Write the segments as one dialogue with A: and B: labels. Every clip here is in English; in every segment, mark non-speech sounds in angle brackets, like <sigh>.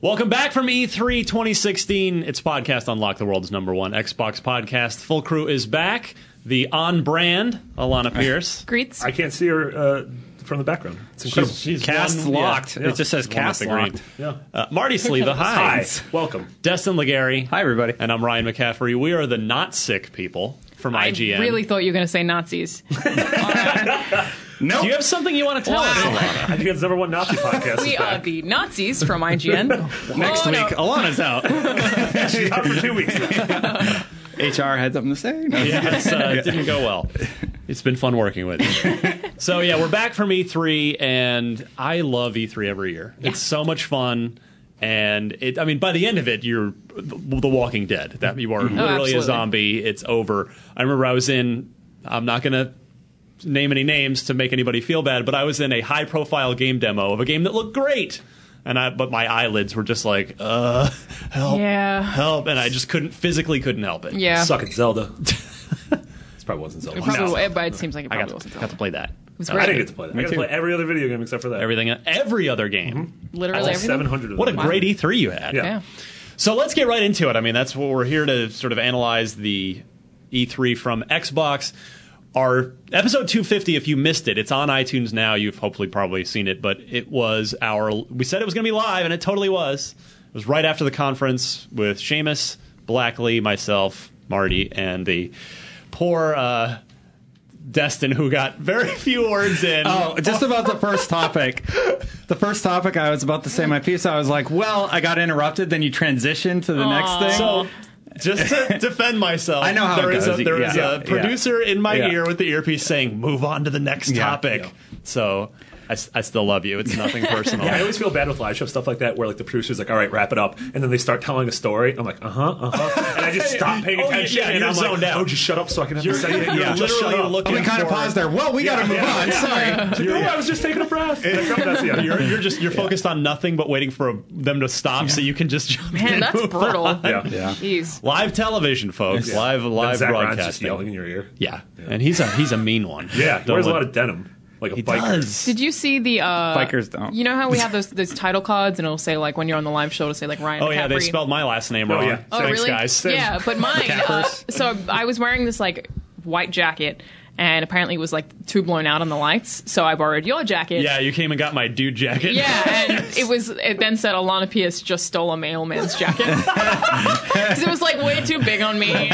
A: Welcome back from E E3 2016. It's podcast Unlock the World's number one Xbox podcast. Full crew is back. The on brand Alana Pierce.
B: Greets.
C: I can't see her uh, from the background. It's incredible.
A: cast
C: one- yeah,
A: locked.
C: yeah.
A: It just says
C: One
A: cast
C: up the green.
A: locked.
C: Yeah.
A: Uh, Marty Sleva, hi.
C: Hi, welcome.
A: Destin Legary.
D: Hi, everybody.
A: And I'm Ryan McCaffrey. We are the not sick people from
B: I
A: IGN.
B: really thought you were going to say Nazis.
D: No,
A: Do you have something you want to tell us? Alana?
C: I think that's the number one Nazi podcast.
B: <laughs> we are the Nazis from IGN.
A: <laughs>
D: next
B: Oh, no.
D: week Alana's out.
C: She's out for
B: <laughs>
C: two weeks.
D: HR had something to say. No.
A: yeah, <laughs> it's, uh, it didn't go well. <laughs> It's been fun working with you. <laughs> so yeah, we're back from E3, and I love E3 every year. It's so much fun, and it. I mean, by the end of it, you're the Walking Dead. That you are literally a
B: Oh, absolutely.
A: zombie. It's over. I remember I was in. I'm not gonna name any names to make anybody feel bad, but I was in a high profile game demo of a game that looked great. And I, but my eyelids were just like, uh, help,
B: Yeah.
A: help, and I just couldn't physically couldn't help it.
B: Yeah.
C: Suck
B: <laughs>
C: it, Zelda. this probably wasn't Zelda.
B: It probably,
A: No.
B: it- but it seems like it
A: I
B: probably
A: got to,
B: wasn't.
A: got to play that.
B: was
A: Uh,
B: great.
C: I didn't get to play that. I got to
D: too.
C: play every other video game except for that.
A: everything, every other game.
B: Literally
C: All
B: everything.
C: 700 of them.
A: What a
B: Wow.
A: great E3 you had.
C: Yeah.
B: Yeah.
A: So let's get right into it. I mean, that's what we're here to sort of analyze the E3 from Xbox. Our episode 250, if you missed it, it's on iTunes now. You've hopefully probably seen it, but it was our. We said it was going to be live, and it totally was. It was right after the conference with Seamus, Blackley, myself, Marty, and the poor uh, Destin, who got very <laughs> few words in.
D: Oh, just about the first topic. The first topic, I was about to say my piece. I was like, well, I got interrupted. Then you transitioned to the next thing.
A: So, just
C: <laughs>
A: to defend myself,
D: I know how it
A: there is
D: goes.
A: a, there is
D: Yeah.
A: a producer in my
D: Yeah.
A: ear with the earpiece saying, "Move on to the next
D: Yeah.
A: topic."
C: Yeah.
A: So, I, s- I still love you. It's
C: <laughs>
A: nothing personal.
C: I always feel bad with live show stuff like that, where like the producer's like, "All right, wrap it up," and then they start telling a story. I'm like, "Uh huh, uh huh," and I just stop paying
A: <laughs> Oh, yeah,
C: attention.
A: yeah,
C: and
A: you're
C: I'm like,
A: zoned out.
C: "Oh, just shut up, so I can have
A: You're-
C: to say it."
A: you're
C: Yeah, just shut
A: literally
C: up.
A: looking-
D: we kind of
A: for-
D: paused there. Well, we got to
C: <laughs>
D: move
C: yeah,
D: on.
C: yeah.
D: Sorry.
C: No, I was just taking a
A: <laughs>
C: breath. And I come back to you.
A: You're, you're just you're focused on nothing but waiting for a, them to stop so you can just jump. in. <laughs>
B: Man, that's brutal.
C: yeah.
D: Yeah.
B: Jeez.
A: Live television, folks.
C: Yeah.
A: Live
C: Then
A: live
C: Zach Ryan's just
A: broadcasting.
C: yelling in your ear.
A: yeah. and he's a he's a mean one.
C: <laughs> Yeah, he
A: Don't
C: wears a
A: let-
C: lot of denim, like a
A: he
C: biker.
A: does.
B: Did you see the uh,
D: Bikers don't.
B: You know how
A: <laughs>
B: we have those those title cards, and it'll say like when you're on the live show, it'll say like Ryan.
A: oh yeah, they
B: McCaffrey.
A: spelled my last name
C: Oh,
A: wrong.
C: yeah.
B: Oh
A: Thanks,
B: really?
A: guys.
B: Yeah, but mine. Uh,
D: McCaffers.
B: so I was wearing this like white jacket, and apparently it was like too blown out on the lights. So I borrowed your jacket.
A: Yeah, you came and got my dude jacket.
B: Yeah,
A: <laughs>
B: and it was. It then said Alana Pierce just stole a mailman's
A: <laughs>
B: jacket <laughs> 'Cause it was like way too big on me. Like,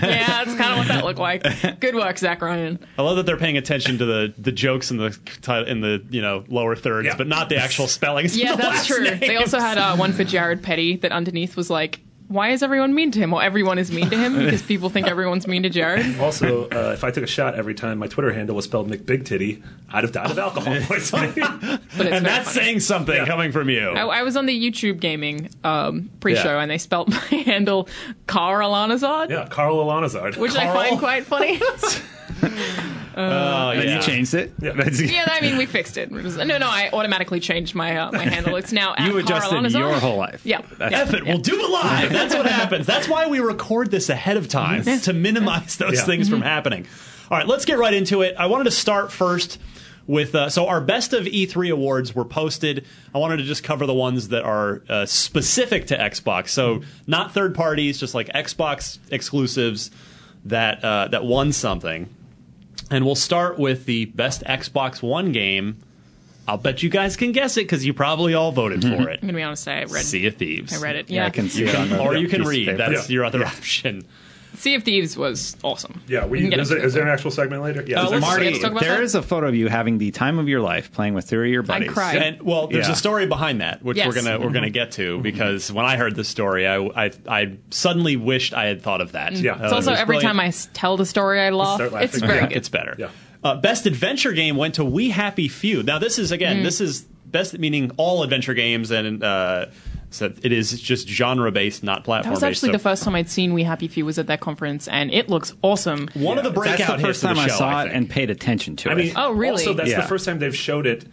B: yeah, that's kind of what that looked like. Good work, Zach Ryan.
A: I love that they're paying attention to the, the jokes in the ti- in the you know lower thirds,
C: Yeah.
A: but not the actual spelling.
B: Yeah, that's true. They also had uh, one for Jared Petty that underneath was like, "Why is everyone mean to him?" Or everyone is mean to him because people think everyone's mean to Jared.
C: Also, uh, if I took a shot every time my Twitter handle was spelled McBigtitty, I'd have died of alcohol <laughs> poisoning.
B: But
A: and
B: it's very
A: that's
B: funny.
A: saying something coming from you.
B: I, I was on the YouTube gaming um, pre-show
A: Yeah.
B: and they spelt <laughs> my handle Carl Alanazad,
C: yeah, Carl Alanazard.
B: which I
A: Carl?
B: find
A: <laughs>
B: quite funny.
A: oh,
D: Then
A: yeah.
D: you changed it.
C: Yeah.
D: That's-
B: yeah, I mean, we fixed it. It was- no, no, I automatically changed my uh, my handle. It's now at
D: You
B: Carl
D: adjusted
B: Alanazad.
D: your whole life.
B: Yeah, yeah.
A: F it, we'll do it live. That's what happens. That's why we record this ahead of time to minimize those
C: Yeah.
A: things
B: Mm-hmm.
A: from happening. All right, let's get right into it. I wanted to start first with uh, so our best of E3 awards were posted. I wanted to just cover the ones that are uh, specific to Xbox, so
B: Mm-hmm.
A: not third parties, just like Xbox exclusives that uh, that won something. And we'll start with the best Xbox One game. I'll bet you guys can guess it because you probably all voted for it.
B: <laughs> I'm gonna be honest. I read.
A: Sea of Thieves.
B: Mm-hmm. I read it. Yeah,
D: Yeah, I can see it on the
A: Or you can
D: piece of
A: read.
D: paper.
A: That's
C: Yeah.
A: your other option.
B: Sea of Thieves was awesome.
C: yeah, we,
B: can get
C: is, there,
B: into
C: is
B: it.
C: there an actual segment later? Yeah,
B: Uh,
C: there's
B: let's-
C: actually-
B: let's talk about
D: there
B: that.
D: is a photo of you having the time of your life playing with three of your buddies.
B: cried. Right.
A: And well, there's
D: Yeah. Mm-hmm.
A: a story behind that, which we're
B: Yes. Mm-hmm.
A: gonna we're gonna get to because when I heard this story, I, I I suddenly wished I had thought of that.
C: Yeah.
A: Uh,
C: It's
B: Mm-hmm. It's also
A: it was
B: every
A: brilliant. <laughs>
B: time I s- tell the story, I laugh.
C: Start laughing.
B: It's very
C: Yeah.
B: good.
A: it's better.
C: Yeah.
A: Uh, best adventure game went to We Happy Few. Now this is
B: Mm-hmm.
A: again, this is best meaning all adventure games, and uh, so it is just genre based, not platform.
B: That was actually the first time I'd seen We Happy Few was at that conference, and it looks awesome.
A: one of the breakout
D: That's the
A: hits
D: first
A: of
D: time
A: the
D: I
A: show,
D: saw it
A: think.
D: and paid attention to
C: I mean,
D: it.
B: Oh, really?
C: Also, that's
D: Yeah.
C: the first time they've showed it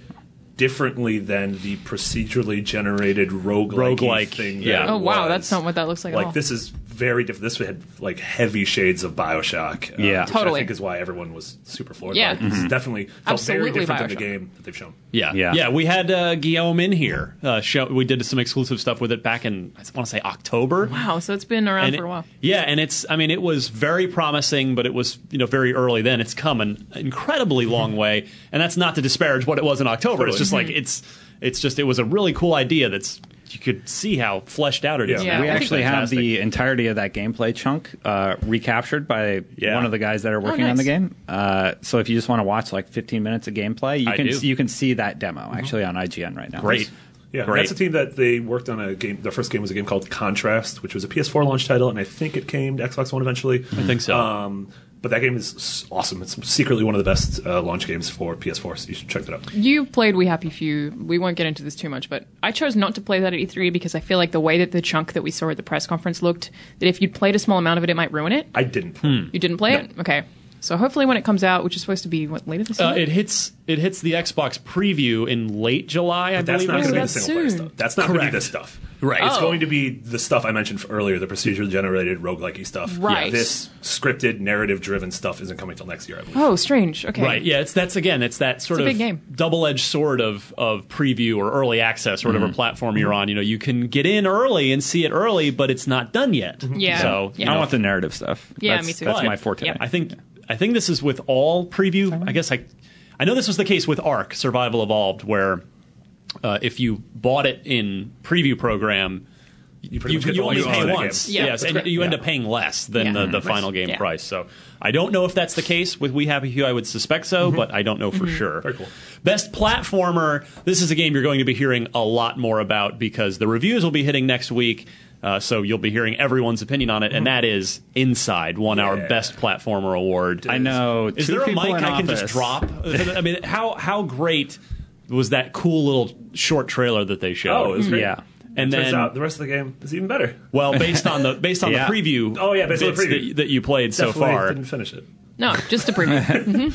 C: differently than the procedurally generated roguelike
A: Roguelike,
C: thing.
A: yeah.
C: that it
B: Oh wow,
C: was.
B: that's not what that looks like. at all.
C: Like this is very different. This had like heavy shades of Bioshock. uh,
D: Yeah.
C: which
B: Totally.
C: I think is why everyone was super floored.
B: Yeah.
C: by it. It's definitely felt
B: Absolutely
C: very different than
B: Bioshock.
C: the game that they've shown.
A: Mm-hmm. Yeah,
D: Yeah.
A: We had uh, Guillaume in here. Uh, show, we did some exclusive stuff with it back in I want to say October.
B: Wow, so it's been around
A: And
B: for
A: it-
B: a while.
A: Yeah, and it's I mean it was very promising, but it was you know very early then. It's come an incredibly long way, and that's not to disparage what it was in October. It's
C: Totally.
A: just like it's it's just it was a really cool idea that's you could see how fleshed out it is.
C: Yeah.
A: now.
D: We
B: Yeah.
A: It's
D: actually have
A: fantastic.
D: the entirety of that gameplay chunk uh, recaptured by
A: Yeah.
D: one of the guys that are working on
B: Oh, nice.
D: the game. Uh, so if you just want to watch like 15 minutes of gameplay, you
A: I
D: can
A: do. Mm-hmm.
D: you can see that demo actually on IGN right now.
A: great.
C: Yeah,
A: Great.
C: that's a team that they worked on a game. Their first game was a game called Contrast, which was a PS4 launch title, and I think it came to Xbox One eventually. I
A: think so.
C: Um, but that game is s- awesome. It's secretly one of the best uh, launch games for PS4. So you should check that out.
B: You played We Happy Few. We won't get into this too much, but I chose not to play that at E3 because I feel like the way that the chunk that we saw at the press conference looked, that if you'd played a small amount of it, it might ruin it.
C: I didn't.
A: Hmm.
B: You didn't play it? Okay. So hopefully when it comes out, which is supposed to be what later this
A: Uh,
B: year?
A: it hits it hits the Xbox preview in late July. I
C: That's
A: believe.
C: not
A: it
C: going to be the
A: is.
B: that's
C: single player
B: soon.
C: stuff. That's not going to be
A: Correct.
C: this stuff.
A: Right.
C: It's
B: Oh.
C: going to be the stuff I mentioned f- earlier, the procedural generated roguelike stuff.
B: Right.
C: This scripted, narrative driven stuff isn't coming till next year, I believe.
B: oh, strange. Okay.
A: Right. Yeah. It's that's again. It's that sort
B: It's a
A: of
B: big game.
A: double-edged sword of of preview or early access or
C: Mm-hmm.
A: whatever platform you're on. You know, you can get in early and see it early, but it's not done yet.
B: Yeah.
A: So you
B: Yeah.
D: I
A: know,
D: want the narrative stuff.
B: Yeah,
D: that's,
B: me too.
D: That's
A: But
D: my forte.
B: Yep.
A: I think I think this is with all preview. I guess I I know this was the case with Ark Survival Evolved, where uh, if you bought it in preview program, you
C: pretty
A: you,
C: much get
A: you
C: all
A: only
C: you own in
A: pay
C: the
A: once.
B: game. Yeah.
A: yes,
B: That's
A: and
B: correct.
A: you end
C: Yeah.
A: up paying less than
B: Yeah.
A: the, the
B: Mhm.
A: final game
B: Yeah.
A: price. So I don't know if that's the case with We Happy Few. I would suspect so, but I don't know for sure.
C: Mm-hmm. Very cool.
A: Best platformer. This is a game you're going to be hearing a lot more about because the reviews will be hitting next week. Uh, so you'll be hearing everyone's opinion on it, and that is Inside won our
C: Mm-hmm. Yeah.
A: Best Platformer award.
D: I know.
A: Is
D: two
A: there a mic
D: people in
A: I can
D: office.
A: just drop?
C: <laughs>
A: I mean, how how great was that cool little short trailer that they showed?
C: Oh, it was great.
D: Yeah.
A: and
C: Turns
A: then
C: out the rest of the game is even better.
A: well, based on the
C: <laughs>
A: based on
D: Yeah.
A: the preview.
C: Oh, yeah, based on the
A: bits
C: preview.
A: that, that you played
C: Definitely
A: so
C: didn't
A: far.
C: finish it.
B: No, just to
A: <laughs>
B: preview.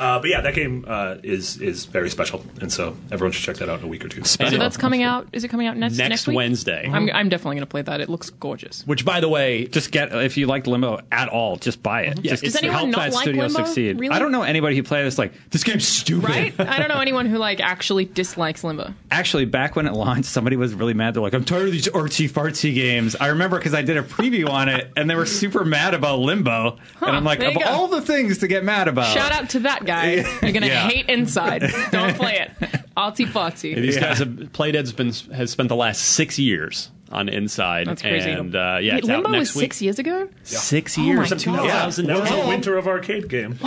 C: Uh, but yeah, that game uh, is is very special, and so everyone should check that out in a week or two.
B: so that's coming out. Is it coming out next
A: Next
B: week?
A: Wednesday.
B: I'm, I'm definitely going to play that. It
A: <laughs>
B: looks gorgeous.
A: Which, by the way,
D: Just get if you liked Limbo at all, just buy it.
A: Mm-hmm. Yeah,
D: Just
A: Does
D: to
B: anyone
D: help
B: not
D: that
B: like
D: studio
B: Limbo,
D: succeed.
B: really?
D: I don't know anybody who played this. Like this game's stupid.
B: Right? I don't know anyone who like actually dislikes Limbo.
D: actually back when it launched somebody was really mad they're like i'm tired of these artsy fartsy games i remember because i did a preview on it and they were super mad about limbo and i'm like
B: there
D: of
B: you go.
D: all the things to get mad
A: Uh,
D: about
B: Shout
D: <laughs>
B: out to that guy. You're gonna
D: Yeah.
A: <laughs>
B: hate Inside. Don't play it. Alti Fotsy.
A: these guys have Playdead's been has spent the last six years on Inside.
B: That's crazy.
A: And uh, yeah,
B: Wait,
A: it's out
B: Limbo
A: next
B: was
A: week.
B: six years ago.
A: Six
B: Oh my
A: years.
B: God.
C: That was a
A: 2009.
C: winter of arcade game.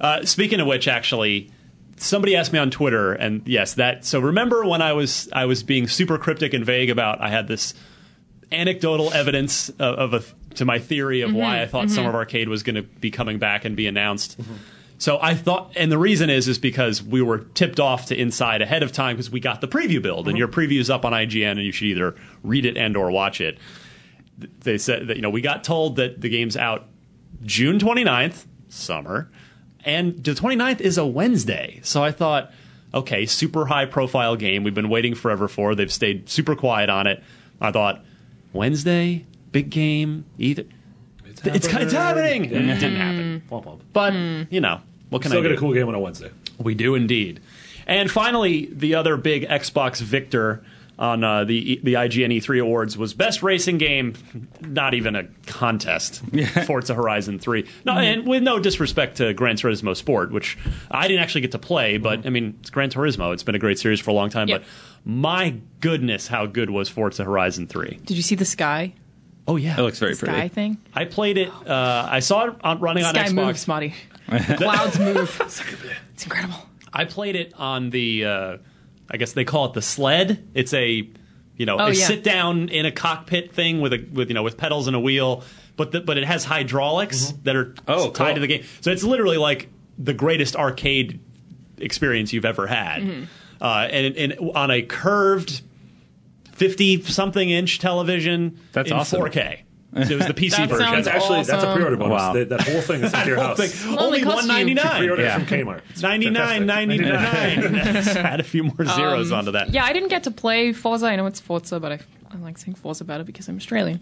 A: Uh, speaking of which, actually, somebody asked me on Twitter, and yes, that. So remember when I was I was being super cryptic and vague about I had this anecdotal evidence of, of a to my theory of why I thought Summer of Arcade was going to be coming back and be announced. So I thought, and the reason is is because we were tipped off to Inside ahead of time because we got the preview build, and your preview is up on IGN, and you should either read it and or watch it. Th- They said that you know we got told that the game's out June 29th, summer, and the 29th is a Wednesday. So I thought, okay, super high profile game we've been waiting forever for. They've stayed super quiet on it. I thought, Wednesday, big game, either. It's, it's happening! It didn't happen.
C: Womp womp.
A: But, you know, what can
C: Still
A: I
C: get
A: do?
C: a cool game on a Wednesday.
A: We do indeed. And finally, the other big Xbox victor on uh, the the IGN E3 awards was best racing game. Not even a contest. Forza Horizon 3. No,
B: Mm-hmm.
A: and with no disrespect to Gran Turismo Sport, which I didn't actually get to play, but
B: Mm-hmm.
A: I mean it's Gran Turismo. It's been a great series for a long time.
B: Yeah.
A: But my goodness, how good was Forza Horizon 3?
B: Did you see the sky?
A: Oh yeah,
D: it looks very
B: sky
D: pretty
B: thing.
A: I played it. Uh, I saw it on, running on
B: sky
A: Xbox.
B: moves, Marty. Clouds move. It's incredible.
A: I played it on the, uh, I guess they call it the sled. It's a, you know,
B: Oh,
A: a
B: yeah.
A: sit down in a cockpit thing with a with you know with pedals and a wheel, but the, but it has hydraulics that are
D: Oh,
A: tied
D: cool.
A: to the game. So it's literally like the greatest arcade experience you've ever had,
B: Mm-hmm.
A: uh, and, and on a curved fifty something inch television
D: That's
A: in
D: awesome.
A: 4K. It was the PC
B: <laughs> That
A: version.
B: sounds
C: That's actually that's a
B: awesome.
C: pre-order bonus.
D: Wow.
C: That, that
A: <laughs>
C: whole thing is at your house.
A: Like,
B: Well,
A: only
B: it costs
A: one ninety
B: you-
A: nine.
C: Pre-order
D: Yeah.
C: from Kmart. It's
A: Ninety nine,
C: fantastic.
A: ninety nine. <laughs> Add a few more zeros onto that.
B: Um, Yeah, I didn't get to play Forza. I know it's Forza, but I, I like saying Forza better because I'm Australian.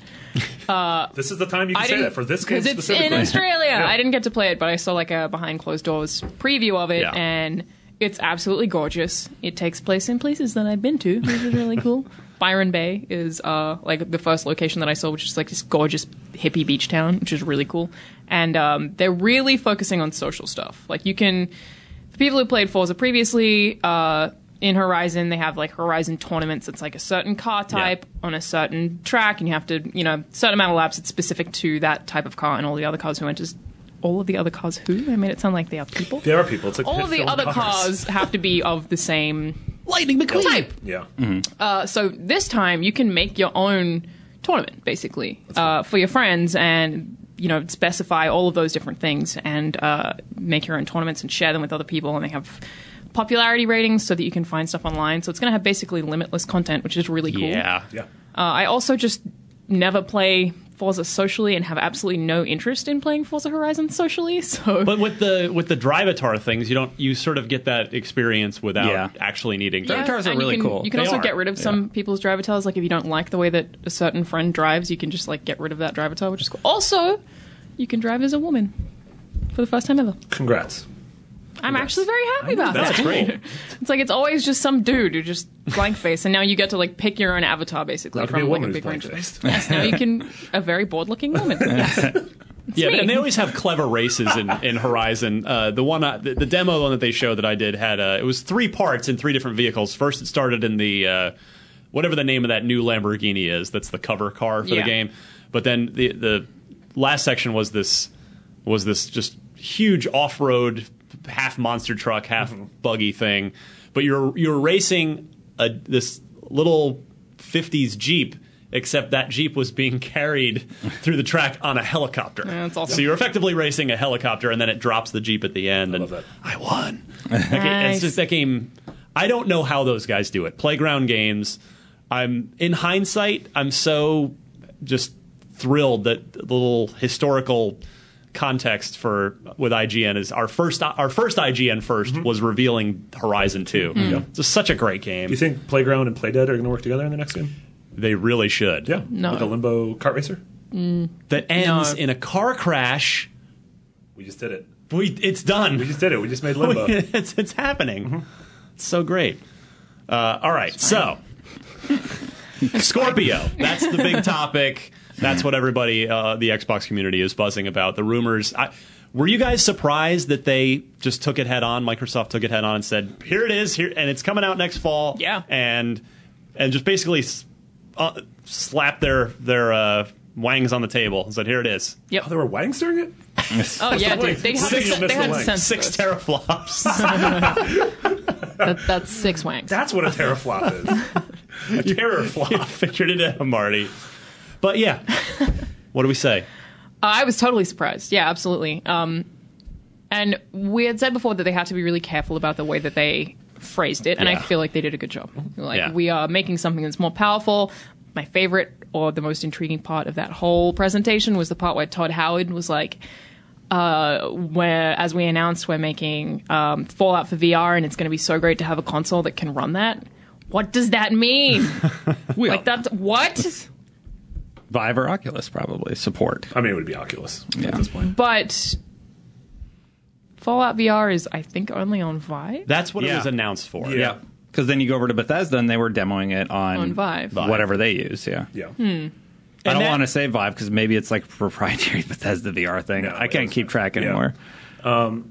C: This is the time you can
B: I
C: say
B: didn't-
C: that for this game
B: 'cause it's
C: specifically.
B: in
C: <laughs>
B: Australia. I didn't get to play it, but I saw like a behind closed doors preview of it,
A: Yeah.
B: and it's absolutely gorgeous. It takes place in places that I've been to, which is really
C: <laughs>
B: cool. Byron Bay is uh, like the first location that I saw, which is like this gorgeous hippie beach town, which is really cool. And um, they're really focusing on social stuff. Like you can, the people who played Forza previously. Uh, in Horizon, they have like Horizon tournaments. It's like a certain car type on a certain track, and you have to, you know, certain amount of laps. It's specific to that type of car, and all the other cars who enters, all of the other cars who. I made it sound like they are people.
C: There are people. It's like
B: all of the
C: filled
B: other
C: cars.
B: cars have to be of the same
A: Lightning McQueen.
B: type.
C: Yeah.
B: Uh, so this time you can make your own tournament basically uh, for your friends and you know specify all of those different things and uh, make your own tournaments and share them with other people and they have popularity ratings so that you can find stuff online so it's going to have basically limitless content which is really cool
A: Yeah.
C: Yeah.
B: uh, I also just never play Forza socially and have absolutely no interest in playing Forza Horizon socially <laughs> so
A: But with the with the drivatar things, you don't you sort of get that experience without
D: Yeah.
A: actually needing.
B: Yeah,
D: Drivatars are
B: and you
D: really
B: can-
D: cool.
B: You can
A: They
B: also
A: are,
B: get rid of some people's drivatars. Like if you don't like the way that a certain friend drives, you can just like get rid of that drivatar, which is cool. Also, you can drive as a woman for the first time ever.
C: Congrats.
B: I'm actually very happy about
C: That's
B: that.
C: great.
B: It's like it's always just some dude who just blank face, and now you get to like pick your own avatar basically
C: That could
B: from
C: be a
B: like
C: woman
B: a
C: who's
B: big range. of
C: blank-faced.
B: Yes, now you can a very bored looking
C: <laughs>
B: woman. Yes.
A: Yeah,
B: me.
A: and they always have clever races
B: <laughs>
A: in, in Horizon. Uh, the one, I, the, the demo one that they showed that I did had uh, it was three parts in three different vehicles. First, it started in the uh, whatever the name of that new Lamborghini is. That's the cover car for
B: Yeah.
A: the game. But then the the last section was this was this just huge off road half monster truck, half buggy thing. But you're you're racing a, this little '50s Jeep. Except that Jeep was being carried through the track on a helicopter.
B: Yeah, that's awesome.
A: So you're effectively racing a helicopter, and then it drops the jeep at the end. and
C: love that.
A: I won. That ga-
B: Nice.
A: It's just that game. I don't know how those guys do it. Playground games. I'm in hindsight. I'm so just thrilled that the little historical context for with IGN is our first our first IGN 1st
C: Mm-hmm.
A: was revealing Horizon 2. It's just such a great game.
C: Do Mm-hmm. you think Playground and Playdead are going to work together in the next game?
A: they really should.
C: Yeah.
B: No.
C: Like a limbo kart racer?
A: That ends
B: No.
A: in a car crash.
C: We just did it.
A: We, it's done.
C: We just did it. We just made limbo.
A: <laughs> it's it's happening. It's so great. Uh, all right, so <laughs> Scorpio. That's the <laughs> big topic. That's what everybody, uh, the Xbox community, is buzzing about. The rumors. I, were you guys surprised that they just took it head on? Microsoft took it head on and said, "Here it is. Here, and it's coming out next fall."
B: Yeah.
A: and and just basically s- uh, slapped their their uh, wangs on the table and said, "Here it is."
B: Yep.
C: Oh, there were wangs during it?
B: Oh yeah, dude, they had,
C: Six-
B: to, sen- they had to
C: Six
B: censor
A: Six
B: this.
A: teraflops.
B: That, that's six wanks.
C: That's what a teraflop is. A
A: <laughs>
C: teraflop.
A: figured it out, Marty. But yeah, what do we say?
B: Uh, I was totally surprised. Yeah, absolutely. Um, and we had said before that they had to be really careful about the way that they phrased it, and I
A: Yeah.
B: feel like they did a good job. Like
A: Yeah.
B: we are making something that's more powerful. My favorite or the most intriguing part of that whole presentation was the part where Todd Howard was like, uh, where as we announced, we're making um, Fallout for VR, and it's going to be so great to have a console that can run that. What does that
A: <laughs>
B: mean? like that's what?
D: Vive or Oculus probably support.
C: I mean, it would be Oculus
D: Yeah.
C: at this point.
B: but Fallout VR is, I think, only on Vive.
A: That's what it
D: Yeah.
A: was announced for.
C: Yeah.
D: Yeah, because then you go over to Bethesda and they were demoing it on,
B: On Vive. Vive.
D: whatever they use. Yeah,
C: Yeah.
B: Hmm.
D: I don't
A: that-
D: want to say Vive because maybe it's like proprietary <laughs> Bethesda VR thing.
C: No,
D: I
C: it
D: can't
C: is.
D: keep track
C: Yeah.
D: anymore.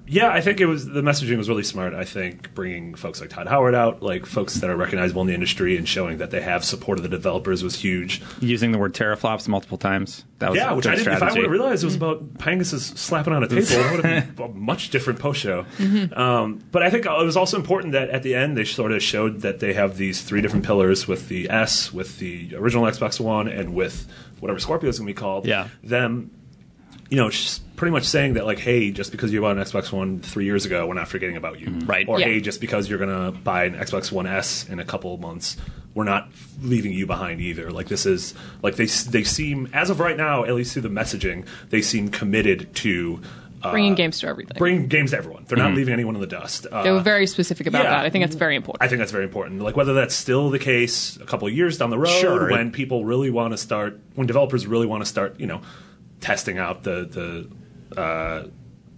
C: Yeah, I think it was the messaging was really smart. I think bringing folks like Todd Howard out, like folks that are recognizable in the industry, and showing that they have support of the developers was huge.
D: Using the word teraflops multiple times. That was
C: Yeah,
D: a
C: which
D: good
C: I didn't. If I
D: strategy.
C: would have realized it was about Pangos's slapping on a table, it would have
D: <laughs>
C: been a much different post show. Um, but I think it was also important that at the end they sort of showed that they have these three different pillars with the S, with the original Xbox One, and with whatever Scorpio is going to be called.
A: Yeah.
C: Them, you know, sh- pretty much saying that like, hey, just because you bought an Xbox One three years ago, we're not forgetting about you.
A: Right.
C: Or
B: Yeah.
C: hey, just because you're going to buy an Xbox One S in a couple months, we're not leaving you behind either. Like this is like they s- they seem as of right now, at least through the messaging, they seem committed to uh,
B: Bringing games to everything.
C: bringing games to everyone. They're not leaving anyone in the dust. Uh,
B: they were very specific about
C: yeah.
B: that. I think that's very important.
C: I think that's very important. Like whether that's still the case a couple of years down the road,
A: Sure.
C: when people really want to start, when developers really want to start, you know, testing out the the uh,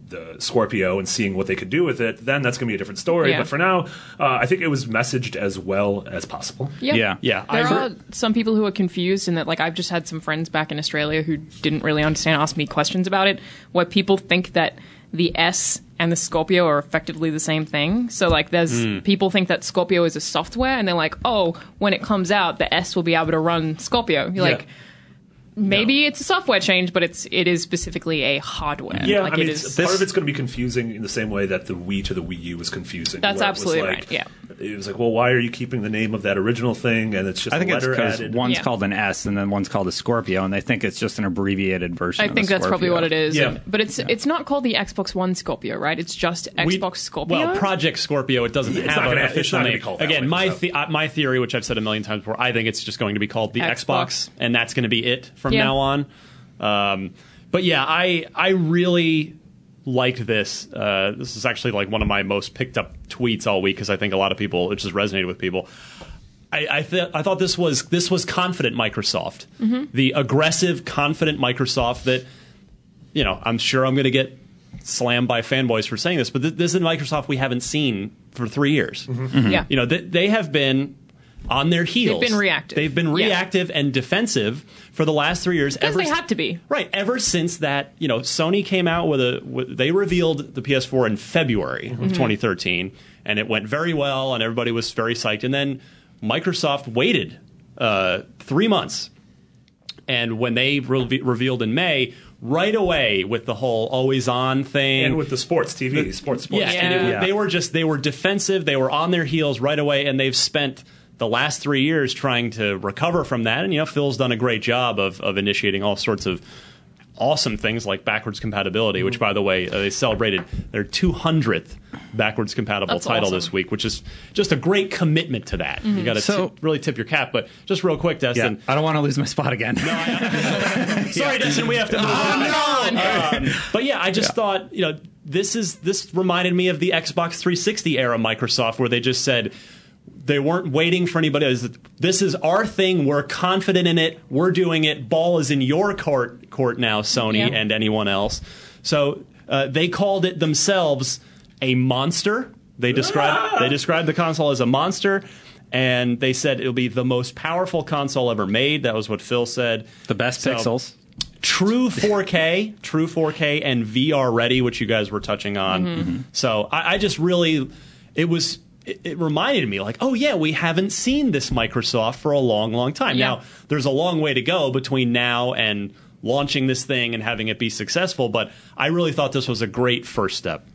C: the Scorpio and seeing what they could do with it, then that's going to be a different story.
B: Yeah.
C: But for now, uh, I think it was messaged as well as possible.
D: Yeah.
A: Yeah,
B: There
A: I've
B: are
A: heard-
B: some people who are confused, and that like I've just had some friends back in Australia who didn't really understand, asked me questions about it. Where people think that the S and the Scorpio are effectively the same thing. So like, there's
C: Hmm.
B: people think that Scorpio is a software, and they're like, oh, when it comes out, the S will be able to run Scorpio. You're like, maybe it's a software change, but it's it is specifically a hardware.
C: Yeah,
B: like,
C: I mean,
B: it is.
C: it's- part of it's going to be confusing in the same way that the Wii to the Wii U was confusing.
B: That's
C: where it was
B: absolutely right, yeah.
C: it was like, well, why are you keeping the name of that original thing? And it's just
D: I think
C: a
D: it's
C: letter
D: because
C: added.
D: one's
B: Yeah.
D: called an S and then one's called a Scorpio, and they think it's just an abbreviated version.
B: I
D: of a
B: think that's probably
D: Scorpio.
B: what it is.
C: Yeah.
B: and- but it's it's not called the Xbox One Scorpio, right? It's just
A: We-
B: Xbox Scorpio.
A: Well, Project Scorpio. It doesn't
C: It's
A: have
C: not
A: an
C: gonna- it's
A: official
C: not gonna
A: name.
C: be called that
A: Again,
C: way,
A: my
C: no.
A: the, uh, my theory, which I've said a million times before, I think it's just going to be called the Xbox,
B: Xbox.
A: and that's going to be it from
B: Yeah.
A: now on. Um, but yeah, I I really liked this. Uh, this is actually like one of my most picked up tweets all week because I think a lot of people it just resonated with people. I I, th- I thought this was this was confident Microsoft, the aggressive, confident Microsoft that you know, I'm sure I'm going to get slammed by fanboys for saying this, but th- this is Microsoft we haven't seen for three years.
B: yeah.
A: You know, th- they have been on their heels.
B: been reactive.
A: They've been
B: Yeah.
A: reactive and defensive for the last three years.
B: Because
A: ever
B: they
A: s-
B: had to be.
A: Right. Ever since that, you know, Sony came out with a. With, they revealed the PS4 in February
B: Mm-hmm.
A: of 2013, and it went very well, and everybody was very psyched. And then Microsoft waited uh, three months, and when they re- revealed in May, right away with the whole always on thing,
C: and with the sports TV, sports, sports.
A: yeah,
B: Yeah.
A: and it-
D: Yeah.
A: they were just they were defensive. They were on their heels right away, and they've spent the last three years trying to recover from that. And you know, Phil's done a great job of of initiating all sorts of awesome things like backwards compatibility, which by the way uh, they celebrated their 200th backwards compatible
B: That's
A: title
B: awesome. Mm-hmm.
A: this week, which is just a great commitment to that. You got to
D: So-
A: really tip your cap. But just real quick,
D: Yeah,
A: Destin.
D: I don't want to lose my spot again.
A: <laughs> Sorry, Destin, we have to move on.
B: Oh,
A: <laughs> Um, but yeah, I just thought you know this is this reminded me of the Xbox 360 era Microsoft where they just said they weren't waiting for anybody. else. This is our thing. We're confident in it. We're doing it. Ball is in your court court now, Sony
B: Yeah.
A: and anyone else. So uh, they called it themselves a monster. They described they described the console as a monster. And they said it'll be the most powerful console ever made. That was what Phil said.
D: <laughs> the best
A: So-
D: pixels.
A: true 4K, true 4K, and VR ready, which you guys were touching on.
B: Mm-hmm.
A: So I, I just really, it was, it, it reminded me like, oh yeah, we haven't seen this Microsoft for a long, long time.
B: Yeah.
A: Now there's a long way to go between now and launching this thing and having it be successful, but I really thought this was a great first step.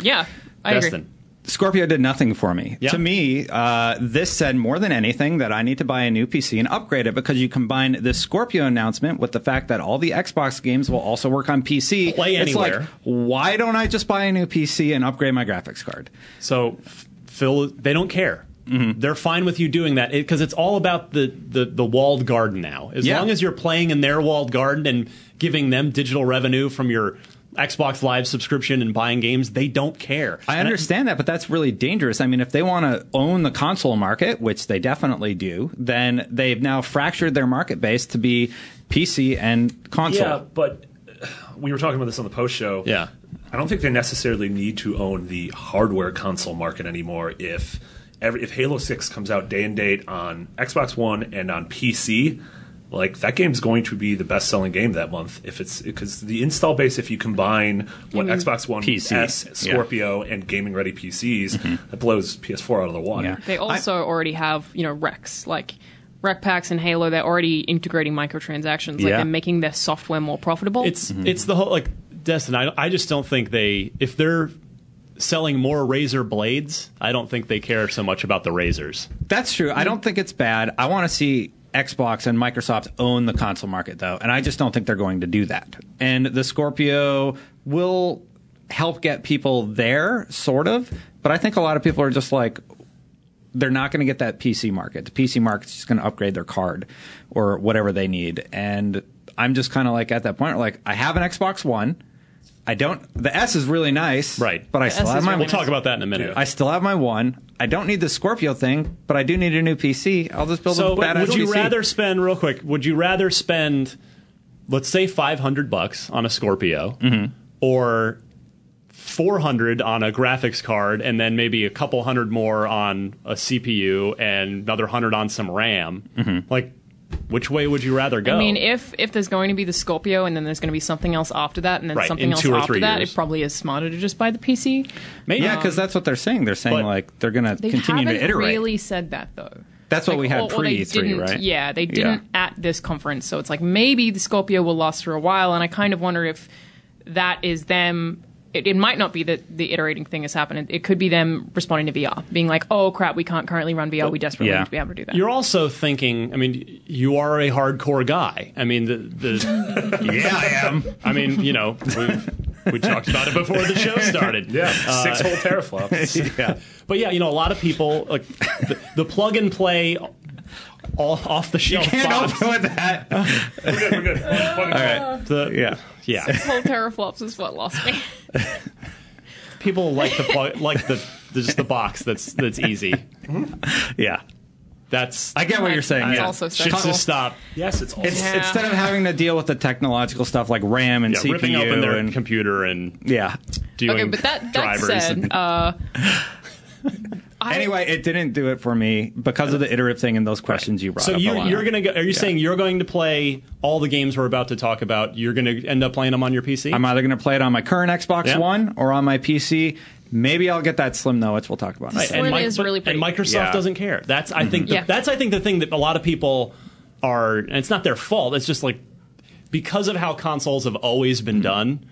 B: Yeah, I
A: Destin.
B: agree.
D: Scorpio did nothing for me.
A: Yeah.
D: To me, uh, this said more than anything that I need to buy a new PC and upgrade it because you combine this Scorpio announcement with the fact that all the Xbox games will also work on PC.
A: Play
D: it's like,
A: anywhere.
D: why don't I just buy a new PC and upgrade my graphics card?
A: So F- Phil, they don't care.
D: Mm-hmm.
A: They're fine with you doing that because it's all about the, the, the walled garden now. As
D: Yeah.
A: long as you're playing in their walled garden and giving them digital revenue from your Xbox Live subscription and buying games, they don't care.
D: I
A: And
D: understand that, but that's really dangerous. I mean, if they want to own the console market, which they definitely do, then they've now fractured their market base to be PC and console.
C: Yeah, but uh, we were talking about this on the post show.
A: Yeah.
C: I don't think they necessarily need to own the hardware console market anymore if every, if Halo 6 comes out day and date on Xbox 1 and on PC. Like that game's going to be the best-selling game that month if it's because the install base. If you combine what Xbox One
D: PC,
C: S,
D: yeah.
C: Scorpio, and gaming-ready PCs, that blows PS4 out of the water.
D: Yeah.
B: They also already have you know Rex like rec packs and Halo. They're already integrating microtransactions. Like
D: Yeah.
B: they're making their software more profitable.
A: it's
D: Mm-hmm.
A: it's the whole like Destin. I, I just don't think they if they're selling more razor blades, I don't think they care so much about the razors.
D: That's true. I don't think it's bad. I want to see Xbox and Microsoft own the console market, though, and I just don't think they're going to do that. And the Scorpio will help get people there, sort of, but I think a lot of people are just like, they're not going to get that PC market. The PC market's just going to upgrade their card or whatever they need. And I'm just kind of like at that point, like I have an Xbox One. I don't. The S is really nice,
A: Right.
D: But I
B: The
D: still
B: S
D: have
B: is
D: my.
B: really
A: We'll talk about that in a minute.
C: Yeah.
D: I still have my one. I don't need the Scorpio thing, but I do need a new PC. I'll just build
A: So
D: a badass
A: would you
D: PC.
A: rather spend real quick? Would you rather spend, let's say, five hundred bucks on a Scorpio, or four hundred on a graphics card, and then maybe a couple hundred more on a CPU and another hundred on some RAM? Like, which way would you rather go?
B: I mean, if if there's going to be the Scorpio and then there's going to be something else after that and then
A: Right,
B: something
A: in
B: else
A: two or
B: after
A: three
B: that,
A: years.
B: it probably is smarter to just buy the PC.
A: maybe
D: Yeah, because that's what they're saying. They're saying
A: But-
D: like they're going to
B: They
D: continue
B: haven't
D: to iterate.
B: really said that though.
D: That's what
B: Like,
D: we had
B: or- or they
D: pre E three,
B: didn't-
D: right?
B: Yeah, they
D: Yeah. <laughs>
B: didn't at this conference, so it's like maybe the Scorpio will last for a while, and I kind of wonder if that is them. It, it might not be that the iterating thing has happened. It, it could be them responding to VR, being like, "Oh crap, we can't currently run VR. We desperately
D: Yeah.
B: need to be able to do that."
A: You're also thinking. I mean, you are a hardcore guy. I mean, the, the
D: yeah, I am.
A: I mean, you know, we, we talked about it before the show started.
C: Yeah,
A: Uh,
C: six whole
D: <laughs>
C: teraflops.
A: yeah. <laughs> But yeah, you know, a lot of people like the, the plug and play all off the shelf
D: Can't
A: box.
D: open with that.
B: <laughs>
C: we're good. We're good. All right.
A: The-
D: <laughs> Yeah.
A: yeah.
B: Whole teraflops is what lost
D: <laughs>
B: me.
A: People like the plug, like the, the just the box that's that's easy.
D: Yeah.
A: That's
D: I get what you're saying.
B: That's
D: yeah.
B: also so
A: should
B: cool.
A: just stop
C: Yes, it's awesome.
D: It's,
B: Yeah.
D: <laughs> Instead of having to deal with the technological stuff like RAM and
A: yeah,
D: CPU
A: ripping open their
D: and
A: computer and
D: yeah.
A: doing
B: Okay, but that that
A: drivers.
B: said,
A: and-
D: <laughs>
B: uh, I,
D: Anyway, it didn't do it for me because of the iterative thing and those questions you brought
A: so
D: up.
A: you
D: Alana.
A: you're gonna go, are you saying you're going to play all the games we're about to talk about? You're gonna end up playing them on your PC.
D: I'm either gonna play it on my current Xbox
A: Yeah.
D: One or on my PC. Maybe I'll get that Slim Notes. We'll talk about in a
A: Right,
D: second.
B: Slim
A: Mi-
B: is
A: but-
B: really
A: and
B: pretty.
A: Microsoft
D: Yeah.
A: doesn't care. That's I think the,
B: Yeah.
A: that's I think the thing that a lot of people are. And it's not their fault. It's just like because of how consoles have always been done,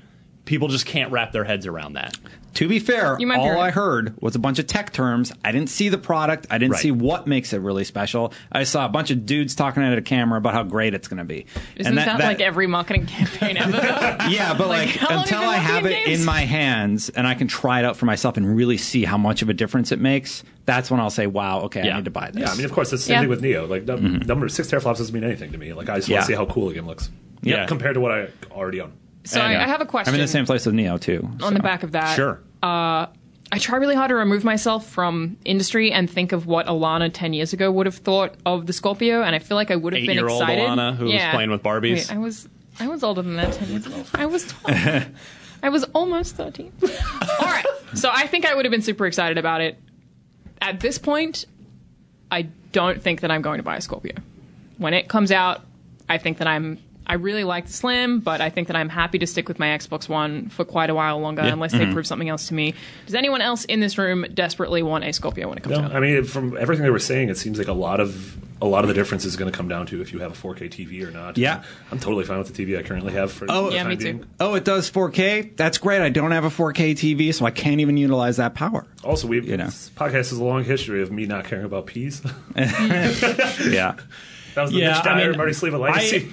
A: people just can't wrap their heads around that.
D: To be fair,
B: You might be
D: all
B: right.
D: I heard was a bunch of tech terms. I didn't see the product. I didn't
A: Right.
D: see what makes it really special. I saw a bunch of dudes talking at a camera about how great it's going to be.
B: isn't that, like every marketing <laughs> campaign ever? though?
D: <laughs> Yeah,
B: <laughs>
D: but
B: Like,
D: like,
B: how long
D: until
B: have you
D: I
B: been
D: have
B: working
D: it
B: in games?
D: in my hands and I can try it out for myself and really see how much of a difference it makes, that's when I'll say, "Wow, okay,
A: Yeah.
D: I need to buy this."
C: Yeah, I mean, of course, that's the same
B: Yeah.
C: thing with Neo. Like, num-
A: Mm-hmm.
C: number six teraflops doesn't mean anything to me. Like, I just want
D: Yeah.
C: to see how cool the game looks.
A: Yeah.
C: compared to what I already own.
B: so I, I have a question Oh,
D: I'm in the same place with Neo too.
B: on the back of that.
A: Sure.
B: I try really hard to remove myself from industry and think of what Alana ten years ago would have thought of the Scorpio, and I feel like I would have been
A: Eight-year-old
B: excited.
A: Alana who was playing with Barbies.
B: Wait, I was I was older than that ten years ago. I
A: <laughs>
B: was twelve. I was almost thirteen. All right, so I think I would have been super excited about it. At this point, I don't think that I'm going to buy a Scorpio. When it comes out, I think that I'm. I really like the Slim, but I think that I'm happy to stick with my Xbox One for quite a while longer, unless they
C: Mm-hmm.
B: prove something else to me. Does anyone else in this room desperately want a Scorpio when it comes
C: No,
B: out?
C: I mean, from everything they were saying, it seems like a lot of a lot of the difference is going to come down to if you have a 4K TV or not.
D: Yeah.
C: I'm totally fine with the TV I currently have. For
D: Oh,
C: the
B: Yeah,
C: time
B: me too.
C: being.
D: Oh, it does 4K. That's great. I don't have a 4K TV, so I can't even utilize that power.
C: Also, we
D: You know.
C: this podcast has a long history of me not caring about peas. <laughs> that
D: Yeah.
C: was the
A: Yeah,
C: Mitch
A: I
C: Dyer,
A: mean,
C: Marty Sleva
A: I-
C: legacy.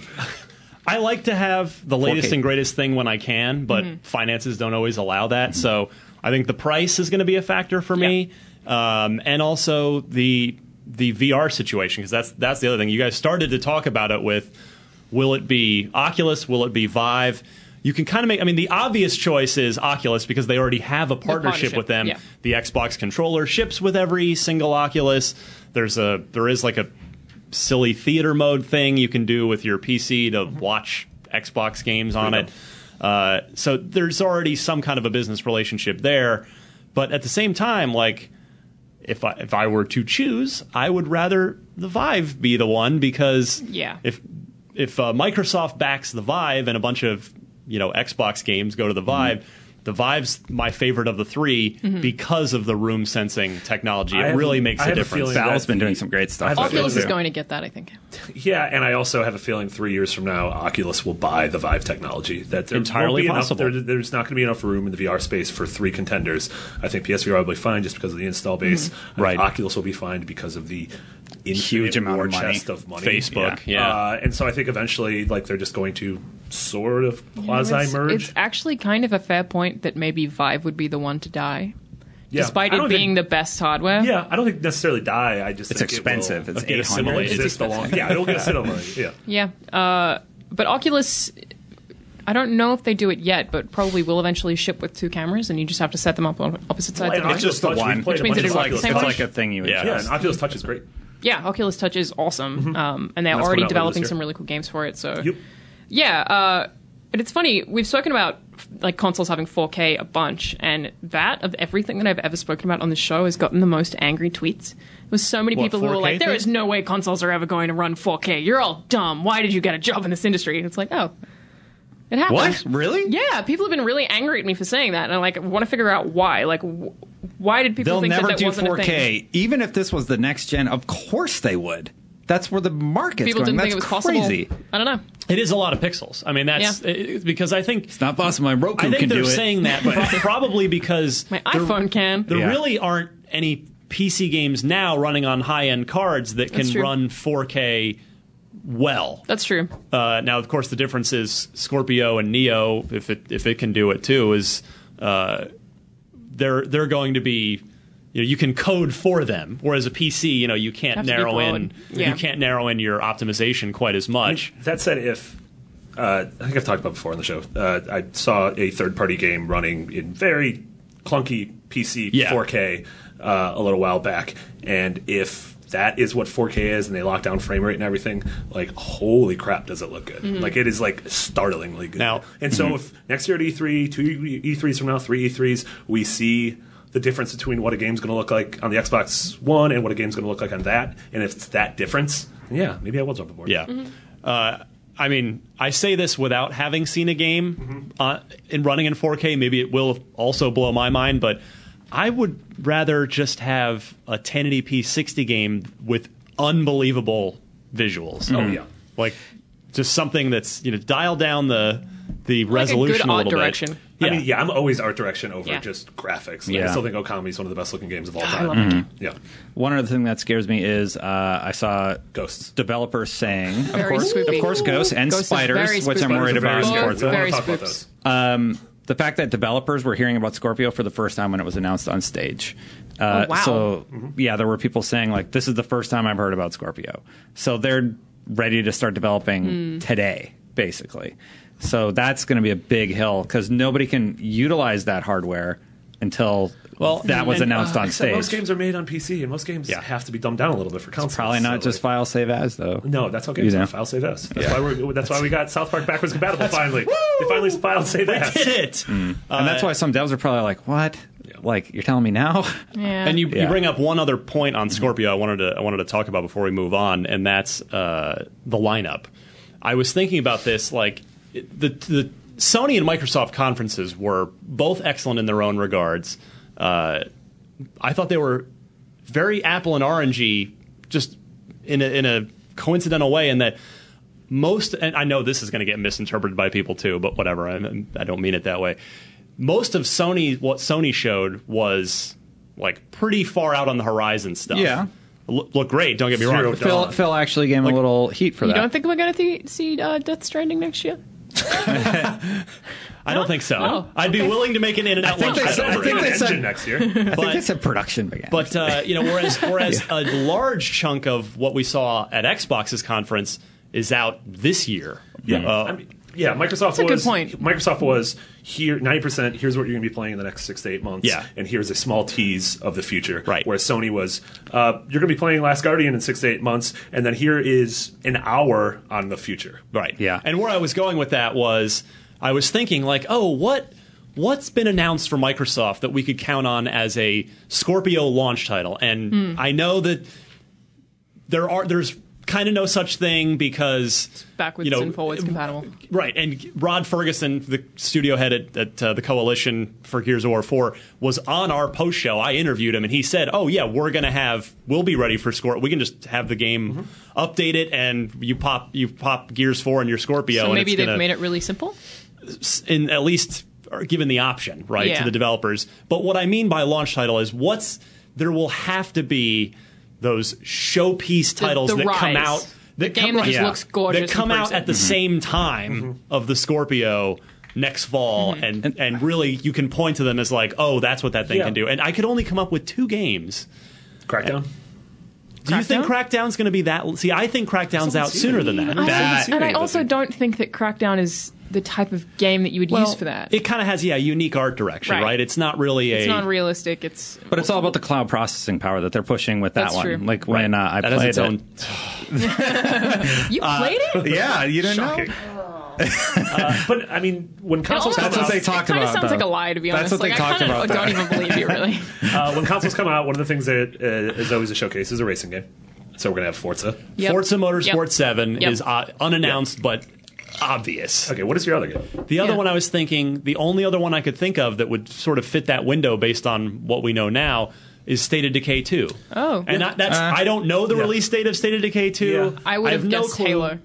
A: I like to have the latest
D: 4K.
A: and greatest thing when I can, but finances don't always allow that. So I think the price is going to be a factor for me, um, and also the the VR situation because that's that's the other thing. You guys started to talk about it with will it be Oculus? Will it be Vive? You can kind of make. I mean, the obvious choice is Oculus because they already have a partnership,
B: partnership,
A: with them.
B: yeah.
A: The Xbox controller ships with every single Oculus. There's a there is like a silly theater mode thing you can do with your PC to
B: Mm-hmm.
A: watch Xbox games on it. Uh, so there's already some kind of a business relationship there, but at the same time, like if I if I were to choose, I would rather the Vive be the one because
B: Yeah.
A: if if uh, Microsoft backs the Vive and a bunch of you know Xbox games go to the Vive. The Vive's my favorite of the 3
B: Mm-hmm.
A: because of the room sensing technology.
C: I
A: It
C: have-
A: really makes
C: I
A: a
C: have a
A: difference.
C: feeling
D: Valve's
C: that
D: been
C: the-
D: doing some great stuff.
C: I've-
D: lately,
B: Oculus is
D: too.
B: going to get that, I think.
C: Yeah, and I also have a feeling three years from now, Oculus will buy the Vive technology. That there
A: Entirely
C: won't be
A: possible.
C: Enough, there- there's not going to be enough room in the VR space for three contenders. I think PSVR will be fine just because of the install
D: Mm-hmm.
C: base. I
A: Right.
C: think Oculus will be fine because of the infinite
D: Huge amount
C: war
D: of money.
C: chest of money.
A: Facebook, yeah.
C: Uh, and so I think eventually, like they're just going to sort of
B: It's-
C: quasi merge.
B: It's, actually kind of a fair point that maybe Vive would be the one to die.
C: Yeah.
B: despite
C: I
B: it
C: don't think-
B: being the best hardware.
C: Yeah, I don't think necessarily die. I just
D: It's
C: think it
D: expensive.
C: will
D: It's
C: get
D: 800.
C: assimilated.
D: It's
C: Exist
D: <laughs>
C: along- Yeah, it'll get assimilated. Yeah,
B: Yeah. Uh, but Oculus, I don't know if they do it yet, but probably will eventually ship with two cameras, and you just have to set them up on opposite sides of the
C: Well,
B: box.
C: it's just the one.
B: Which means
D: It's
B: It's
D: like,
B: like-
D: it's
B: same
D: like
B: watch?
D: a thing you
A: Yeah.
C: yeah.
D: adjust.
C: And Oculus Touch is great.
B: yeah, Oculus Touch is awesome, um, and they're already
C: Mm-hmm. That's coming out later
B: developing
C: this year.
B: some really cool games for it. So
C: Yep.
B: yeah, uh, and it's funny we've spoken about like consoles having 4K a bunch, and that of everything that I've ever spoken about on the show has gotten the most angry tweets. There was so many
A: What,
B: people who were
A: 4K
B: like, "There
A: things?
B: is no way consoles are ever going to run 4K. You're all dumb. Why did you get a job in this industry?" And it's like, oh, it happened.
D: What? Really?
B: Yeah, people have been really angry at me for saying that, and I like want to figure out why. Like, wh- why did people
D: They'll
B: think
D: never
B: that that
D: do
B: wasn't a thing?
D: 4K. Even if this was the next gen, of course they would. That's where the market's
B: People didn't
D: going. That's
B: think it was
D: crazy.
B: possible. I don't know.
A: It is a lot of pixels. I mean, that's
B: Yeah.
A: it- because I think
D: It's not possible. My Roku
A: I think
D: can
A: they're
D: do it.
A: saying that pro- probably because
B: My
A: there-
B: iPhone can.
A: There
D: Yeah.
A: really aren't any PC games now running on high-end cards that
B: That's
A: can
B: true.
A: run 4K well.
B: That's true.
A: Uh, now, of course, the difference is Scorpio and Neo, if it if it can do it too, is uh, they're they're going to be you know you can code for them, whereas a PC you know you can't
B: Have to be
A: narrow in
B: broad. Yeah.
A: you can't narrow in your optimization quite as much.
C: That said, if uh, I think I've talked about before on the show, uh, I saw a third-party game running in very clunky PC
A: Yeah.
C: 4K uh, a little while back, and if that is what 4K is, and they lock down frame rate and everything. Like, holy crap, does it look good? Like, it is like startlingly good.
A: Mm-hmm. Now- mm-hmm.
C: and so, if next year at E3, two E3s from now, three E3s, we see the difference between what a game's going to look like on the Xbox One and what a game's going to look like on that, and if it's that difference, yeah, maybe I will jump aboard.
A: Yeah. Uh, I mean, I say this without having seen a
C: Mm-hmm.
A: game uh, in running in 4K. Maybe it will also blow my mind, but I would rather just have a 1080p 60 game with unbelievable visuals.
C: Oh, yeah.
A: like just something that's you know dial down the the
B: good
A: resolution a
B: art
A: little bit.
B: direction.
A: Yeah.
C: I mean, yeah, I'm always art direction over
B: Yeah.
C: just graphics. Like,
D: Yeah.
C: I still think Okami is one of the best looking games of all
B: I
C: time. Mm-hmm.
B: love that game.
D: Mm-hmm.
C: Yeah,
D: One other thing that scares me is uh, I saw
C: Ghosts.
D: developers saying, of
B: Very
D: course,
B: spooky.
D: of course, ghosts and
B: Ghosts is very
D: spiders, which I'm
B: spooky.
D: worried
C: Those are very
D: about.
B: scary.
C: scary.
D: in Forza.
C: We don't
B: Very
C: wanna talk about
B: spooks.
C: those.
D: the fact that developers were hearing about Scorpio for the first time when it was announced on stage. Uh,
B: Oh, wow.
D: So yeah, there were people saying like, "This is the first time I've heard about Scorpio." So they're ready to start developing
B: Hmm.
D: today, basically. So that's going to be a big hill because nobody can utilize that hardware until well that was
B: and,
D: announced
B: uh,
D: on
C: Except
D: stage.
C: most games are made on PC, and most games
A: Yeah.
C: have to be dumbed down a little bit for consoles.
D: Probably not
C: so,
D: just
C: like,
D: file save as though.
C: no, that's okay.
D: You
C: It's
D: know.
C: not file save as. That's why we're. That's why we got South Park backwards compatible. Finally, they finally filed save as.
A: Hit
C: <laughs>
A: it.
C: Mm.
D: and
C: Uh,
D: that's why some devs are probably like, "What? Like you're telling me now?"
B: Yeah.
A: And you,
D: Yeah.
A: you bring up one other point on Scorpio I wanted to I wanted to talk about before we move on, and that's uh, the lineup. I was thinking about this like it- the the Sony and Microsoft conferences were both excellent in their own regards. Uh, I thought they were very apple and orangey, just in a, in a coincidental way, in that most and I know this is going to get misinterpreted by people too, but whatever. I, I don't mean it that way. Most of Sony what Sony showed was like pretty far out on the horizon stuff.
D: Yeah.
A: Look, look great. Don't get me
C: Zero
A: wrong.
C: dot.
D: <laughs> Phil,
C: Done.
D: Phil actually gave him a little heat for
B: You
D: that.
B: don't think we're going to see uh, Death Stranding next year?
A: I don't think so.
B: Oh,
A: I'd be
B: okay.
A: willing to make an in and out
D: think
A: lunch.
D: they
A: bet
D: said- I
A: over
D: think
A: it.
D: they
C: Engine
D: said-
C: next year.
D: I think they said production began.
A: But uh, you know,
D: <laughs>
A: whereas whereas a large chunk of what we saw at Xbox's conference is out this year. Uh,
C: Yeah, I mean, yeah. Microsoft
B: a
C: was
B: good point.
C: Microsoft was here ninety percent. Here's what you're going to be playing in the next six to eight months.
A: Yeah.
C: and here's a small tease of the future.
A: Right.
C: Whereas Sony was, uh, you're going to be playing Last Guardian in six to eight months, and then here is an hour on the future.
A: Right.
D: Yeah.
A: And where I was going with that was I was thinking like, oh, what what's been announced for Microsoft that we could count on as a Scorpio launch title? And I know that there are there's kind of no such thing because
B: Backwards
A: you know,
B: and forwards compatible.
A: Right, and Rod Ferguson, the studio head at, at uh, the Coalition for Gears of War 4, was on our post show. I interviewed him, and he said, "Oh yeah, we're gonna have, we'll be ready for Scorpio. We can just have the game
B: Mm-hmm.
A: update it, and you pop, you pop Gears 4 in your Scorpio,
B: So
A: and
B: maybe
A: it's
B: they've
A: gonna,
B: made it really simple.
A: in at least are given the option, right,
B: Yeah.
A: to the developers. But what I mean by launch title is what's there will have to be those showpiece titles
B: the
A: that come
B: rise.
A: out
B: The
A: that come,
B: game that just
A: right,
B: looks
A: that
B: gorgeous
A: come
B: in
A: out
B: person.
A: at the same time of the Scorpio next fall,
B: Mm-hmm.
A: and, and really you can point to them as like, oh, that's what that thing
C: Yeah.
A: can do. And I could only come up with two games.
C: Crackdown.
A: Do you think
B: Crackdown?
A: Crackdown's going to be that? See, I think Crackdown's out sooner than that.
C: I
D: That-
B: and I
C: Seriously.
B: also don't think that Crackdown is the type of game that you would use for that.
A: It kind of has yeah, unique art direction, right?
B: Right.
A: It's not really a
B: it's not realistic. It's
D: But it's all about the cloud processing power that they're pushing with that
B: That's
D: one.
B: true.
D: Like when uh, I
A: that has
D: played
A: its
D: it.
A: own.
B: you
D: Uh,
B: played it.
D: Yeah, you Oh. didn't
C: Shocking. Uh, but I mean, when
B: It
C: consoles
B: almost-
C: come
D: That's what
C: out,
D: they talked
B: It
D: about,
B: kind of sounds
D: though.
B: like a lie, to be
D: That's
B: honest.
D: what they
B: like
D: talked
B: I kinda
D: about, though.
B: don't even believe you,
D: <laughs>
B: really.
C: uh, when consoles come out, one of the things that uh, is always a showcase is a racing game. So we're gonna have Forza.
B: Yep.
A: Forza Motorsport
B: Yep.
A: 7
B: Yep.
A: is uh, unannounced but obvious.
C: Okay, what is your other game?
A: Uh, The other
B: Yeah.
A: one I was thinking, the only other one I could think of that would sort of fit that window based on what we know now is State of Decay 2.
B: Oh.
A: And I, that's I don't know the
C: Uh, Yeah.
A: release date of State of Decay 2.
C: Yeah.
B: I would have
A: no
B: guessed
A: clue.
B: Halo.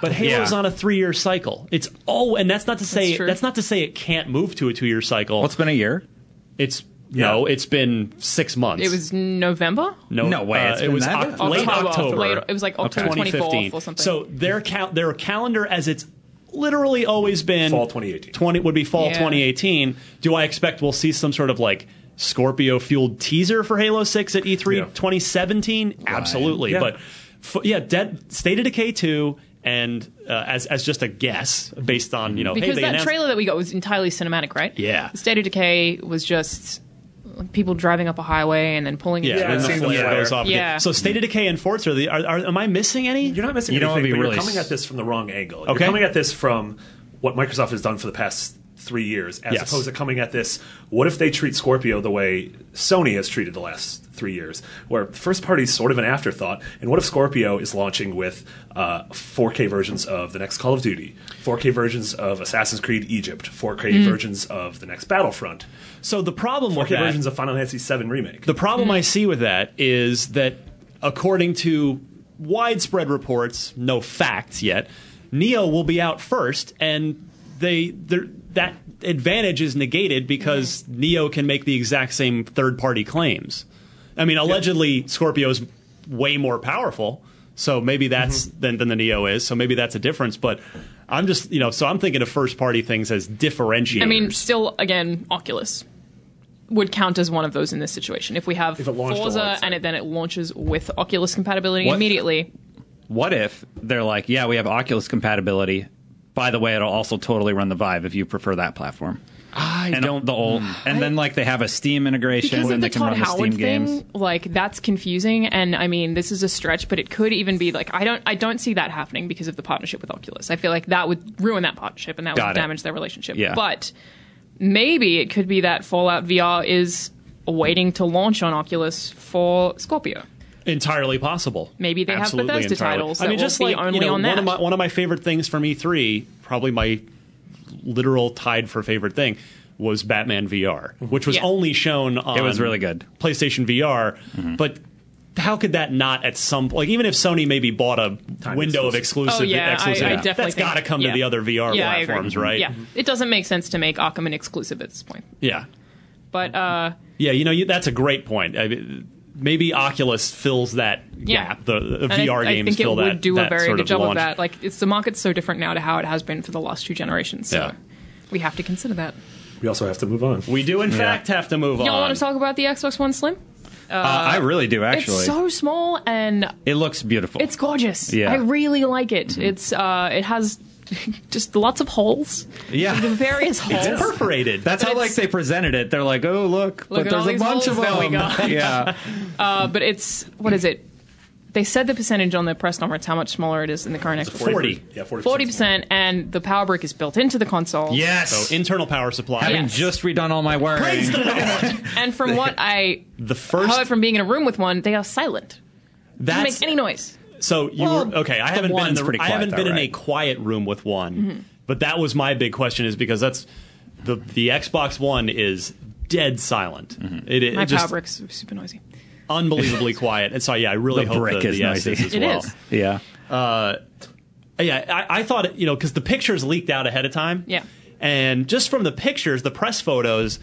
A: But Halo's
D: Yeah.
A: on a 3-year cycle. It's all and that's not to say
B: That's
A: that's,
B: true.
A: not to say it can't move to a 2-year cycle.
D: Well, it's been a year.
A: it's
C: Yeah.
A: no, it's been 6 months.
B: It was November?
A: no,
D: No way,
A: uh,
D: it's
A: it
D: been
A: was
D: that
A: oc-
D: bad?
A: late
B: October.
A: October.
B: Late- it was like October 24th or something.
A: So their cal- their calendar as it's literally always been
C: Fall 2018.
A: 20 would be fall
B: Yeah.
A: 2018. Do I expect we'll see some sort of like Scorpio fueled teaser for Halo 6 at E E3
C: Yeah.
A: 2017? Absolutely.
C: Yeah.
A: But f- yeah, Dead State of Decay 2 and uh, as as just a guess based on, you know, hey,
B: Because
A: they
B: that
A: announced
B: trailer that we got was entirely cinematic, right?
A: Yeah.
B: State of Decay was just like, people driving up a highway and then pulling
A: yeah,
B: into
A: when
C: I've
A: the
C: seen the
A: flare
C: flare.
A: goes off. again.
B: Yeah.
A: So State of Decay and Forza, are the, are, are, am I missing any?
C: You're not missing
D: You don't
C: anything.
D: wanna be
C: but
D: really
C: You're coming
D: s-
C: at this from the wrong angle.
A: Okay.
C: You're coming at this from what Microsoft has done for the past three years, as
A: Yes.
C: opposed to coming at this. What if they treat Scorpio the way Sony has treated the last three years, where first party is sort of an afterthought? And what if Scorpio is launching with uh, 4K versions of the next Call of Duty, 4K versions of Assassin's Creed Egypt, 4K
B: Mm-hmm.
C: versions of the next Battlefront,
A: so the problem with
C: 4K
A: that
C: versions of Final Fantasy VII Remake?
A: The problem
B: Hmm.
A: I see with that is that, according to widespread reports, no facts yet, Neo will be out first, and they they're- that advantage is negated because Neo can make the exact same third-party claims. I mean, allegedly, Scorpio is way more powerful, so maybe that's
C: Mm-hmm.
A: than than the Neo is. So maybe that's a difference, but. I'm just, you know, so I'm thinking of first-party things as differentiators.
B: I mean, still, again, Oculus would count as one of those in this situation. If we have
C: If it launched
B: Forza
C: alongside.
B: and it, then it launches with Oculus compatibility
D: What?
B: immediately,
D: What if they're like, yeah, we have Oculus compatibility. By the way, it'll also totally run the Vive if you prefer that platform.
A: I
D: And the old, and then like they have a Steam integration
B: because of
D: and
B: the
D: they can
B: Todd
D: run the Steam
B: Howard thing,
D: games.
B: like that's confusing. And I mean, this is a stretch, but it could even be like I don't, I don't see that happening because of the partnership with Oculus. I feel like that would ruin that partnership and that
D: Got
B: would
D: it.
B: damage their relationship.
D: Yeah.
B: But maybe it could be that Fallout VR is waiting to launch on Oculus for Scorpio.
A: Entirely possible.
B: Maybe they have
A: Absolutely
B: Bethesda
A: entirely.
B: titles
A: I
B: that
A: mean,
B: will
A: just
B: be
A: like
B: only
A: you know,
B: on
A: One of,
B: that.
A: my, one of my favorite things from E3, probably my literal tied for favorite thing, was Batman VR, which was
B: Mm-hmm. Yeah.
A: only shown on.
D: was really good. Mm-hmm.
A: PlayStation VR, but. How could that not at some like even if Sony maybe bought a window of exclusive
B: Oh, yeah, I-
A: exclusive
B: I definitely
A: that's got to
B: think-
A: come to
B: yeah.
A: the other VR
B: Yeah, I agree.
A: platforms right
B: Yeah, it doesn't make sense to make Arkham an exclusive at this point.
A: yeah
B: But uh,
A: yeah you know you, that's a great point I mean, maybe Oculus fills that
B: Yeah.
A: gap the, the
B: and
A: VR
B: I, I
A: games
B: think it
A: fill
B: would
A: that
B: do
A: that
B: a very
A: sort
B: good
A: of
B: job
A: launch.
B: of that. Like, it's the market's so different now to how it has been for the last two generations. So
A: Yeah.
B: we have to consider that.
C: We also have to move on.
A: We do, in fact, have to move
B: You
A: on.
B: all want to talk about the Xbox One Slim?
D: Uh, I really do actually.
B: It's so small and
D: it looks beautiful.
B: it's gorgeous.
D: Yeah.
B: I really like it.
A: Mm-hmm.
B: It's uh, it has <laughs> just lots of holes, <laughs>
D: yeah.
A: <laughs>
B: various holes.
A: It's perforated.
D: That's how
B: But
D: like
B: it's-
D: they presented it. They're like, oh look,
B: Look
D: but
B: at
D: there's
B: all
D: a
B: these
D: bunch of
B: holes that we
D: them.
B: got.
D: <laughs> yeah,
B: Uh, but it's what is it? They said the percentage on their press conference how much smaller it is in the current Xbox.
A: 40.
C: Yeah, 40%.
B: Forty percent, and the power brick is built into the console.
D: yes.
A: So internal power supply.
D: Having
B: Yes.
D: just redone all my wiring.
B: And
A: <laughs>
B: from what I
A: The first
B: heard from being in a room with one, they are silent. Doesn't
A: that's
B: make any noise.
A: so you
D: Well,
A: were okay. I
D: the
A: haven't been in
D: one's
A: the
D: pretty
A: I
D: quiet,
A: haven't
D: though,
A: been in a
D: right?
A: quiet room with one,
B: Mm-hmm.
A: but that was my big question is because that's the the Xbox One is dead silent.
D: Mm-hmm.
A: It, it
B: My
A: just
B: power brick's super noisy. <laughs>
A: unbelievably quiet, and so yeah, I really
D: The
A: hope
D: brick
A: the,
D: is
A: the S
D: noisy.
A: as
B: It
A: well.
B: is.
D: yeah.
A: Uh, Yeah, I, I thought it, you know because the pictures leaked out ahead of time.
B: Yeah.
A: and just from the pictures, the press photos,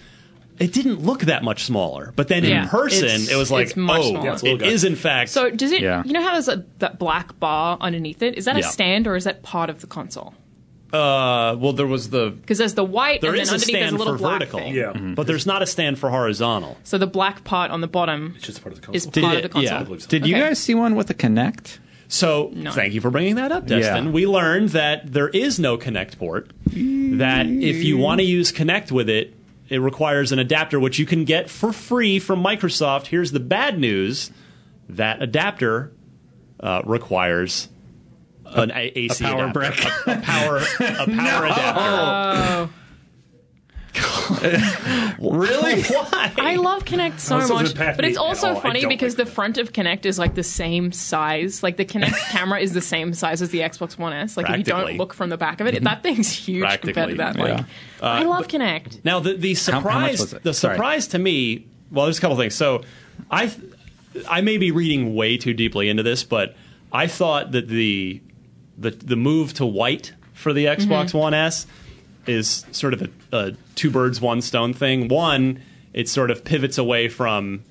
A: it didn't look that much smaller. But then
B: Yeah.
A: in person,
B: It's-
A: it was like,
B: it's much
A: oh,
B: smaller. Yeah, it's
C: a little
A: it
C: guy.
A: is in fact.
B: So does it?
D: Yeah.
B: You know how there's a, that black bar underneath it? Is that
A: Yeah.
B: a stand or is that part of the console?
A: Uh, well, there was the
B: Because there's the white,
A: there
B: and then
A: is a
B: underneath there's a
A: stand
B: little
A: for
B: black
A: vertical,
B: thing.
C: Yeah.
A: but there's not a stand for horizontal.
B: So the black part on the bottom
C: It's just part of the
B: is
C: console.
A: Did
B: part
A: it-
B: of the console.
A: yeah.
C: believe so.
D: Did you
B: Okay.
D: guys see one with a Connect?
A: So
B: No.
A: thank you for bringing that up,
D: Yeah.
A: Destin. We learned that there is no Connect port. That if you want to use Connect with it, it requires an adapter, which you can get for free from Microsoft. Here's the bad news: that adapter uh, requires an a- AC
D: power
A: adapter,
D: brick.
A: <laughs> a, a power, a power adapter.
B: Oh,
D: <laughs>
A: <laughs>
D: Really?
A: Why?
B: I love Connect so
C: Consoles
B: much,
C: with Pac-Man
B: but it's
C: at
B: also
C: all, I
B: funny
C: don't
B: because
C: like
B: the front of Connect is like the same size. Like the Connect camera is the same size as the Xbox One S. Like if you don't
A: Practically.
B: look from the back of it, that thing's huge compared to
A: Practically,
B: that. Like, I love Connect.
A: Now the the
D: how much
A: surprise
D: was it?
A: the
D: Sorry.
A: surprise to me. Well, there's a couple things. So I th- I may be reading way too deeply into this, but I thought that the the the move to white for the Xbox
B: Mm-hmm.
A: One S is sort of a, a two birds one stone thing. One, it sort of pivots away from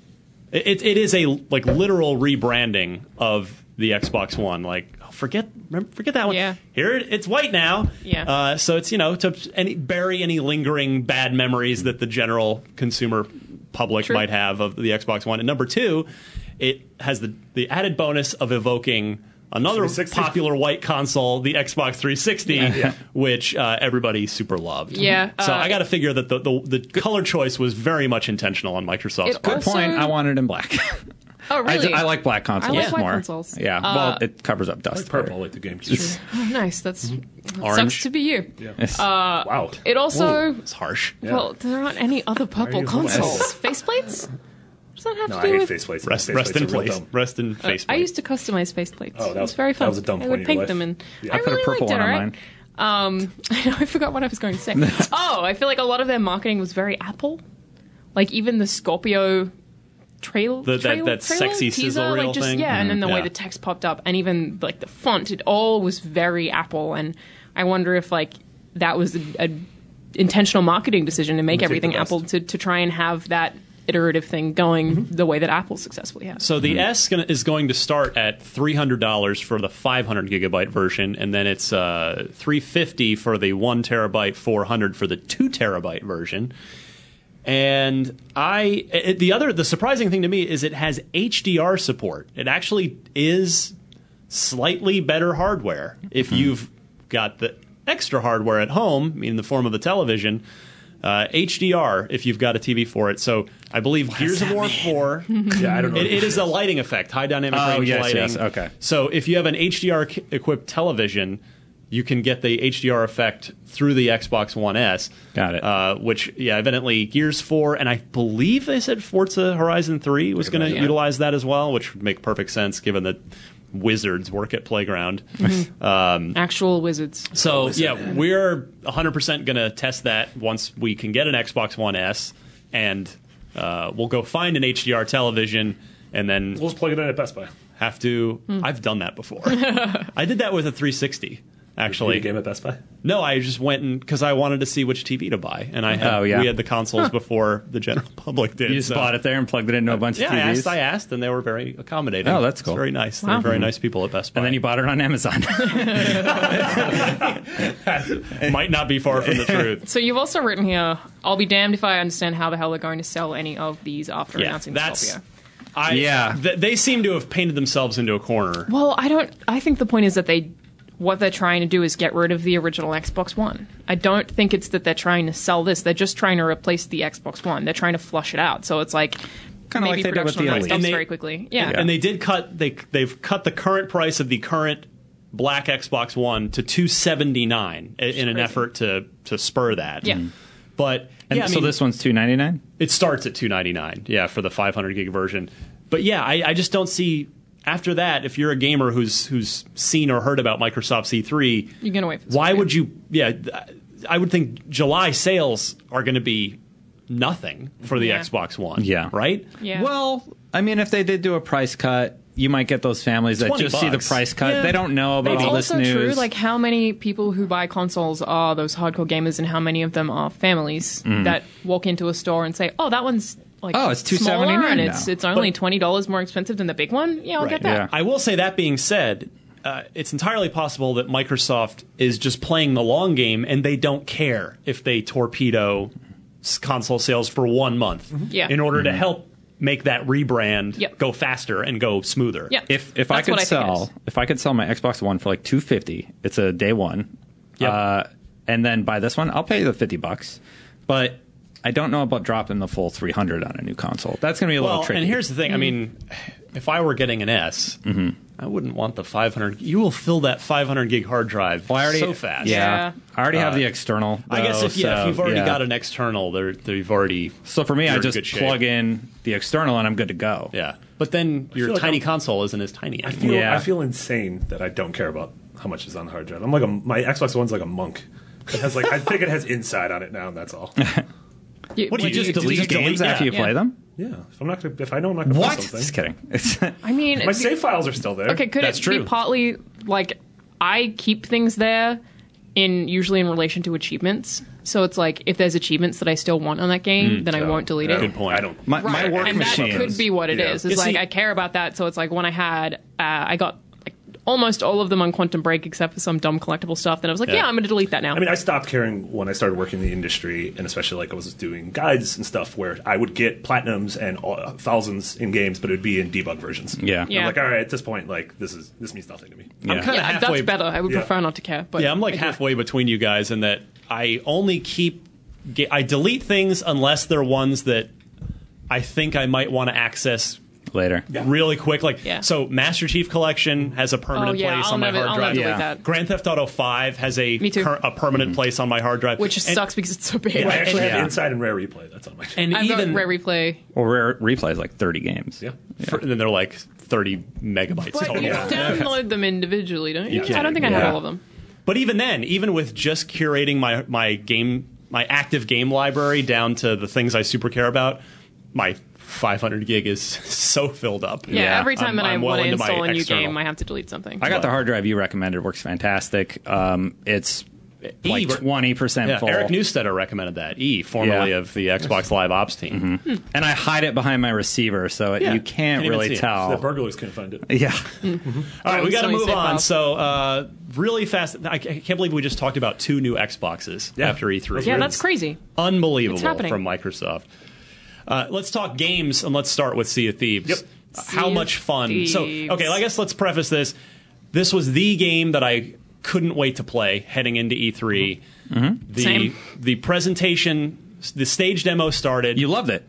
A: it, it is a like literal rebranding of the Xbox One. Like oh, forget remember, forget that one.
B: Yeah.
A: Here it, it's white now.
B: Yeah.
A: Uh, so it's you know to any, bury any lingering bad memories that the general consumer public
B: True.
A: might have of the Xbox One. And number two, it has the the added bonus of evoking another
C: 360.
A: popular white console, the Xbox 360,
C: Yeah.
A: which uh, everybody super loved.
B: Yeah,
A: So
B: uh,
A: I got to figure that the, the the color choice was very much intentional on Microsoft's
B: It
A: part.
D: Good point.
B: Also-
D: I want it in black. <laughs>
B: Oh
D: I,
B: really?
D: I like black consoles
B: I like white
D: more.
B: consoles.
D: Yeah.
B: Uh,
D: well, it covers up dust.
C: Like
D: <laughs>
C: purple, like the game.
B: Oh, nice. That's
C: Mm-hmm.
A: Orange.
B: sucks to be you.
D: It's-
B: Um,
C: wow.
B: Uh, It also.
A: It's harsh.
B: Well, there aren't any other purple
C: you looking at
B: consoles. Faceplates? What does that have
C: no,
B: to
C: I
B: do
C: hate
B: with?
C: faceplates.
A: Rest,
C: Faceplates
A: rest in
C: are real
A: place.
C: dumb.
A: Rest in face.
B: Uh, I used to customize faceplates.
C: Oh, that
B: it was
C: was-
B: very
C: that
B: fun.
C: was a
B: I
C: dumb point in
B: would
C: your
B: paint
C: life.
B: them, and
C: Yeah.
B: I,
C: I
D: put a
B: really
D: purple
B: liked it,
D: one on
B: alright? Um, <laughs> I forgot what I was going to say. oh, I feel like a lot of their marketing was very Apple. Like even the Scorpio trail,
A: The- that-
B: trail
A: that
B: trailer,
A: sexy
B: teaser,
A: sizzle
B: like
A: reel
B: just,
A: thing?
B: Yeah, and then the way
A: Yeah.
B: the text popped up, and even like the font, it all was very Apple. And I wonder if like that was a, a intentional marketing decision to make
C: Take the
B: everything
C: best.
B: Apple to, to try and have that iterative thing going the way that Apple successfully has.
A: So the S gonna, is going to start at three hundred dollars for the five hundred gigabyte version, and then it's uh, three fifty for the one terabyte, four hundred for the two terabyte version. And I, it, the other, the surprising thing to me is it has HDR support. It actually is slightly better hardware if you've got the extra hardware at home, I mean, in the form of the television. Uh, HDR if you've got a TV for it. So I believe Gears of War Four
C: Yeah, I don't know.
A: it, it is a lighting effect, high dynamic
D: Oh,
A: range
D: yes,
A: lighting.
D: yes, okay.
A: So if you have an HDR c- equipped television, you can get the HDR effect through the Xbox One S.
D: Got it.
A: Uh, which, yeah, evidently Gears 4, and I believe they said Forza Horizon 3 was going to
C: Yeah.
A: utilize that as well, which would make perfect sense given that wizards work at Playground.
C: Mm-hmm.
A: um,
B: Actual wizards.
A: <laughs> so, yeah, we're 100% going to test that once we can get an Xbox One S, and uh, we'll go find an HDR television. And then
C: We'll just plug it in at Best Buy.
A: have to. I've done that before. I did that with a 360.
C: Play a
A: Actually,
C: game at Best Buy.
A: no, I just went and because I wanted to see which TV to buy, and I had,
D: Oh, yeah.
A: we had the consoles before the general <laughs> public did.
D: you just
A: so-
D: bought it there and plugged it into a bunch
A: Yeah,
D: of TVs.
A: I asked, I asked, and they were very accommodating.
D: Oh, that's
A: It's
D: cool. Mm-hmm.
A: very nice.
B: Wow.
A: They're very nice people at Best Buy.
D: and then
A: <laughs>
D: you bought it on Amazon. <laughs>
A: might not be far <laughs> from the truth.
B: So you've also written here, I'll be damned if I understand how the hell they're going to sell any of these after
A: yeah,
B: announcing
A: that's.
B: Scorpio.
A: I,
D: Yeah.
A: th- they seem to have painted themselves into a corner.
B: Well, I don't I think the point is that they what they're trying to do is get rid of the original Xbox One. I don't think it's that they're trying to sell this. They're just trying to replace the Xbox One. They're trying to flush it out. So it's like
D: Kinda
B: maybe
D: like they did with
B: production on
D: the
B: that
D: Elite.
B: stops
A: And they-
B: very quickly. Yeah.
A: And they did cut they they've cut the current price of the current black Xbox One to 279 in in an
B: crazy.
A: effort to to spur that.
B: Yeah. Mhm.
A: But
D: And
A: yeah, I
D: so
A: mean,
D: this one's two ninety nine.
A: it starts at 299. Yeah, for the 500 gig version. But yeah, I, I just don't see after that if you're a gamer who's who's seen or heard about Microsoft C3,
B: You're gonna wait for
A: why
B: Scorpio.
A: would you yeah, th- I would think July sales are going to be nothing for the
B: Yeah.
A: Xbox One,
D: Yeah.
A: right?
B: Yeah.
D: Well, I mean, if they did do a price cut, you might get those families that
A: 20
D: just see the
A: bucks.
D: price cut.
A: Yeah.
D: They don't know about
B: It's
D: all this
B: also
D: news.
B: true. Like, how many people who buy consoles are those hardcore gamers, and how many of them are families
A: Mm-hmm.
B: that walk into a store and say, "Oh, that one's like
D: Oh, it's
B: smaller
D: $2.79
B: and it's
D: now."
B: it's only
A: But-
B: twenty dollars more expensive than the big one." Yeah, I'll get
A: Right.
B: that.
D: Yeah.
A: I will say that being said, uh, it's entirely possible that Microsoft is just playing the long game and they don't care if they torpedo s- console sales for one month
B: Mm-hmm. Yeah.
A: in order to help make that rebrand
B: Yep.
A: go faster and go smoother.
B: Yeah.
D: If if I
B: That's
D: could
B: what I think it
D: sell
B: is.
D: if I could sell my Xbox One for like two fifty, it's a day one.
A: Yep.
D: Uh, and then buy this one, I'll pay the fifty bucks. But I don't know about dropping the full three hundred on a new console. That's gonna be a
A: Well,
D: little tricky.
A: and here's the thing. I mean, if I were getting an S, I wouldn't want the 500. You will fill that 500 gig hard drive
D: Well, I already-
A: so fast.
D: Yeah.
B: Yeah.
D: I already have
A: Uh,
D: the external.
A: I guess
D: though,
A: if, yeah,
D: so,
A: if you've already
D: yeah.
A: got an external, they're, they've already.
D: So for me,
A: you're
D: I
A: in
D: just
A: good shape.
D: plug in the external and I'm good to go.
A: Yeah. But then your
C: feel like
A: tiny
C: I'm-
A: console isn't as tiny
C: I
A: anymore.
C: feel,
D: Yeah.
C: I feel insane that I don't care about how much is on the hard drive. I'm like a, my Xbox One's like a monk. It has like I think it has inside on it now, and that's
A: <laughs>
C: all.
A: What do you just
D: Do you
A: delete
D: just games
A: games?
D: after
A: Yeah.
D: you play
B: Yeah.
D: them?
C: Yeah, if I'm not gonna, if I know I'm not gonna play
D: Just
C: something,
D: kidding. It's <laughs>
B: I mean,
C: my
B: it's,
C: save files are still there.
B: okay, could
A: That's
B: it
A: true.
B: be partly like I keep things there in usually in relation to achievements. So it's like if there's achievements that I still want on that
A: Mm,
B: game, then I won't delete
C: Yeah.
B: it.
A: Good point.
C: I don't.
D: my, my
B: Right,
D: work
B: and
D: machine.
B: that could be what it is.
C: Yeah.
B: It's
A: You
B: like
A: see-
B: I care about that, so it's like when I had, uh, I got like almost all of them on Quantum Break except for some dumb collectible stuff. Then I was like, yeah, I'm going to delete that now.
C: I mean, I stopped caring when I started working in the industry, and especially like I was doing guides and stuff where I would get platinums and all, uh, thousands in games, but it would be in debug versions.
D: Yeah.
C: I'm
B: Yeah.
C: like, all right, at this point, like this is this means nothing to me.
A: I'm kind of
B: yeah,
A: halfway.
B: that's better. I would
C: yeah.
B: prefer not to care. But
A: Yeah, I'm like
B: I do.
A: halfway between you guys in that I only keep. ge- I delete things unless they're ones that I think I might want to access
D: Later.
A: really quick. Like,
B: Yeah.
A: so Master Chief Collection has a permanent
B: Oh, yeah,
A: place
B: I'll
A: on my
B: never-
A: hard
B: I'll
A: drive.
B: never delete
D: Yeah.
B: that.
A: Grand Theft Auto Five has a
B: Me too.
A: a
C: Mm-hmm.
A: permanent place on my hard drive,
B: which just
A: and,
B: sucks because it's so big.
C: I actually
A: Yeah.
C: have Inside and Rare Replay. That's on my.
A: And
B: I've
A: even
B: got Rare Replay.
D: Or rare replays like thirty games.
C: yeah.
A: for- then they're like 30 megabytes
B: But
A: total.
B: you download them individually, don't you? I
A: can,
B: don't think I have
D: yeah.
B: all of them.
A: But even then, even with just curating my my game my active game library down to the things I super care about, my 500 gig is <laughs> so filled up.
B: Yeah,
D: Yeah,
B: every time
A: I'm-
B: that I
A: I'm well
B: want to
A: into my
B: install a new
A: external.
B: game, I have to delete something.
D: I got the hard drive you recommended. Works fantastic. Um, it's like
A: Eve-
D: twenty percent
A: Yeah,
D: full,
A: Eric Newstetter recommended that. E, formerly
D: Yeah.
A: of the Xbox Live Ops team.
D: and I hide it behind my receiver, so it,
A: Yeah,
D: you
A: can't
D: can't,
A: even see
D: really
A: it.
C: <laughs> The
D: tell.
C: burglars couldn't find it.
D: <laughs> Yeah,
A: All right, we got to
B: So you
A: move
B: say
A: on.
B: Bob.
A: So, uh, really fast, I ca- I can't believe we just talked about two new Xboxes
C: Yeah.
A: after E E3.
B: yeah, that's crazy.
A: unbelievable
B: It's happening.
A: from Microsoft. Uh, let's talk games and let's start with Sea of Thieves.
C: Yep.
A: Uh, How
B: of
A: much fun? So,
B: Thieves.
A: okay, I guess let's preface this. This was the game that I couldn't wait to play heading into E3.
D: Mm-hmm.
A: The
B: Same.
A: the presentation, s- the stage demo started.
D: you loved it.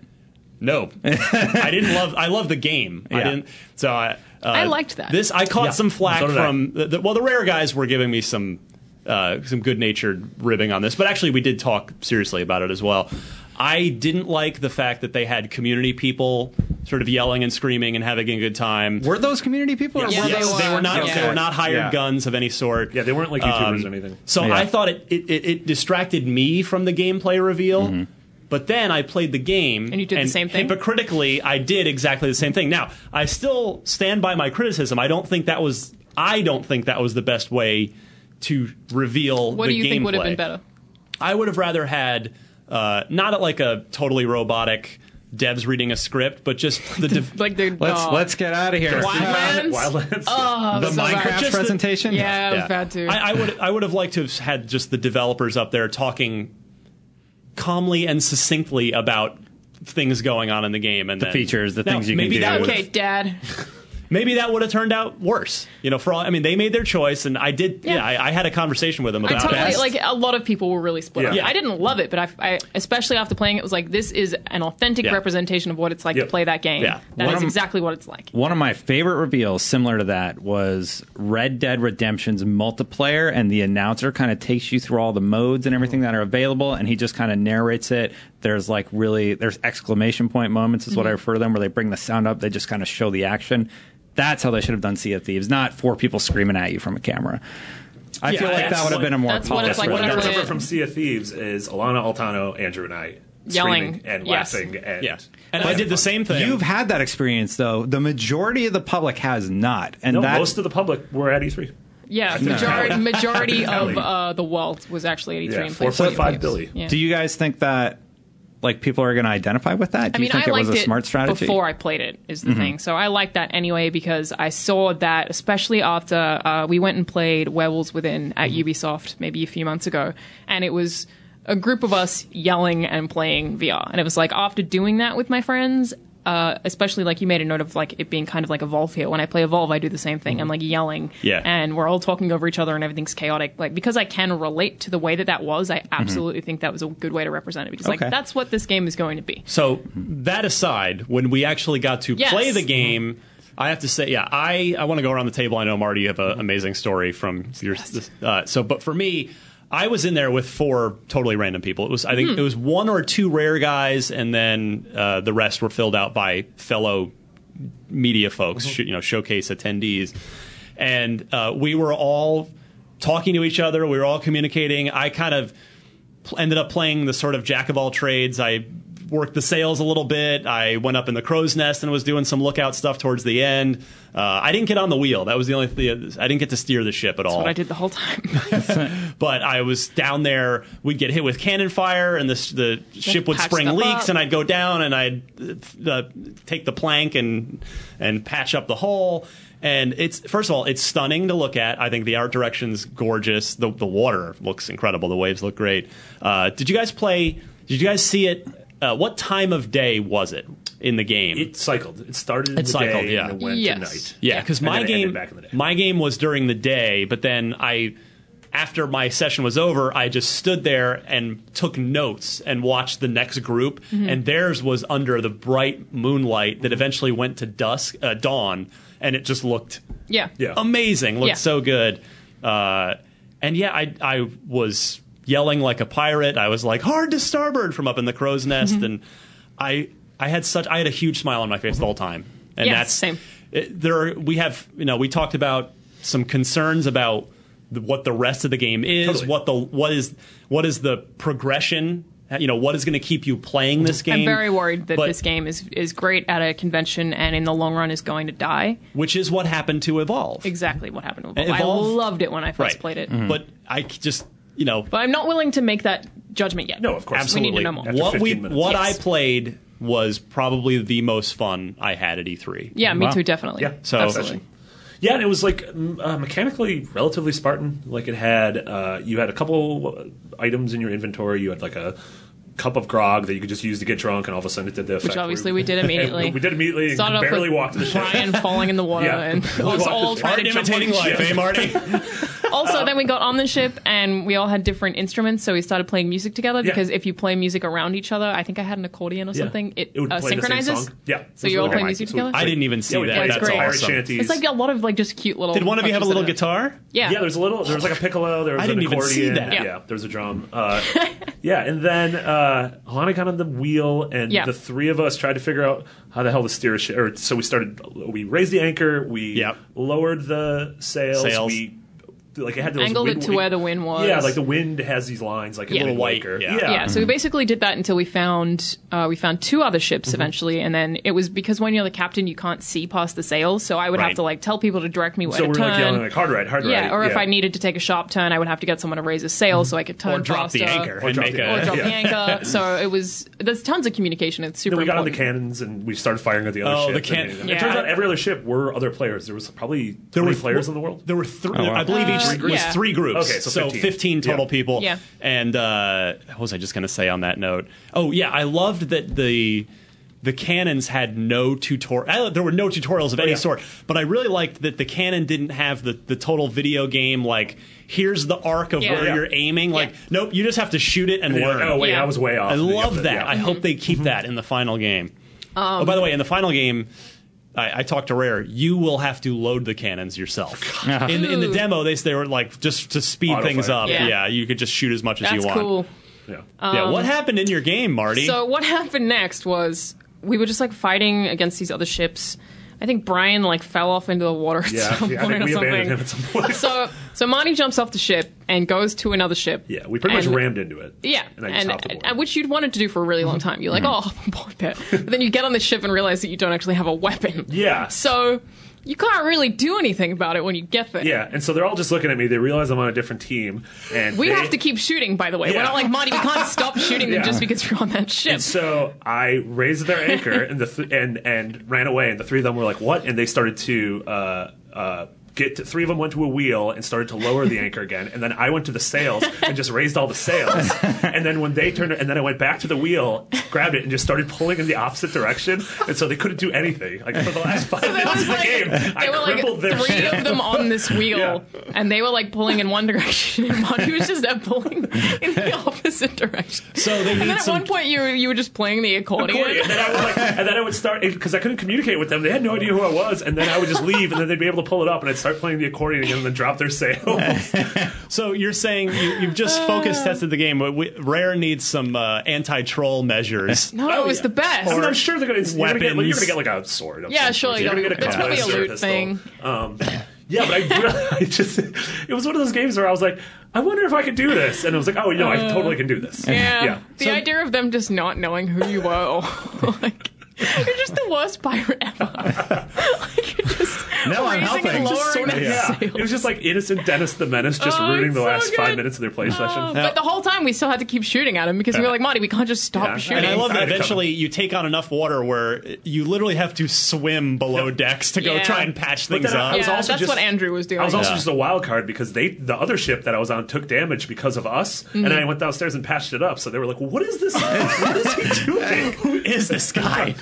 D: <laughs>
A: no, I didn't love. I love the game. I
D: Yeah.
A: didn't. So I. Uh,
B: I liked that.
A: This I caught
C: Yeah.
A: some flack
C: So did I.
A: from. The, the, well, the rare guys were giving me some uh, some good natured ribbing on this, but actually we did talk seriously about it as well. I didn't like the fact that they had community people sort of yelling and screaming and having a good time.
D: Were those community people? Or
B: Yeah,
D: were
B: they
A: yes,
D: those-
B: were.
A: they were not.
B: Yeah.
A: They were not hired
D: Yeah.
A: guns of any sort. Um,
C: Yeah, they weren't like YouTubers or anything.
A: So
D: Yeah.
A: I thought it, it, it, it distracted me from the gameplay reveal.
C: Mm-hmm.
A: But then I played the game,
B: And you did the same thing?
A: Hypocritically, I did exactly the same thing. Now I still stand by my criticism. I don't think that was. I don't think that was the best way to reveal.
B: What
A: the
B: do you think would have
A: gameplay.
B: been better?
A: I would have rather had uh, not like a totally robotic devs reading a script, but just
B: <laughs>
A: the de-
B: Like the
D: Let's
B: oh.
D: let's get out of here.
B: Wildlands.
C: Wildlands.
B: Oh,
D: The
B: so bad.
D: Minecraft
A: Just the-
D: presentation.
B: Yeah, it was bad too.
A: I, I would I would have liked to have had just the developers up there talking calmly and succinctly about things going on in the game and the
D: features, the things you can
A: maybe
D: do.
A: That
B: okay,
A: would've-
C: <laughs>
B: Dad.
A: Maybe that would have turned out worse. You know, for all I mean, they made their choice, and I did. Yeah,
B: Yeah.
A: I, I had a conversation with them
B: I
A: about
B: totally
A: it.
B: like a lot of people were really split.
C: Yeah.
B: up.
C: Yeah.
B: I didn't love it, but I, I especially after playing it was like this is an authentic
A: Yeah.
B: representation of what it's like
C: Yep.
B: to play that game.
A: Yeah.
B: That is
D: One of-
B: exactly what it's like.
D: One of my favorite reveals, similar to that, was Red Dead Redemption's multiplayer, and the announcer kind of takes you through all the modes and everything that are available, and he just kind of narrates it. There's like really there's exclamation point moments is what I refer to them, where they bring the sound up, they just kind of show the action. That's how they should have done Sea of Thieves, not four people screaming at you from a camera. I
A: Yeah,
D: feel like
A: that's
D: that would have
A: what-
D: been a more
B: that's what it's
D: polished
B: like
C: what I
D: release.
B: whenever
C: remember
B: it-
C: from Sea of Thieves is Alana Altano, Andrew, and I
B: Yelling.
C: screaming and
B: Yes.
C: laughing. And
A: yeah, and I did the same thing.
D: You've had that experience though. The majority of the public has not, and
C: No,
D: that
C: most of the public were at E E3. <laughs>
B: Yeah, majority, majority
C: Tally.
B: of uh, the world was actually 83
C: Yeah,
B: and
C: four
B: played Sea
C: point
B: of
C: five
B: Thieves.
C: billion.
B: Yeah.
D: Do you guys think that like people are going to identify with that? Do
B: I mean,
D: you think
B: I
D: it
B: liked
D: was a smart strategy? Mm-hmm.
B: before I played it. Is the thing. So I liked that anyway because I saw that, especially after uh, we went and played Werewolves Within at
D: Mm-hmm.
B: Ubisoft maybe a few months ago, and it was a group of us yelling and playing VR, and it was like after doing that with my friends. Uh, especially like you made a note of like it being kind of like evolve here. When I play evolve, I do the same
D: Mm-hmm.
B: thing. I'm like yelling,
A: Yeah.
B: and we're all talking over each other, and everything's chaotic. Like because I can relate to the way that that was, I absolutely think that was a good way to represent it because
D: Mm-hmm. Okay.
B: like that's what this game is going to be.
A: So that aside, when we actually got to
B: Yes.
A: play the game, I have to say, yeah, I, I want to go around the table. I know Marty, you have an amazing story from your. Uh, so, but for me, I was in there with four totally random people. It was I think it was one or two rare guys, and then uh, the rest were filled out by fellow media folks, sh-
B: Mm-hmm.
A: you know, showcase attendees, and uh, we were all talking to each other. We were all communicating. I kind of pl- ended up playing the sort of jack of all trades. I worked the sales a little bit. I went up in the crow's nest and was doing some lookout stuff towards the end. Uh, I didn't get on the wheel. That was the only thing. I didn't get to steer the ship at all
B: what I did the whole time.
C: <laughs>
A: but I was down there. We'd get hit with cannon fire, and the the ship would
B: patch
A: spring
B: stuff
A: leaks,
B: up.
A: and I'd go down and I'd uh, uh, take the plank and and patch up the hull. And it's first of all, it's stunning to look at. I think the art direction's gorgeous. The the water looks incredible. The waves look great. Uh, did you guys play? Did you guys see it? Uh, what time of day was it in the game?
C: It cycled. It started in
A: It
C: the
A: cycled,
C: day
A: yeah.
C: and it went
B: Yes.
C: to night.
A: Yeah, because
C: And
A: my
C: then it ended
A: game
C: back in the day.
A: my game was during the day, but then I after my session was over, I just stood there and took notes and watched the next group,
C: Mm-hmm.
A: and theirs was under the bright moonlight that eventually went to dusk uh, dawn, and it just looked
B: yeah.
C: Yeah.
A: amazing, looked
B: Yeah.
A: so good, uh, and yeah, I I was yelling like a pirate. I was like hard to starboard from up in the crow's nest,
C: Mm-hmm.
A: and I I had such I had a huge smile on my face the whole time, and
B: Yeah,
A: that's
B: same.
A: it- there are, we have you know we talked about some concerns about the, what the rest of the game is
C: Totally.
A: what the what is what is the progression you know what is going to keep you playing this game
B: I'm very worried that
A: But-
B: this game is, is great at a convention and in the long run is going to die.
A: which is what happened to evolve
B: Exactly what happened with Evolve.
A: Evolve-
B: I loved it when I first
A: right
B: played
C: Mm-hmm.
B: it.
A: but i c- just you know
B: But I'm not willing to make that judgment yet.
C: No, of course.
B: We
A: absolutely
B: need to know more.
C: After
A: what we
C: 15 minutes.
A: what
B: Yes.
A: i played was probably the most fun i had at E e3
B: Yeah, me
D: Wow.
B: too, definitely.
C: Yeah.
A: So-
B: Absolutely.
C: Yeah, and it was like m- uh, mechanically relatively Spartan. Like it had, uh, you had a couple items in your inventory. You had like a cup of grog that you could just use to get drunk, and all of a sudden it did the.
B: Which
C: effect
B: obviously
C: where-
B: we did immediately.
C: <laughs> we did immediately.
B: Started
C: and
B: off
C: barely
B: with
C: walked
B: <laughs>
C: the ship.
B: Brian falling in the water
C: <laughs> Yeah.
B: and
C: Barely
B: us
C: walked
B: all
C: the ship.
B: trying
A: Art
B: to jump on
A: imitating
B: the
A: life,
B: ship.
A: eh, Marty?
B: Also, then we got on the ship and we all had different instruments, so we started playing music together
C: Yeah.
B: because if you play music around each other, I think I had an accordion or
C: Yeah.
B: something, it,
C: would
B: uh,
C: play the same
B: synchronizes.
C: song. Yeah.
B: So you all
C: It was
B: play
C: really
B: music
C: nice. So we
A: <laughs>
B: together?
A: I
C: played-
A: didn't even see
C: yeah, we
A: that.
C: played
A: That's
C: some pirate
A: awesome.
C: shanties.
B: It's like a lot of like just cute little.
A: did one of you have a
B: touches
A: little
B: in it.
A: guitar
B: Yeah.
C: Yeah, there's a little. There was like a piccolo. There was
A: I didn't
C: an
A: even
C: accordion.
A: see that.
B: Yeah.
C: Yeah. there was a drum. Uh, yeah, and then uh, Alana got on the wheel, and
B: Yeah.
C: the three of us tried to figure out how the hell to steer a ship. Or so we started. We raised the anchor. We
A: Yep.
C: lowered the sails.
A: Sails.
C: We like it had those
B: Angled
C: wind-
B: it to where the wind was.
C: Yeah, like the wind has these lines, like a
B: Yeah.
C: little
A: Little white,
C: anchor.
A: yeah.
B: yeah. So we basically did that until we found uh, we found two other ships eventually, and then it was because when you're the captain, you can't see past the sails, so I would
A: Right.
B: have to like tell people to direct me where
C: So
B: to
C: we're
B: turn.
C: like yelling like hard right, hard
B: yeah,
C: right.
B: or if I needed to take a sharp turn, I would have to get someone to raise a sail so I could turn
A: or drop the
B: faster.
A: anchor
C: Or
A: and
C: drop
A: make
C: the
A: a
B: Or drop the
C: Yeah.
B: anchor. So it was there's tons of communication. It's super
C: Then we got on the
B: important.
C: cannons and we started firing at the other
A: Oh,
C: ship.
A: the
C: and-
A: can-
C: and It
B: Yeah.
C: turns out every other ship were other players. There was probably
A: There
C: there
A: were
C: were players in the world.
A: There were three.
D: wow.
A: I believe each
B: Uh,
A: it was
B: yeah.
A: three groups.
C: Okay, so 15.
A: total
C: Yeah.
A: people.
B: Yeah.
A: And uh, what was I just going to say on that note? Oh yeah, I loved that the the cannons had no tutorial. There were no tutorials of any
C: Oh, yeah.
A: sort. But I really liked that the cannon didn't have the the total video game like. Here's the arc of
B: Yeah.
A: where
B: Yeah.
A: you're aiming. Like,
B: Yeah.
A: nope, you just have to shoot it and
C: And you're
A: learn.
C: like, oh wait,
B: Yeah.
C: I was way off.
A: I
C: And you have
A: love
C: to-
A: that.
C: yeah. Mm-hmm.
A: I hope they keep that in the final game.
B: Um,
A: oh, by the way, in the final game, I, I talked to Rare. You will have to load the cannons
C: <laughs>
A: yourself. in, in the
B: Ooh.
A: demo, they they were like just to speed
C: Auto
A: things
C: fire.
A: up.
B: Yeah.
A: Yeah. you could just shoot as much as
B: That's
A: you want.
B: cool. Um,
C: Yeah.
B: Uh,
A: yeah, what happened in your game, Marty?
B: So what <laughs> happened next was we were just like fighting against these other ships. I think Brian like fell off into the water <laughs> at
C: Yeah,
B: some
C: yeah, I
B: point
C: think
B: or
C: we abandoned him
B: something.
C: at some
A: <laughs>
C: point.
B: So so Marty jumps off the ship and goes to another ship.
C: yeah, we pretty much
B: And-
C: rammed into it.
B: Yeah,
C: and I just hopped
B: and-
C: aboard. Mm-hmm.
B: and which you'd wanted to do for a really long time. <laughs> You're like, oh, I'm bored, But then you get on the ship and realize that you don't actually have a weapon.
C: yeah,
B: So you can't really do anything about it when you get there.
C: Yeah, and so they're all just looking at me. They realize I'm on a different team, and
B: We
C: they-
B: have to keep shooting, by the way. We're
C: Yeah.
B: not like Monty. We can't
C: <laughs>
B: stop shooting them
C: Yeah.
B: just because you're on that ship. <laughs>
C: So I raised their anchor and the th- and and ran away, and the three of them were like, "What?" And they started to. Uh, uh, Get to, three of them went to a wheel and started to lower the anchor again, and then I went to the sails and just raised all the
B: <laughs>
C: sails. And then when they turned, and then I went back to the wheel, grabbed it, and just started pulling in the opposite direction. And so they couldn't do anything. Like for the
B: <laughs>
C: last five
B: There
C: minutes
B: was
C: of the
B: like,
C: game,
B: there were
C: I
B: like
C: crippled their
B: three
C: ship.
B: of them on this wheel,
C: <laughs> Yeah.
B: and they were like pulling in one <laughs> direction, and Monty was just there pulling in
C: <laughs>
B: the opposite direction.
A: So they
B: And
A: need
B: then at
A: some
B: one point, you you were just playing the accordion.
C: recording, and then I would like, and then I would start because I couldn't communicate with them. They had no idea who I was, and then I would just leave, and then they'd be able to pull it up, and I'd start playing the accordion again, and then drop their
D: <laughs>
C: sail. <laughs>
A: So you're saying you, you've
B: Uh.
A: just focus tested the game, but we, Rare needs some uh, anti-troll
C: <laughs>
A: measures.
B: No,
C: Oh,
B: it was
C: yeah.
B: the best.
C: And I'm sure they're gonna, you're gonna, get, like, you're gonna
A: Weapons.
C: get like a sword. of
B: Yeah,
C: some
B: sure,
C: sort.
B: you
C: You're gonna
B: don't-
C: get a
B: it's
C: compass
B: probably a
C: or
B: loot
C: pistol.
B: thing.
C: Um, yeah, but I, really, <laughs> I just it was one of those games where I was like, I wonder if I could do this, and I was like, oh, you know, I totally can do this.
B: Uh, Yeah.
C: yeah.
B: The idea of them just not knowing who you were, <laughs> or like, you're just the worst pirate ever. <laughs> like, you're just
D: No,
B: raising
D: I'm helping.
B: and
D: Just
B: lowering
C: Sort of,
B: that
C: yeah.
B: sail.
C: It was just like innocent Dennis the Menace just
B: Oh,
C: ruining
B: it's
C: the
B: so
C: last
B: good.
C: five minutes of their play
B: Oh,
C: session.
B: but the whole time we still had to keep shooting at him because we were like, Marty, we can't just stop
C: Yeah.
B: shooting.
A: And I love that
C: Sorry to
A: eventually you take on enough water where you literally have to swim below decks to go
B: Yeah.
A: try and patch
C: But
A: things
C: then I-
A: up.
C: I
B: yeah,
C: was also
B: that's
C: just-
B: what Andrew was doing.
C: I was also
A: Yeah.
C: just a wild card because they the other ship that I was on took damage because of us, and I went downstairs and patched it up. So they were like, "What is this? <laughs> what is he doing?"
A: Who
B: <laughs>
A: is this
C: <laughs>
A: guy?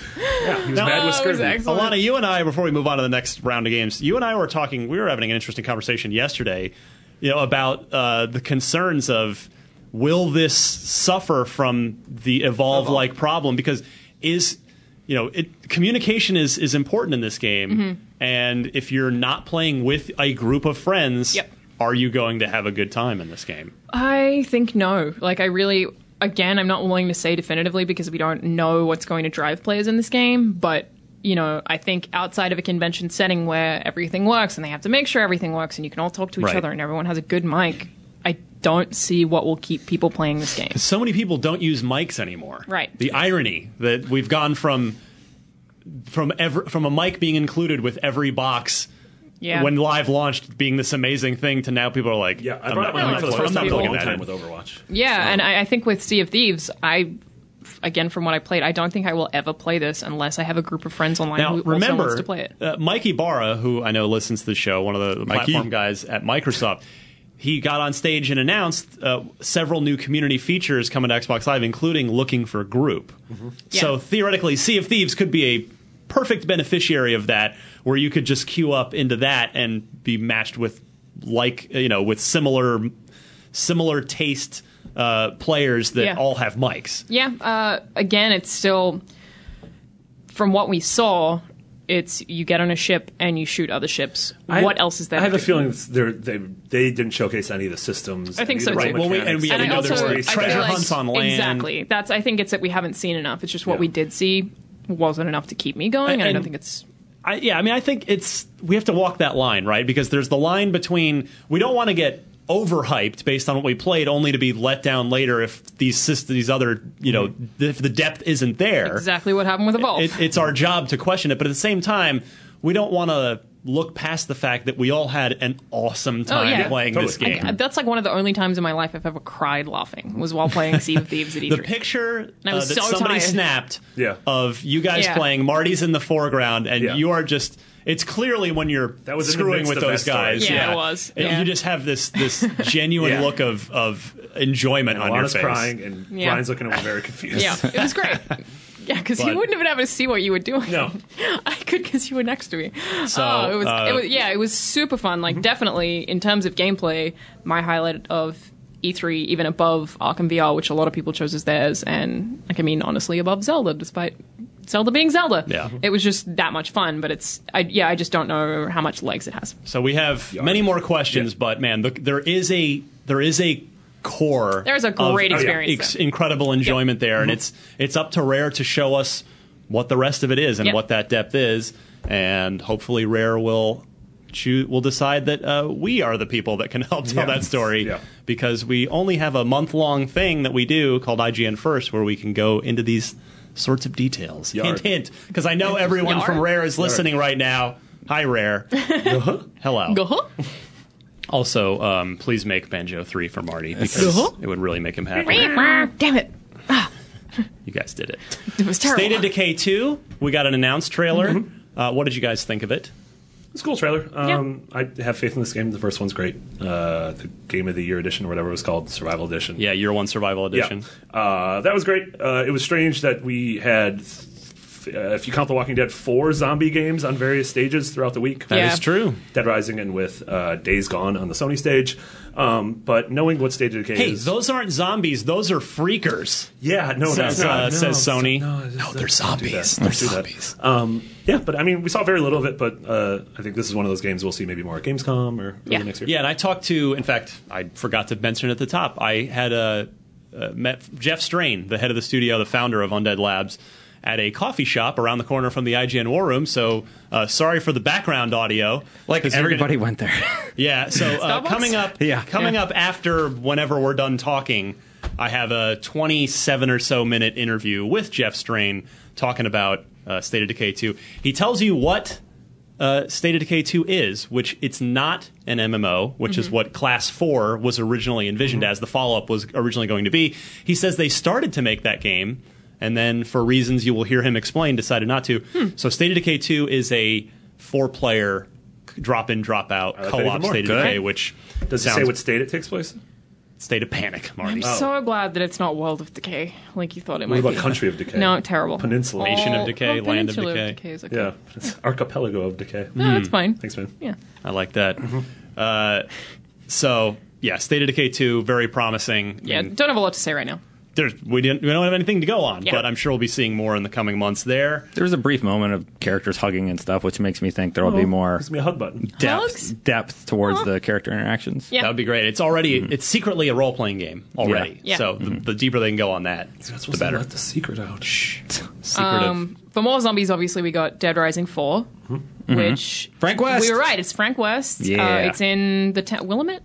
C: Yeah, he was
A: Now-
C: mad with
B: Oh, it was
C: scurvy.
B: excellent.
A: Alana, you and I, before we move on to the next round of games, you and I were talking. We were having an interesting conversation yesterday, you know, about uh, the concerns of will this suffer from the evolve like problem because is you know it, communication is is important in this game, and if you're not playing with a group of friends,
B: Yep.
A: are you going to have a good time in this game?
B: I think no. Like, I really, again, I'm not willing to say definitively because we don't know what's going to drive players in this game, but. You know, I think outside of a convention setting where everything works and they have to make sure everything works and you can all talk to each
A: Right.
B: other and everyone has a good mic, I don't see what will keep people playing this game.
A: so many people don't use mics anymore.
B: Right.
A: The irony that we've gone from from ever from a mic being included with every box
B: Yeah.
A: when live launched being this amazing thing to now people are like,
C: Yeah, I
A: I'm
C: brought
A: not,
C: up my
A: I'm
C: mic
A: not
C: for the
A: pl-
C: first
A: I'm not
C: time in a
A: plugging
C: long
A: that
C: time
A: in.
C: with Overwatch.
B: Yeah, and I, I think with Sea of Thieves, I again from what I played, I don't think I will ever play this unless I have a group of friends online
A: Now
B: who also
A: remember,
B: wants to play it.
A: Uh, Mikey Barra, who I know listens to the show, one of the
D: Mikey.
A: platform guys at Microsoft. He got on stage and announced uh, several new community features coming to Xbox Live, including looking for group. So
B: Mm-hmm. Yeah.
A: theoretically, Sea of Thieves could be a perfect beneficiary of that, where you could just queue up into that and be matched with like uh, you know with similar similar taste uh, players that
B: Yeah.
A: all have mics.
B: Yeah, uh, again, it's still from what we saw. It's you get on a ship and you shoot other ships. what else is there?
C: I have
B: to
C: a
B: do?
C: feeling it's- they're, they they didn't showcase any of the systems.
B: I think
C: any
B: so,
C: of the
B: too.
C: right
A: Well, we-
C: mechanics.
A: and we-
B: And
A: Yeah,
B: I
A: know
B: also
A: there's
B: I
A: always
B: feel
A: treasure
B: like-
A: hunts on land.
B: Exactly. That's I think it's that we haven't seen enough. It's just what
C: Yeah.
B: we did see wasn't enough to keep me going. And, I
A: And-
B: don't think it's
A: I, yeah, I mean, I think it's we have to walk that line, right? Because there's the line between we don't want to get overhyped based on what we played, only to be let down later if these syst- these other you know if the depth isn't there.
B: exactly what happened with Evolve.
A: It, it's our job to question it, but at the same time, we don't want to look past the fact that we all had an awesome time
B: yeah.
A: playing this
C: Totally.
A: game.
B: I- that's like one of the only times in my life I've ever cried laughing was while playing Sea of Thieves at E E3.
A: the picture
B: I
A: uh,
B: was
A: that
B: so
A: somebody
B: tired.
A: snapped
C: Yeah.
A: of you guys
B: Yeah.
A: playing Marty's in the foreground and
C: Yeah.
A: you are just it's clearly when you're
C: That was in the
A: screwing
C: midst
A: with
C: of
A: those
C: that story.
A: guys.
B: Yeah, it was.
A: And
B: Yeah.
A: You just have this
C: <laughs>
A: this genuine
C: Yeah.
A: look of of enjoyment
C: And
A: on your
C: Alana's
A: face.
C: crying, and
B: Yeah.
C: Brian's looking at me very confused.
B: yeah, it
A: <laughs>
B: was great. Yeah, because you
A: But-
B: wouldn't have been able to see what you were doing.
C: No.
B: <laughs> I could because you were next to me.
A: So,
B: oh, it was,
A: uh, Mm-hmm.
B: it was yeah, it was super fun. Like definitely in terms of gameplay, my highlight of E3, even above Arkham VR, which a lot of people chose as theirs, and like I mean, honestly, above Zelda, despite Zelda being Zelda.
A: Yeah.
B: it was just that much fun. But it's I, yeah, I just don't know how much legs it has.
A: So we have many more questions,
C: Yeah.
A: but man, the, there is a there is a core.
B: There's a great
A: of
B: experience there. Mm-hmm.
A: incredible enjoyment there, and it's it's up to Rare to show us what the rest of it is and
B: Yep.
A: what that depth is, and hopefully Rare will choo- will decide that uh, we are the people that can <laughs> help tell
C: Yeah.
A: that story
C: Yeah.
A: because we only have a month long thing that we do called IGN First where we can go into these sorts of details.
C: Yard.
A: Hint hint, because I know everyone from
B: Yard.
A: Rare is listening right now. Hi,
B: <laughs>
A: Rare. Hello. <laughs>
B: Go.
A: Also, um, please make Banjo 3 for Marty because
B: Uh-huh.
A: it would really make him happy.
B: Damn it.
A: You guys did it.
B: It was terrible.
A: State of Decay 2, we got an announced trailer.
C: Mm-hmm.
A: Uh, what did you guys think of it?
C: It's a cool trailer. Um, I have faith in this game. The first one's great. Uh, the Game of the Year edition or whatever it was called, Survival Edition.
A: Yeah, Year 1 Survival Edition.
C: Yeah. Uh, that was great. Uh, it was strange that we had, th- uh, if you count The Walking Dead, four zombie games on various stages throughout the week.
A: That
B: Yeah.
A: is true.
C: Dead Rising and with uh, Days Gone on the Sony stage. Um, but knowing what stage of decay
A: Hey,
C: is.
A: those aren't zombies. Those are freakers.
C: yeah, no,
A: Says,
C: that's not,
A: uh,
C: no,
A: says
C: no,
A: Sony.
C: just-
A: No, they're
C: don't do that.
A: zombies.
C: Don't
A: They're
C: do that.
A: zombies.
C: Um, yeah, but I mean, we saw very little of it, but uh, I think this is one of those games we'll see maybe more at Gamescom or early
B: Yeah.
C: next year.
A: Yeah, and I talked to. In fact, I forgot to mention at the top. I had uh uh, met Jeff Strain, the head of the studio, the founder of Undead Labs, at a coffee shop around the corner from the IGN War Room. So uh, sorry for the background audio.
D: Like
A: 'Cause you're gonna-
D: everybody went there. <laughs>
A: yeah. So uh,
B: Starbucks?
A: coming up,
D: Yeah.
A: coming up after whenever we're done talking, I have a 27 or so minute interview with Jeff Strain talking about uh, State of Decay 2. He tells you what uh, State of Decay 2 is, which it's not an MMO, which is what Class 4 was originally envisioned as. The follow up was originally going to be. He says they started to make that game. And then, for reasons you will hear him explain, decided not to. So, State of Decay 2 is a four player drop in, drop out
C: like that
A: co-op
C: even more.
A: state of
C: Good.
A: decay, which
C: Does
A: sounds
C: it say what state it takes place?
A: state of panic, Marty.
B: I'm so glad that it's not World of Decay, like you thought it
C: Oh. What
B: might
C: about
B: be.
C: Country of Decay?
B: No, terrible.
C: Peninsula.
B: Oh,
A: Nation of Decay,
B: oh,
A: Land of
B: Peninsula
A: Decay.
B: is okay.
C: Yeah, it's archipelago of decay.
A: Hmm.
B: No, that's fine.
C: Thanks, man.
B: Yeah.
A: I like that.
C: Mm-hmm.
A: Uh, so yeah, state of decay two, very promising.
B: Yeah,
A: I mean,
B: don't have a lot to say right now.
A: there's, we didn't we don't have anything to go on,
B: Yeah.
A: but I'm sure we'll be seeing more in the coming months there.
D: there was a brief moment of characters hugging and stuff, which makes me think there'll be more
C: Gives me a hug button.
B: Oh. Hugs?
D: depth depth towards
B: Aw.
D: the character interactions.
B: Yeah.
A: That would be great. It's already it's secretly a role playing game already.
B: Yeah. Yeah.
A: So the, the deeper they can go on that, the better.
C: the secret out.
A: Secret
B: Um, for more zombies, obviously, we got Dead Rising 4,
A: Mm-hmm.
B: which.
D: Frank West!
B: We were right. It's Frank West.
D: Yeah.
B: Uh, it's in the ta- Willamette?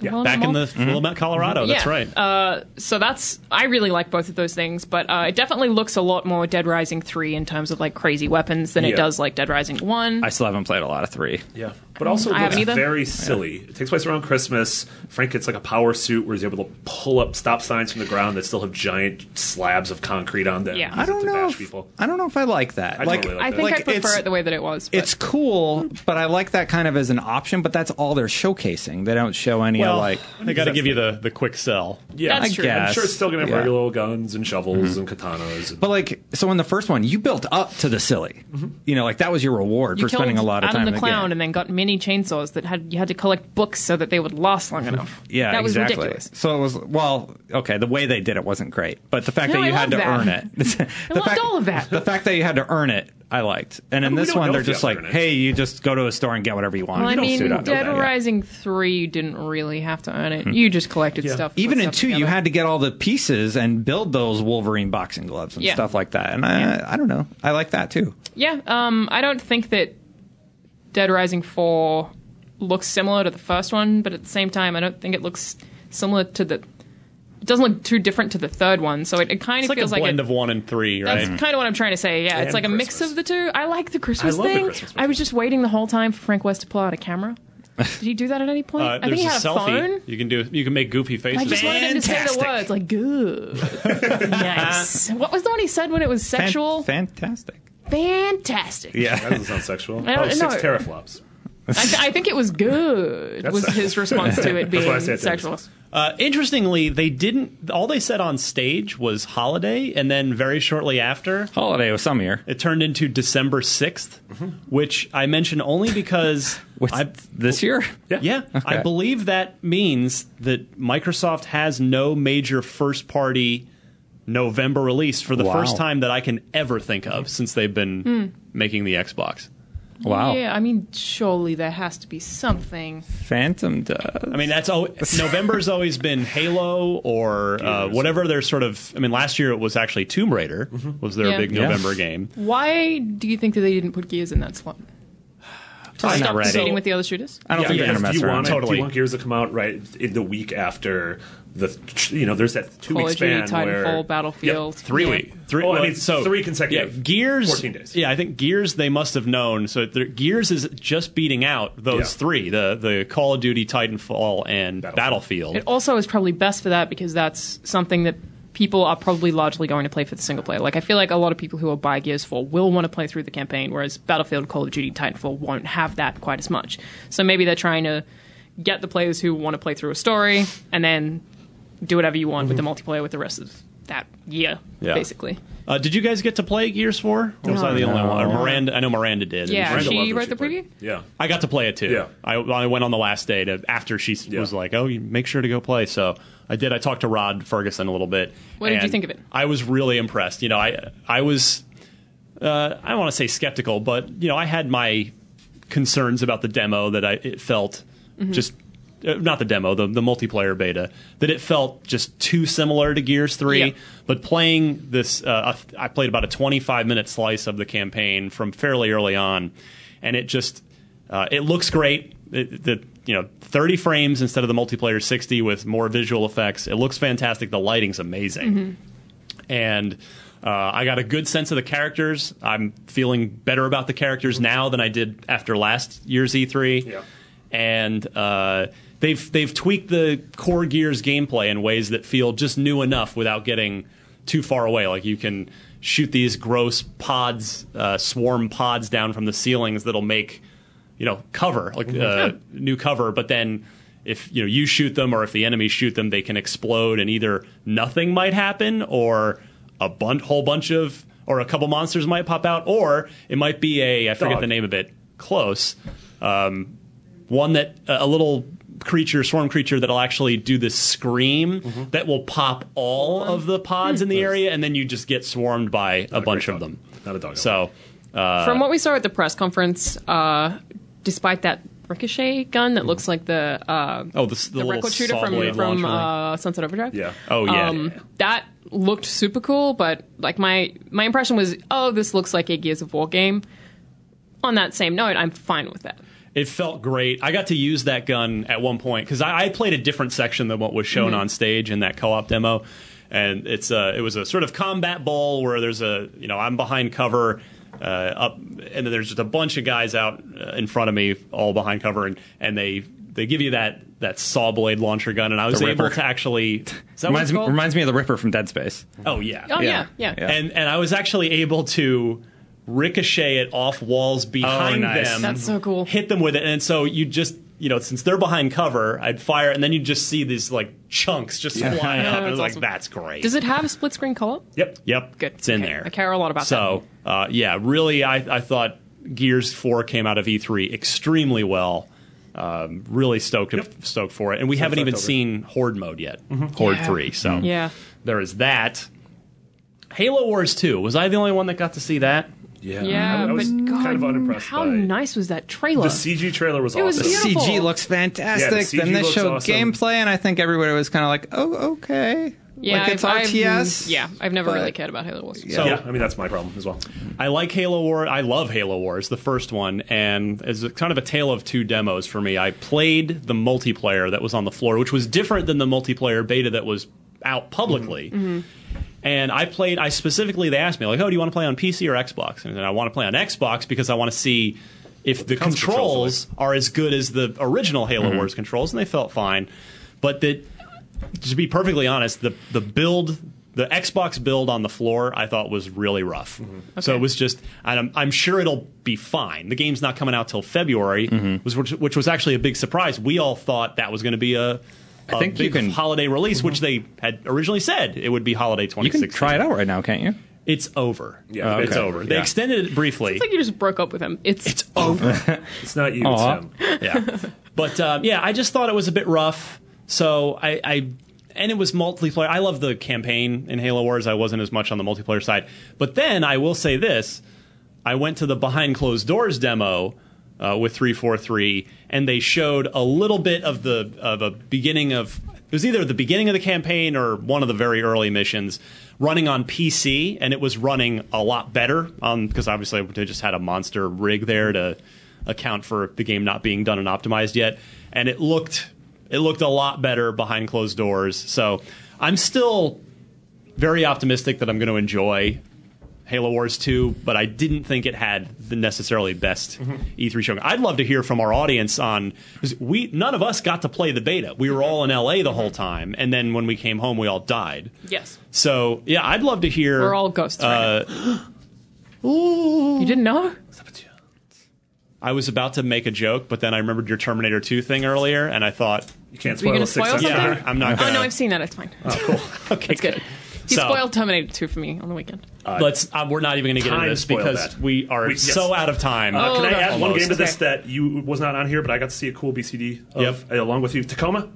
C: Yeah,
A: of back in the Willamette, Colorado. That's
B: Mm-hmm. Yeah. Uh,
A: right.
B: So that's. I really like both of those things, but uh, it definitely looks a lot more Dead Rising 3 in terms of like crazy weapons than it
C: Yeah.
B: does like Dead Rising 1.
D: I still haven't played a lot of three.
C: Yeah, but also
B: I
C: it looks
B: haven't either.
C: very silly. It takes place around Christmas. Frank gets like a power suit where he's able to pull up stop signs from the ground that still have giant slabs of concrete on them.
B: Yeah.
C: Use
B: I
D: I
C: it
D: don't
C: to
D: know.
C: bash
D: If,
C: people.
D: I don't know if I like that.
C: I
D: like,
C: totally
B: I
C: like
B: think
C: that.
D: like,
B: I prefer
D: it's-
B: it the way that it was. but-
D: it's cool, but I like that kind of as an option. But that's all they're showcasing. They don't show any
A: well,
D: like.
A: they got to give you the the quick sell.
C: Yeah,
B: That's
C: I'm
B: true.
D: guess.
C: sure it's still gonna have
D: Yeah. Mm-hmm.
C: regular old guns and shovels and katanas. And,
D: But like, so in the first one, you built up to the silly. You know, like that was your reward
B: Mm-hmm. you
D: for spending a
B: killed
D: lot of
B: Adam
D: time
B: the
D: in the
B: clown
D: game.
B: and then got mini chainsaws that had you had to collect books so that they would last
D: <laughs>
B: long enough.
D: yeah,
B: that was
D: exactly.
B: ridiculous.
D: So it was well, okay. The way they did it wasn't great, but the fact
B: No,
D: that you
B: I
D: had to
B: love that.
D: earn it, <laughs> the
B: loved all of that.
D: The fact that you had to earn it, I liked. And in
C: we
D: this
C: don't
D: one,
C: know
D: they're
C: if you
D: just
C: have
D: like,
C: to earn it.
D: hey, you just go to a store and get whatever you want.
B: Well, I
D: you don't
B: mean,
D: suit up.
B: Dead
D: Okay, yeah. Hmm.
B: Rising Three you didn't really have to earn it. You just collected stuff. put
D: Even in
B: stuff
D: two, you
B: together.
D: had to get all the pieces and build those Wolverine boxing gloves and
B: Yeah.
D: stuff like that. And I, I don't know, I like that too.
B: yeah. Um, I don't think that Dead Rising Four looks similar to the first one, but at the same time, I don't think it looks similar to the. It doesn't look too different to the third one, so it, it kind
A: It's
B: of
A: like a
B: feels like
A: blend
B: it,
A: of one and three,
B: That's
A: right?
B: kind of what I'm trying to say. Yeah, it's
C: And
B: like a mix
C: Christmas.
B: of the two. I like the Christmas
C: I love the
B: thing.
C: Christmas
B: I was just waiting the whole time for Frank West to pull out a
D: <laughs>
B: camera. Did he do that at any point?
A: Uh,
B: I think
A: there's
B: he
A: a
B: had a,
A: selfie.
B: phone.
A: You can do. You can make goofy faces.
B: I just wanted him to say the
D: Fantastic.
B: words like "good,"
D: <laughs>
B: nice. What was the one he said when it was
D: Fan-
B: sexual?
D: fantastic.
B: Fantastic.
C: that
D: Yeah,
C: doesn't sound
B: <laughs>
C: sexual.
B: I don't
C: Oh, six
B: know.
C: teraflops.
B: I, th- I think it was good.
C: <laughs> That's
B: was
C: sexual.
B: his response to it
C: That's why I
B: being
C: say it's
B: sexual?
C: sexual.
A: Uh, interestingly, they didn't. All they said on stage was holiday, and then very shortly after,
D: holiday was some year.
A: it turned into December 6th
D: Mm-hmm.
A: which I mention only
D: <laughs>
A: because
D: What's
A: I
D: this year?
A: yeah I
D: Okay.
A: believe that means that Microsoft has no major first party November release for the
D: Wow.
A: first time that I can ever think of since they've been making the Xbox.
D: Wow.
B: Yeah, I mean, surely there has to be something.
D: Phantom does.
A: I mean, that's
D: <laughs>
A: al- November's always been Halo or uh, whatever. Their sort of. I mean, last year it was actually Tomb Raider was their
B: Yeah.
A: big
D: Mm-hmm. Yeah.
A: November game.
B: Why do you think that they didn't put Gears in that slot? to
D: I'm not
B: stop
D: ready.
B: competing
A: So-
B: with the other shooters?
D: I don't
C: Yeah,
D: think they're
C: because
D: gonna mess
C: do you
D: around.
C: want it- do
A: Totally.
C: you want Gears to come out right in the week after the you know? There's that two
B: Call
C: week
B: of Duty,
C: span where
B: Titanfall, Battlefield.
A: Three
B: Yeah.
A: week, three.
C: Oh, I
A: well,
C: mean,
A: so
C: three consecutive.
A: Yeah, Gears,
C: 14 days.
A: Yeah, I think Gears. They must have known. So they're- Gears is just beating out those
C: Yeah.
A: three: the the Call of Duty, Titanfall, and
C: Battlefield.
A: Battlefield.
B: It also is probably best for that because that's something that people are probably largely going to play for the single player. Like I feel like a lot of people who will buy Gears 4 will want to play through the campaign, whereas Battlefield, Call of Duty, Titanfall won't have that quite as much. So maybe they're trying to get the players who want to play through a story and then do whatever you want with the multiplayer with the rest of that year,
A: Mm-hmm. Yeah.
B: basically.
A: Uh, did you guys get to play Gears Four? Or was I the only
D: No.
A: one? Or Miranda, I know Miranda did.
B: Yeah.
C: Miranda
B: She
C: loved what
B: wrote the
C: played.
B: preview?
C: Yeah.
A: I got to play it too.
C: Yeah.
A: I, I went on the last day to after she s
C: Yeah.
A: was like, "Oh, you make sure to go play." So I did. I talked to Rod Ferguson a little bit.
B: What did you
A: and
B: think of it?
A: I was really impressed. You know, I I was uh, I don't want to say skeptical, but you know, I had my concerns about the demo that I it felt just uh, not the demo, the the multiplayer beta that it felt just too similar to Gears Three.
B: Yeah.
A: But playing this, uh, I played about a 25 minute slice of the campaign from fairly early on, and it just uh, it looks great. It, the you know 30 frames instead of the multiplayer 60 with more visual effects. It looks fantastic. The lighting's amazing and uh, I got a good sense of the characters. I'm feeling better about the characters now than I did after last year's E E3.
C: Yeah.
A: And uh, they've they've tweaked the core Gears gameplay in ways that feel just new enough without getting too far away. Like you can shoot these gross pods, uh, swarm pods down from the ceilings that'll make you know cover like uh, new cover but then if you know you shoot them or if the enemy shoot them they can explode and either nothing might happen or a bun- whole bunch of or a couple monsters might pop out or it might be a i forget
C: Dog.
A: the name of it close um, one that uh, a little creature swarm creature that'll actually do this scream
C: Mm-hmm.
A: that will pop all of the pods in the area and then you just get swarmed by a bunch
C: Hmm. great
A: of
C: dog.
A: them
C: Not a dog.
A: so Uh,
B: From what we saw at the press conference, uh, despite that ricochet gun
A: mm-hmm.
B: that looks like the uh,
A: oh the, s- the,
B: the
A: little
B: record shooter
A: saw
B: from,
A: blade
B: from
A: launcher.
B: uh, Sunset Overdrive.
C: Yeah.
A: oh yeah
B: um, that looked super cool, but like my my impression was, oh, this looks like a Gears of War game. On that same note, I'm fine with that.
A: it felt great. I got to use that gun at one point because I, I played a different section than what was shown
D: Mm-hmm.
A: on stage in that co-op demo, and it's a it was a sort of combat ball where there's a you know I'm behind cover. Uh, up and then there's just a bunch of guys out uh, in front of me, all behind cover, and, and they they give you that that saw blade launcher gun, and I was
D: The
A: able
D: Ripper.
A: to actually. Is that what it's
D: Reminds me,
A: called?
D: reminds me of the Ripper from Dead Space.
A: oh yeah,
B: Oh yeah, yeah.
D: Yeah.
A: and and I was actually able to ricochet it off walls behind
D: nice.
A: them.
B: That's so cool.
A: Hit them with it, and so you just you know since they're behind cover, I'd fire, and then you just see these like chunks just flying
B: <laughs>
A: up, and
B: Oh, that's
A: it's
B: awesome.
A: like that's great.
B: Does it have split screen color?
C: Yep.
A: Yep,
B: Good.
A: It's in
B: Okay.
A: there.
B: I care a lot about
A: so, uh, yeah, really, I I thought Gears Four came out of E3 extremely well. Um, really stoked stoked for it, and we haven't even
C: October.
A: seen Horde mode yet. Horde
B: Yeah.
A: Three, so
B: Yeah.
A: there is that. Halo Wars 2. Was I the only one that got to see that?
C: Yeah.
B: Yeah,
C: I was
B: but God,
C: kind of unimpressed
B: how
C: by
B: nice was that trailer?
C: the CG trailer was
B: It was
C: awesome.
D: The
B: Beautiful.
D: CG looks
C: Yeah,
D: fantastic.
C: the CG
D: then they
C: looks
D: showed
C: awesome.
D: gameplay, and I think everybody was kind of like, "Oh, okay."
B: yeah,
D: like it's
B: I've- I've-
D: RTS.
B: yeah, I've never
D: but-
B: really cared about Halo Wars.
A: So
C: yeah, I mean that's my problem as well.
A: I like Halo War. I love Halo Wars, the first one, and it's a- kind of a tale of two demos for me. I played the multiplayer that was on the floor, which was different than the multiplayer beta that was out publicly. And I played. I specifically they asked me like, "Oh, do you want to play on PC or Xbox?" And I said, I want to play on Xbox because I want to see if the
C: Controls
A: controls are as good as the original Halo Wars controls, and they felt fine. But that to be perfectly honest, the the build, the Xbox build on the floor, I thought was really rough.
D: Mm-hmm.
A: So it was just, and I'm, I'm sure it'll be fine. The game's not coming out till February,
D: Mm-hmm.
A: was which, which was actually a big surprise. We all thought that was going to be a a
D: think you
A: big
D: can- Mm-hmm.
A: holiday release, which they had originally said it would be holiday
D: You
A: 2016.
D: can try it out right now, can't you?
A: It's over.
C: Yeah,
A: it's
C: Oh, okay.
A: over. They
D: Yeah.
A: extended it briefly.
B: It's like you just broke up with him. It's,
A: It's over.
C: It's not you,
D: Aw.
C: it's him.
A: yeah. But um, yeah, I just thought it was a bit rough. So I, I and it was multiplayer. I love the campaign in Halo Wars. I wasn't as much on the multiplayer side. But then I will say this: I went to the behind closed doors demo. Uh, with 343 and they showed a little bit of the of a beginning of it was either the beginning of the campaign or one of the very early missions running on um, PC and it was running a lot better on because obviously they just had a monster rig there to account for the game not being done and optimized yet. And it looked it looked a lot better behind closed doors. So I'm still very optimistic that I'm going to enjoy Halo Wars 2, but I didn't think it had the necessarily best
B: Mm-hmm.
A: E3 showing. I'd love to hear from our audience on 'cause we none of us got to play the beta. We were all in LA the
B: Mm-hmm.
A: whole time, and then when we came home, we all died.
B: Yes.
A: So yeah, I'd love to hear.
B: We're all ghosts right
A: Uh,
B: <gasps> You didn't know?
A: I was about to make a joke, but then I remembered your Terminator 2 thing earlier, and I thought,
C: You can't
B: Were you
C: spoil
B: gonna spoil
C: a six hour-
A: yeah,
B: something?
A: I'm not
B: Oh
A: gonna.
B: no, I've seen that. It's fine.
A: <laughs>
B: <laughs>
A: okay,
B: It's good. He
A: So-
B: spoiled Terminator 2 for me on the weekend.
A: Let's. Uh, we're not even going to get into
C: Time
A: this
C: spoiled
A: because
C: that.
A: we are
C: We- yes.
A: so out of time.
C: Uh, can I
B: no.
C: add one
A: Almost.
C: game to this
B: Okay.
C: that you was not on here, but I got to see a cool BCD of, along with you? Tacoma.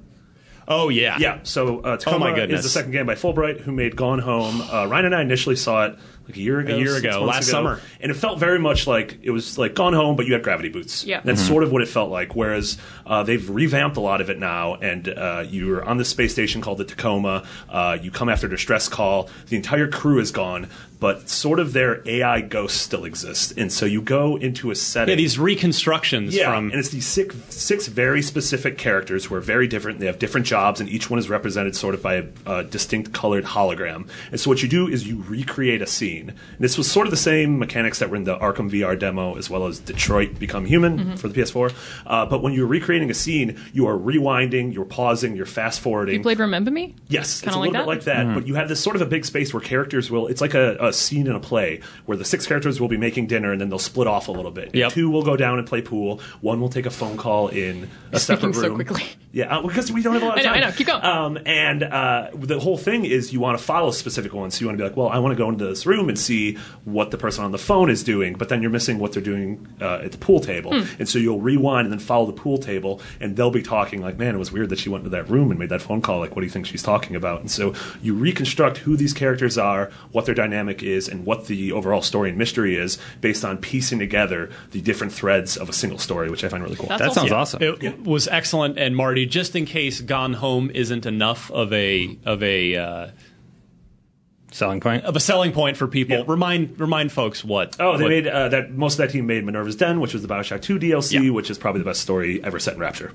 A: oh yeah,
C: Yeah, so uh, Tacoma
A: Oh my goodness.
C: is the second game by Fulbright, who made Gone Home. Uh, Ryan and I initially saw it like a year ago,
A: year
C: six
A: ago,
C: months
A: last summer.
C: and it felt very much like it was like Gone Home, but you had gravity boots.
B: Yeah.
C: that's
A: Mm-hmm.
C: sort of what it felt like. Whereas uh, they've revamped a lot of it now, and uh, you're on this space station called the Tacoma. Uh, you come after distress call. The entire crew is gone, but sort of their AI ghosts still exist, and so you go into a setting.
A: Yeah, these reconstructions from.
C: And it's these six, six very specific characters who are very different. They have different jobs, and each one is represented sort of by a, uh distinct colored hologram. And so what you do is you recreate a scene. And this was sort of the same mechanics that were in the Arkham VR demo, as well as Detroit Become Human for the PS4. Uh, but when you're recreating a scene, you are rewinding, you're pausing, you're fast forwarding.
B: You played Remember Me?
C: Yes,
B: Kinda
C: it's a
B: like
C: little bit
B: that?
C: like that, but you have this sort of a big space where characters will. It's like a, a scene in a play where the six characters will be making dinner and then they'll split off a little bit.
A: Yep.
C: Two will go down and play pool. One will take a phone call in a
B: Speaking
C: separate
B: so
C: room.
B: quickly.
C: Yeah, uh, because we don't have a lot of
B: I know, I
C: time.
B: know. Keep going.
C: Um, and uh, the whole thing is you want to follow specific ones. So you want to be like, well, I want to go into this room and see what the person on the phone is doing, but then you're missing what they're doing uh, at the pool table. And so you'll rewind and then follow the pool table, and they'll be talking like, man, it was weird that she went into that room and made that phone call. Like, what do you think she's talking about? And so you reconstruct who these characters are, what their dynamic is, and what the overall story and mystery is based on piecing together the different threads of a single story, which I find really cool.
B: That's
D: That sounds
B: Yeah.
D: awesome.
A: It was excellent, and Marty. Just in case Gone Home isn't enough of a of a uh,
D: Selling point.
A: of a selling point for people,
C: Yeah.
A: remind remind folks what.
C: Oh, they
A: what-
C: made uh, that. Most of that team made Minerva's Den, which was the Bioshock Two DLC,
A: Yeah.
C: which is probably the best story ever set in Rapture.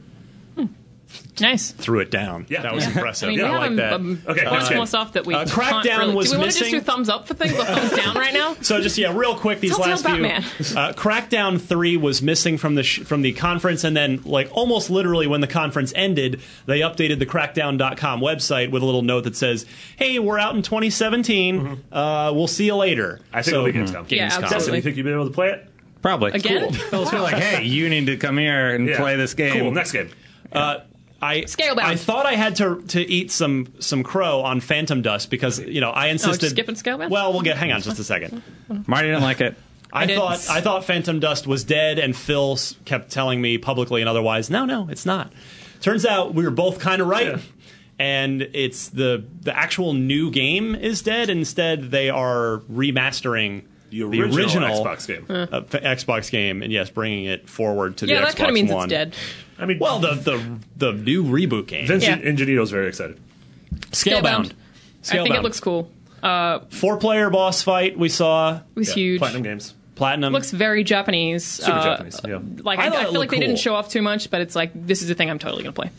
B: Nice.
A: threw it down.
C: Yeah.
A: that was
C: Yeah.
A: impressive.
B: I mean,
A: yeah,
B: we
A: I
B: have
A: like that.
B: a, um,
C: Okay,
B: bunch
C: that's good.
B: more stuff that we
A: Uh,
B: can't
A: Crackdown
B: really...
A: was
B: do we want to
A: missing-
B: just do thumbs up for things or thumbs down right now?
A: So just yeah, real quick, these
B: Telltale
A: last few.
B: Batman.
A: Uh, Crackdown three was missing from the sh- from the conference, and then like almost literally when the conference ended, they updated the Crackdown.com website with a little note that says, "Hey, we're out in 2017. Uh, we'll see you later."
C: Mm-hmm. I think
A: so,
C: it'll be Gamescom.
B: Yeah,
A: Gamescom.
C: Justin,
B: absolutely.
C: you hmm. think you'll be able to play it?
D: Probably.
B: <laughs> Again?
D: It's been like, hey, you need to come here and
C: Yeah.
D: play this game.
C: Cool. Next game.
A: Uh, I
B: Scale bound.
A: I thought I had to to eat some some crow on Phantom Dust because you know I insisted.
B: skipping Oh, scale bound?
A: Well, we'll get. Hang on, just a second.
D: Marty didn't like <laughs> it.
A: I,
B: I didn't.
A: thought I thought Phantom Dust was dead, and Phil s- kept telling me publicly and otherwise, no, no, it's not. Turns out we were both kind of right,
C: Yeah.
A: and it's the the actual new game is dead. Instead, they are remastering
C: The original Xbox game.
A: uh, f- Xbox game, and yes, bringing it forward to
B: Yeah,
A: the
B: that
A: Xbox
B: kind of means
A: One.
B: it's dead.
C: I mean,
A: Well, the the the new reboot game,
C: Vince
B: Yeah.
C: Ingenito's very excited.
A: Scalebound.
B: I think
A: Scalebound.
B: it looks cool.
A: Four player boss fight we saw
B: It was
C: Yeah.
B: huge.
C: Platinum Games.
A: platinum.
B: Looks very Japanese.
C: Super
B: uh,
C: Japanese. Yeah.
B: Like
A: I
B: I,
A: thought
B: I
A: it
B: feel
A: looked
B: like they
A: cool.
B: didn't show off too much, but it's like this is the thing I'm totally gonna play.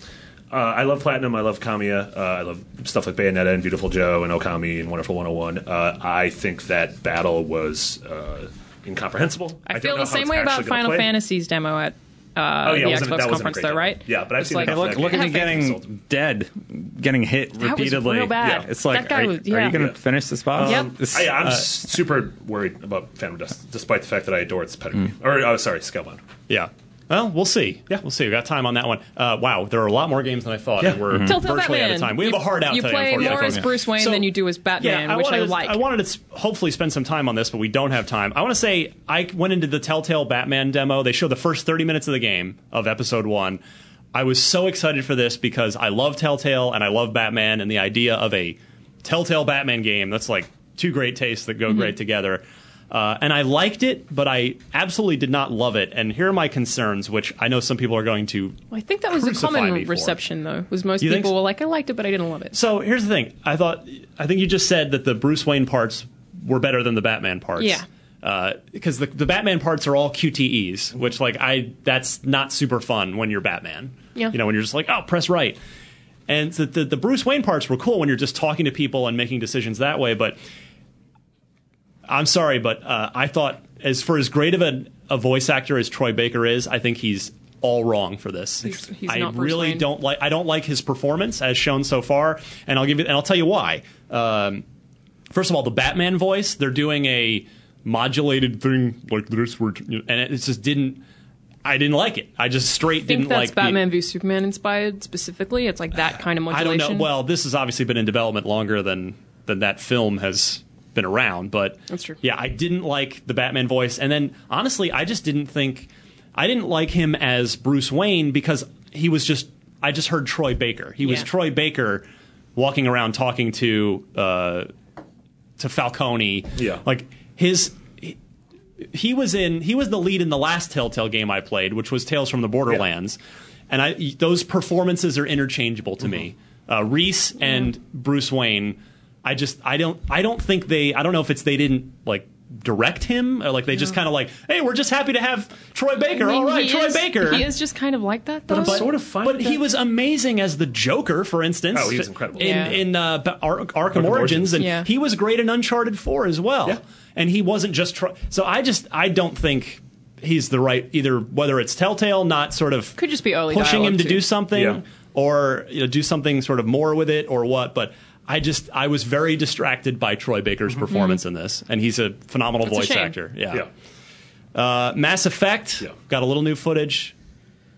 C: Uh, I love Platinum. I love Kamiya. Uh, I love stuff like Bayonetta and Beautiful Joe and Okami and Wonderful 101. Uh, I think that battle was uh, incomprehensible.
B: I,
C: don't
B: feel
C: know
B: the
C: how
B: same
C: it's
B: way
C: actually
B: about
C: gonna
B: Final
C: play.
B: Fantasy's demo at
C: Oh yeah,
B: the Xbox
C: wasn't- that wasn't a
B: conference,
C: great
B: though,
C: demo.
B: right?
C: Yeah, but I've
B: It's
C: seen
B: like-
C: enough of
D: Look,
C: that
D: look
C: game
D: at
C: to
D: me
C: get
D: getting
C: sold.
D: dead, getting hit
B: was
D: repeatedly.
B: real bad.
D: Yeah. It's like,
B: That guy
D: are,
B: was-
D: are
B: yeah.
D: you going
B: Yeah.
D: to finish this boss?
B: Yep.
D: This- uh,
C: I, I'm s super worried about Phantom Dust, despite the fact that I adore its pedigree.
D: Mm.
C: Or, oh, sorry, Scalebound.
A: Yeah. Well, we'll see. Yeah, we'll see. We got time on that one. Uh, wow, there are a lot more games than I thought. and we're
B: Telltale
A: virtually
B: Batman.
A: out of time. We have a hard out
B: You
A: today,
B: play
A: unfortunately.
B: more as Bruce Wayne
A: So-
B: than you do as Batman,
A: yeah,
B: which
A: wanted,
B: I like.
A: I wanted to s- hopefully spend some time on this, but we don't have time. I want to say I went into the Telltale Batman demo. They show the first 30 minutes of the game of episode one. I was so excited for this because I love Telltale and I love Batman and the idea of a Telltale Batman game that's like two great tastes that go
B: Mm-hmm.
A: great together. Uh, and I liked it, but I absolutely did not love it. And here are my concerns, which I know some people are going to
B: I think that was the
A: Crucify me
B: common
A: for it.
B: reception, though. Was most
A: You think
B: people
A: so?
B: were like, "I liked it, but I didn't love it."
A: So here's the thing. I thought I think you just said that the Bruce Wayne parts were better than the Batman parts.
B: Yeah.
A: because the, the Batman parts are all QTEs, which like I that's not super fun when you're Batman.
B: Yeah.
A: You know, when you're just like, oh, press right. And so the, the Bruce Wayne parts were cool when you're just talking to people and making decisions that way. But I'm sorry, but uh, I thought as for as great of a, a voice actor as Troy Baker is, I think he's all wrong for this.
B: He's- he's
A: I
B: not Bruce
A: really
B: Wayne.
A: don't like I don't like his performance as shown so far, and I'll give you and I'll tell you why. Um, first of all, the Batman voice they're doing a modulated thing like this, where- and it just didn't. I didn't like it. I just straight
B: I think
A: didn't
B: that's
A: like the-
B: Batman v Superman inspired specifically. It's like
A: <sighs>
B: that kind of
A: I don't
B: modulation.
A: know. Well, this has obviously been in development longer than than that film has been around, but
B: That's true.
A: Yeah, I didn't like the Batman voice, and then honestly, I just didn't think I didn't like him as Bruce Wayne because he was just I just heard Troy Baker. He was
B: Yeah.
A: Troy Baker walking around talking to uh, to Falcone.
C: Yeah.
A: like his. he- He was in. He was the lead in the last Telltale game I played, which was Tales from the Borderlands, and I those performances are interchangeable to me.
B: Mm-hmm.
A: Uh, Reese and Bruce Wayne. I just I don't I don't think they I don't know if it's they didn't like direct him or like they just kind of like hey we're just happy to have Troy
B: I
A: Baker
B: mean,
A: all right
B: he
A: Troy
B: is-
A: Baker
B: He is just kind of like that though.
A: but,
C: sort of fine
A: but
C: with
A: he
C: that.
A: was amazing as the Joker, for instance.
C: Oh, he was incredible.
A: in
B: Yeah.
A: in uh, Ba- Ar- Arkham, Origins,
C: Origins.
A: and
B: Yeah.
A: he was great in Uncharted Four as well.
C: Yeah.
A: And he wasn't just try- so. I just I don't think he's the right either. Whether it's Telltale not sort of
B: Could just be early
A: pushing him
B: dialogue,
A: to
B: too.
A: do something
C: Yeah.
A: or you know, do something sort of more with it or what, but. I just I was very distracted by Troy Baker's performance in this, and he's a phenomenal
B: That's a
A: voice
B: shame.
A: actor.
C: Mm-hmm.
D: Oh.
C: Yeah.
A: Uh, Mass Effect
C: Yeah.
A: got a little new footage,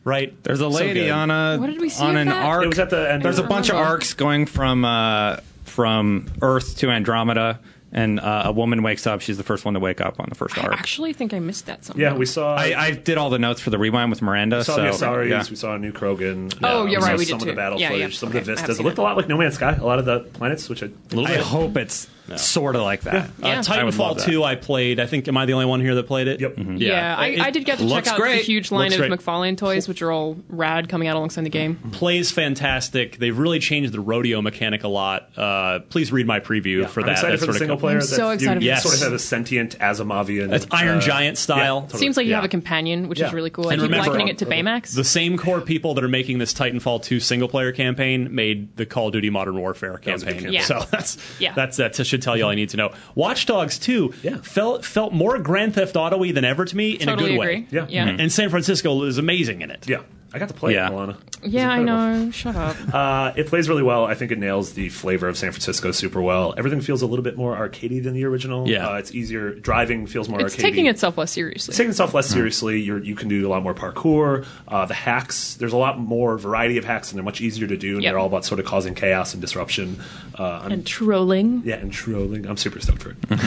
A: right?
D: There's
A: So
D: a lady
A: good.
D: on a
B: What did we see
D: on
B: of
D: an
B: that? Uh-huh.
D: arc.
C: It was at the end.
D: There's a bunch of
B: Andromeda.
D: arcs going from uh, from Earth to Andromeda, and uh, a woman wakes up. She's the first one to wake up on the first
B: I
D: arc.
B: actually think I missed that somewhere.
C: Yeah, we saw.
D: I, I did all the notes for the rewind with Miranda.
C: saw
D: so
C: the Asaris,
D: yeah.
C: we saw a new Krogan.
B: Oh,
C: we
B: you're
C: saw
B: right, we did
C: Some
B: too.
C: of the battle
B: Yeah, yeah.
C: footage, some
B: Okay, I
C: of the
B: have
C: vistas. It
B: seen
C: looked
B: it.
C: a lot like No Man's Sky, a lot of the planets, which I.
D: I hope it's sort of like that.
B: Yeah.
A: Uh,
D: I would
A: Titanfall
D: love that.
A: 2, I played. I think, am I the only one here that played it?
C: Yep.
B: Mm-hmm. Yeah, I,
A: It
B: I did get to check
D: looks
B: out the
D: great.
B: huge line
A: Looks
B: of
A: great. Mm-hmm.
B: McFarlane toys, which are all rad coming out alongside the game.
A: Plays fantastic. They've really changed the rodeo mechanic a lot. Uh, please read my preview for
C: I'm
A: that.
C: excited
A: That's
C: for the
A: sorta
C: single
A: cool.
C: player.
B: I'm so
C: that's-
B: excited for
C: You
A: this.
C: sort of have a sentient uh, Asimovian.
A: That's Iron Giant style.
C: totally.
B: Seems like you
A: Yeah.
B: have a companion, which
C: Yeah.
B: is really Uh, cool.
A: And
B: I keep
A: remember-
B: likening it to Baymax.
A: The same core people that are making this Titanfall 2 single player campaign made the Call of Duty Modern Warfare
C: was a good
A: campaign.
C: campaign.
A: So that's
B: Yeah.
A: that's that should tell you all you need to know. Watch Dogs 2
C: Yeah.
A: felt felt more Grand Theft Auto-y than ever to me in
B: totally
A: a good
B: agree.
A: way. Mm-hmm.
C: Yeah.
B: yeah,
A: And San Francisco is amazing in it.
C: Yeah, I got to play
D: Yeah.
C: it, Milana. It was
B: Yeah, I
C: incredible.
B: know. Shut up.
A: <laughs>
C: Uh, it plays really well. I think it nails the flavor of San Francisco super well. Everything feels a little bit more arcadey than the original.
A: Yeah.
C: uh, it's easier. Driving feels more
B: it's
C: arcadey.
B: taking itself less seriously.
C: It's taking itself
A: Hmm.
C: less seriously. You're, you can do a lot more parkour. Uh, the hacks, there's a lot more variety of hacks, and they're much easier to do. And
B: Yep.
C: they're all about sort of causing chaos and disruption. Uh, I'm,
B: and trolling.
C: yeah, and trolling. I'm super stoked for it.
A: <laughs>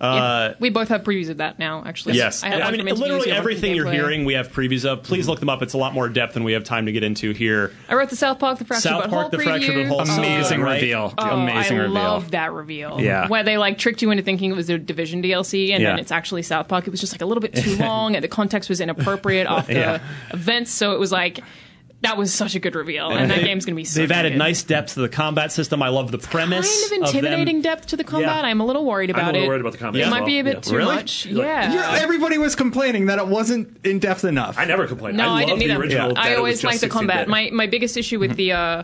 B: Yeah. we both have previews of that now. Actually,
A: Yes,
B: I,
A: I,
B: had one
A: mean
B: from NTUs,
A: literally
B: the other one from
A: everything you're
B: Gameplay.
A: hearing, we have previews of.
C: Mm-hmm.
A: Please look them up. It's a lot more depth than we have time to get into here.
B: I wrote the South Park, the fractured
A: South
B: but
A: Park,
B: whole
A: The
B: preview.
A: Fractured But Whole
B: Oh,
A: South
D: Amazing
A: Right.
D: reveal.
B: Oh,
D: Amazing
B: I
D: reveal.
B: love that reveal.
D: Yeah.
B: Where they like tricked you into thinking it was their division DLC and then
D: Yeah.
B: it's actually South Park. It was just like a little
D: <laughs>
B: bit too long and the context was inappropriate after
D: Yeah.
B: events. So it was like, that was such a good reveal. And, that game's going to be so
A: They've added
B: good.
A: nice depth to the combat system. I love the premise.
B: Kind of intimidating
A: them-
B: depth to the combat.
A: Yeah.
B: I'm a little worried about
C: I'm a little
B: it.
C: worried about the combat.
A: Yeah.
B: It
C: as
B: might
C: well.
B: be a bit
C: Yeah.
B: too
D: Really?
B: much.
C: Like-
B: yeah.
D: Yeah, everybody was complaining that it wasn't in depth enough.
C: I never complained.
B: No, I,
C: I, love
B: didn't
C: the
B: either.
C: original. that
B: I
C: it was
B: always
C: just
B: liked the
C: 16
B: combat.
C: bit.
B: My my biggest issue with the uh,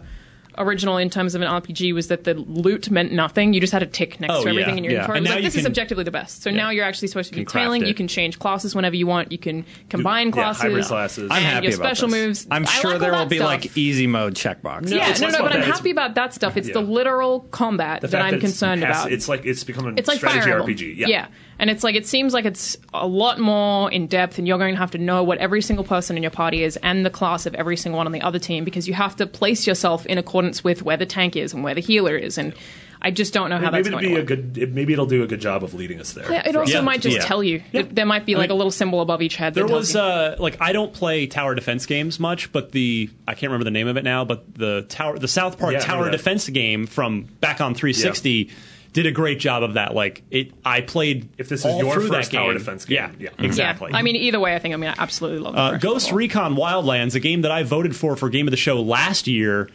B: original in terms of an RPG was that the loot meant nothing. You just had a tick next
A: Oh,
B: to everything
A: yeah,
B: in your
D: yeah.
B: inventory.
A: And
B: It was
A: now
B: like
A: you
B: this is
A: can-
B: objectively the best. So now you're actually supposed to be
A: Can craft
B: tailing.
A: it.
B: You can change classes whenever you want. You can combine
C: yeah,
B: classes.
C: hybrid classes.
D: I'm
B: and
D: happy
B: your
D: about
B: special
D: this.
B: moves.
D: I'm
B: I
D: sure
B: like all
D: there will
B: that
D: be
B: stuff.
D: like easy mode checkbox.
B: yeah,
C: it's
B: no,
C: less
B: no,
C: about
B: but I'm
C: that. It's-
B: happy about that stuff. It's the
C: Yeah.
B: literal combat
C: The
B: that
C: fact
B: I'm
C: that it's
B: concerned
C: pass-
B: about.
C: It's like it's become a
B: It's like
C: strategy
B: Fire Emblem.
C: RPG. Yeah.
B: and it's like it seems like it's a lot more in depth, and you're going to have to know what every single person in your party is and the class of every single one on the other team because you have to place yourself in accordance with where the tank is and where the healer is, and I just don't know how
C: Maybe
B: that's
C: it'll
B: going to
C: be a
B: work.
C: good. It, maybe it'll do a good job of leading us there.
B: Yeah, it also
A: Yeah.
B: might just
A: Yeah.
B: tell you. It- there might be like a little symbol above each head.
A: There
B: that tells
A: was
B: you.
A: uh, like I don't play tower defense games much, but the I can't remember the name of it now, but the tower the South Park
C: Yeah, I
A: tower
C: remember that.
A: defense game from back on 360 did a great job of that. Like it, I played
C: If this is
A: all
C: your
A: through that
C: first tower
A: game.
C: defense game,
A: Yeah,
C: yeah.
A: exactly.
B: Yeah. I mean, either way, I think I mean I absolutely love
A: Uh, Ghost Recon Wildlands, a game that I voted for for Game of the Show last year.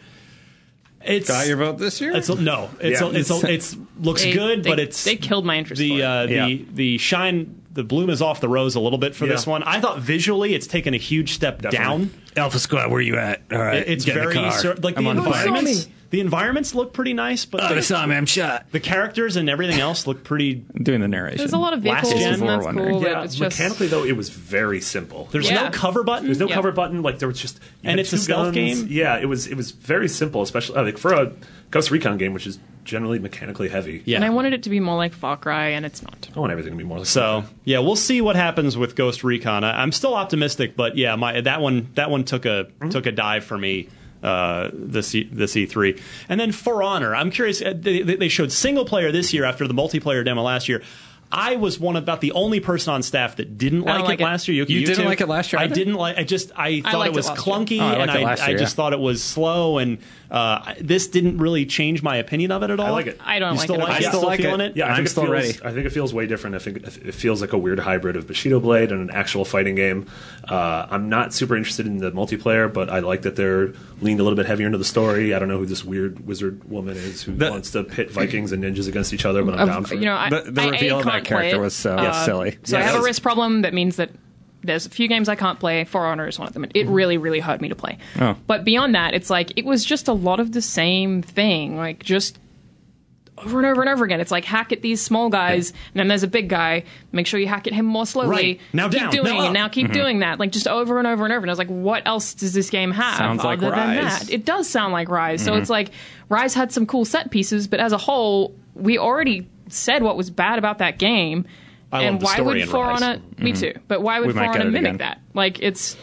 A: It's
D: Got your vote this year?
A: It's a, no, it's
C: Yeah.
A: a, it's a, it's looks
B: They-
A: good,
B: they-
A: but it's
B: they killed my interest. for
A: the
B: it.
A: uh,
D: Yeah.
A: the the shine the bloom is off the rose a little bit for
C: Yeah.
A: this one. I thought visually it's taken a huge step
C: Definitely.
A: down.
E: Alpha Squad, where you at? All right,
A: It- It's
E: get in the
A: very
E: car.
A: sort- like
E: I'm
A: the
E: on fire.
B: environment-
A: environments. The environments look pretty nice, but
E: Oh,
A: the-
E: I saw me. I'm shot.
A: the characters and everything else look pretty
D: doing the narration.
B: There's a lot of
A: Last
B: vehicles,
A: gen.
B: and that's
D: People were
B: cool.
C: Yeah,
B: But it's just
C: mechanically though, it was very simple.
A: There's
B: Yeah.
A: no cover button.
C: There's no
B: Yeah.
C: cover button. Like there was just
A: And
C: you had
A: it's a
C: two
A: stealth
C: guns.
A: game?
C: Yeah, it was it was very simple, especially uh, like for a Ghost Recon game, which is generally mechanically heavy.
A: Yeah.
B: And I wanted it to be more like Far Cry, and it's not.
C: I want everything to be more like
A: so yeah, we'll see what happens with Ghost Recon. I, I'm still optimistic, but yeah, my that one that one took a
D: Mm-hmm.
A: took a dive for me. Uh, this E- this E3, and then For Honor. I'm curious. uh, They, they they showed single player this year after the multiplayer demo last year. I was one of about the only person on staff that didn't
B: I
A: like,
B: don't like
A: it
B: it.
A: last year.
D: You didn't
A: too?
D: like it last year
A: I
D: either?
A: didn't like. I just I thought
B: liked
A: it
B: it
A: was
B: last year.
A: clunky,
D: Oh, I liked
A: and
D: it last
A: I,
D: year,
A: I just
D: yeah.
A: thought it was slow, and uh, I- this didn't really change my opinion of it at all.
C: like it.
B: I don't
A: You
B: like
A: still
B: it at all.
A: You
D: I still like it.
A: feeling
C: Yeah, I
D: I'm
C: think it
D: still
C: feels,
D: ready.
C: I think it feels way different. I think it feels like a weird hybrid of Bushido Blade and an actual fighting game. Uh, I'm not super interested in the multiplayer, but I like that they're leaned a little bit heavier into the story. I don't know who this weird wizard woman is who
D: The-
C: wants to pit Vikings and ninjas against each other, but I'm down
B: Of-
C: for
B: you know,
C: it.
B: I,
D: The- the
B: I- A,
D: reveal of that
B: can't
D: character
B: play it.
D: was so silly.
B: So
C: Yeah,
B: I have
C: that
B: a
C: was-
B: wrist problem. That means that there's a few games I can't play. For Honor is one of them. It really, really hurt me to play.
D: Mm-hmm. Oh.
B: But beyond that, it's like it was just a lot of the same thing. Like just over and over and over again. It's like hack at these small guys, and then there's a big guy. Make sure you hack at him more slowly.
A: Right. Now
B: keep
A: down.
B: doing
A: Now up.
B: and now
D: Mm-hmm.
B: keep doing that. Like just over and over and over. And I was like, what else does this game have
D: Sounds like
B: other than
D: Rise. Mm-hmm.
B: that? It does sound like Rise. So it's like Rise had some cool set pieces, but as a whole, we already said what was bad about that game.
A: I love
B: and
A: the
B: why
A: story
B: would
A: in
B: For
A: Rise.
B: Honor? Me too. But why would
D: Mm-hmm. We
B: For
D: might get
B: Honor
D: it
B: mimic
D: again. Mm-hmm.
B: that? Like it's,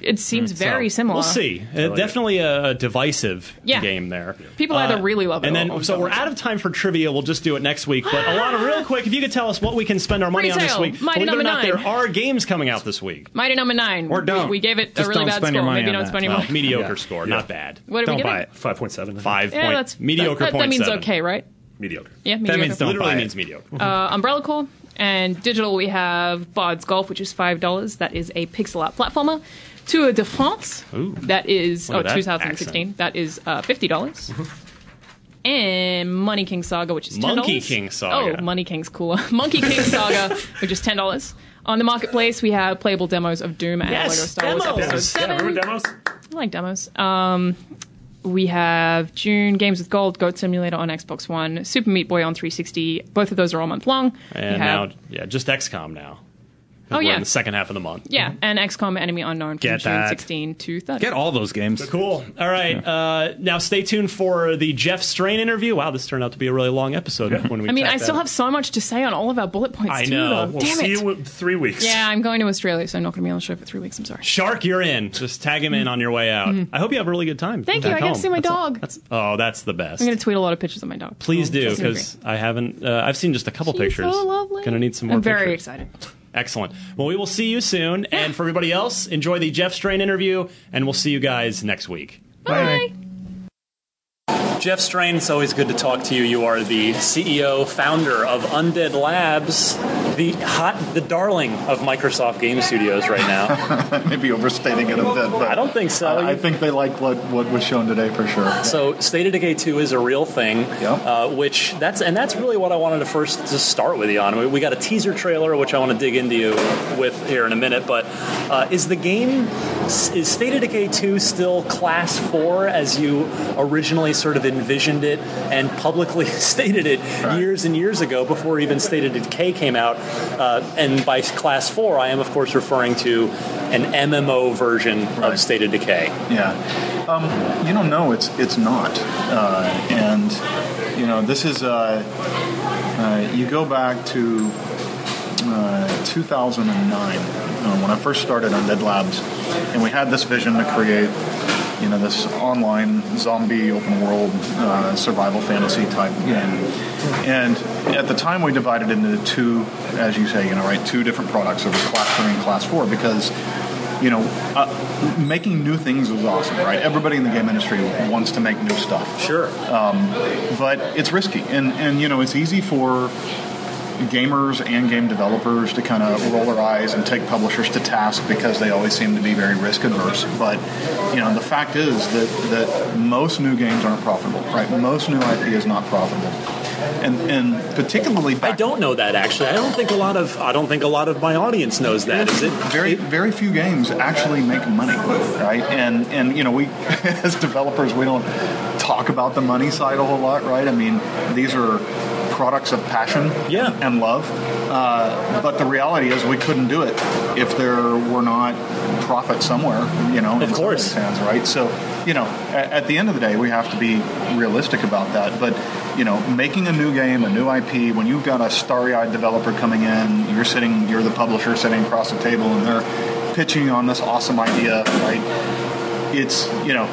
B: it seems very
D: so,
B: similar.
A: We'll see. Uh,
C: like
A: definitely a, a divisive
B: Yeah.
A: game there. Uh,
B: People either really love it
A: and
B: or-
A: then
B: or
A: so
B: don't
A: we're
B: like
A: out of time for trivia. We'll just do it next week.
B: <gasps>
A: But Alana, real quick, if you could tell us what we can spend our money on this
B: Retail,
A: week.
B: mighty
A: Believe it or
B: number
A: not, there
B: nine.
A: are games coming out this week.
B: Mighty Number Nine.
D: Or
B: we-
D: don't.
B: We, gave it
D: Just
B: a really
D: don't
B: bad
D: spend your
B: score.
D: money
B: Maybe
D: on
B: don't
D: that.
B: spend your
A: Well,
B: money.
A: mediocre
D: Yeah.
A: score,
C: Yeah.
A: not bad.
B: What did
D: Don't
B: we give
D: buy
B: it?
D: it.
C: Five point seven.
A: Five
B: Yeah,
A: point
B: that's
A: mediocre
B: That, that,
A: point
B: means
A: seven.
B: okay, right?
C: Mediocre.
B: Yeah, mediocre.
D: means don't
A: Literally
D: buy it.
A: means mediocre.
B: Uh, Umbrella Corps. And digital, we have Bard's Golf, which is five dollars. That is a pixel art platformer. Tour de France,
A: Ooh.
B: that is
A: Look
B: oh
A: at that Mm-hmm.
B: 2016. That is uh, fifty dollars. And Money King Saga, which is $10.
A: Monkey King Saga.
B: Oh, Money King's cooler. <laughs> Monkey King Saga, which is ten dollars. On the marketplace, we have playable demos of Doom and
A: Yes,
B: Lego Star Wars
A: demos.
B: Episode
A: Demos.
C: Yeah,
B: Seven.
C: remember demos?
B: I like demos. Um, we have June Games with Gold, Goat Simulator on Xbox One, Super Meat Boy on 360. Both of those are all month long. We
A: and
B: have-
A: now, yeah, just XCOM now. 'Cause
B: Oh,
A: we're
B: yeah.
A: in the second half of the month.
B: yeah, and XCOM Enemy Unknown from
D: Get
B: June
D: that.
B: 16 to 30.
D: Get all those games.
A: Cool. All right. Uh, now stay tuned for the Jeff Strain interview. Wow, this turned out to be a really long episode. When we
B: I mean,
A: tacked
B: I still
A: that.
B: have so much to say on all of our bullet points.
A: I
B: too,
A: know.
B: though.
C: We'll
B: Damn
C: see
B: it.
C: you in three weeks.
B: yeah, I'm going to Australia, so I'm not going to be on the show for three weeks. I'm sorry.
A: Shark, you're in. Just tag him in on your way out. I hope you have a really good time.
B: Mm-hmm. Thank you.
A: back
B: I get to
A: home.
B: see my
A: That's all-
B: dog.
A: that's- oh, that's the best.
B: I'm going to tweet a lot of pictures of my dog.
A: Please do
B: She's so
A: because I haven't. Uh, I've seen just a couple
B: great. She's
A: pictures.
B: so lovely.
A: Gonna need some more.
B: I'm very
A: pictures.
B: excited.
A: Excellent. Well, we will see you soon. And for everybody else, enjoy the Jeff Strain interview, and we'll see you guys next week.
B: Bye.
A: Jeff Strain, it's always good to talk to you. You are the CEO, founder of Undead Labs, the hot, the darling of Microsoft Game Studios right
B: <laughs>
A: now.
F: maybe overstating it a bit, but
A: I don't think so.
F: I, I think they like what, what was shown today for sure.
A: So, State of Decay 2 is a real thing,
F: Yeah.
A: uh, which that's and that's really what I wanted to first just start with you on. We, we got a teaser trailer, which I want to dig into you with here in a minute. But uh, is the game is State of Decay 2 still Class 4 as you originally sort of envisioned it and publicly <laughs> stated it
F: Right.
A: years and years ago before even State of Decay came out? Uh, and by Class 4, I am of course referring to an MMO version of
F: Right.
A: State of Decay.
F: Yeah, um, you don't know it's it's not, uh, and you know this is uh, uh, you go back to uh, 2009 uh, when I first started on Dead Labs, and we had this vision to create you know this online zombie open world uh, survival fantasy type game, and at the time we divided into two, as you say, you know, right, two different products of class three and class four because you know, uh, making new things was awesome, right? Everybody in the game industry wants to make new stuff.
A: Sure.
F: But it's risky. And, and you know, it's easy for gamers and game developers to kind of roll their eyes and take publishers to task because they always seem to be very risk adverse. But, you know, the fact is that, that most new games aren't profitable, right? Most new IP is not profitable. and and particularly
G: I
F: back
G: don't know that actually. I don't think a lot of I don't think a lot of my audience knows that. Is it?
F: very very few games actually make money, right? And and you know we <laughs> as developers we don't talk about the money side a whole lot, right? I mean these are products of passion
G: Yeah.
F: and love, uh, but the reality is we couldn't do it if there were not profit somewhere, you know.
G: Of
F: in
G: course.
F: somebody's hands, right? So you know at, at the end of the day we have to be realistic about that, but. You know, making a new game, a new IP, when you've got a starry-eyed developer coming in, you're sitting, you're the publisher sitting across the table, and they're pitching on this awesome idea, right? it's you know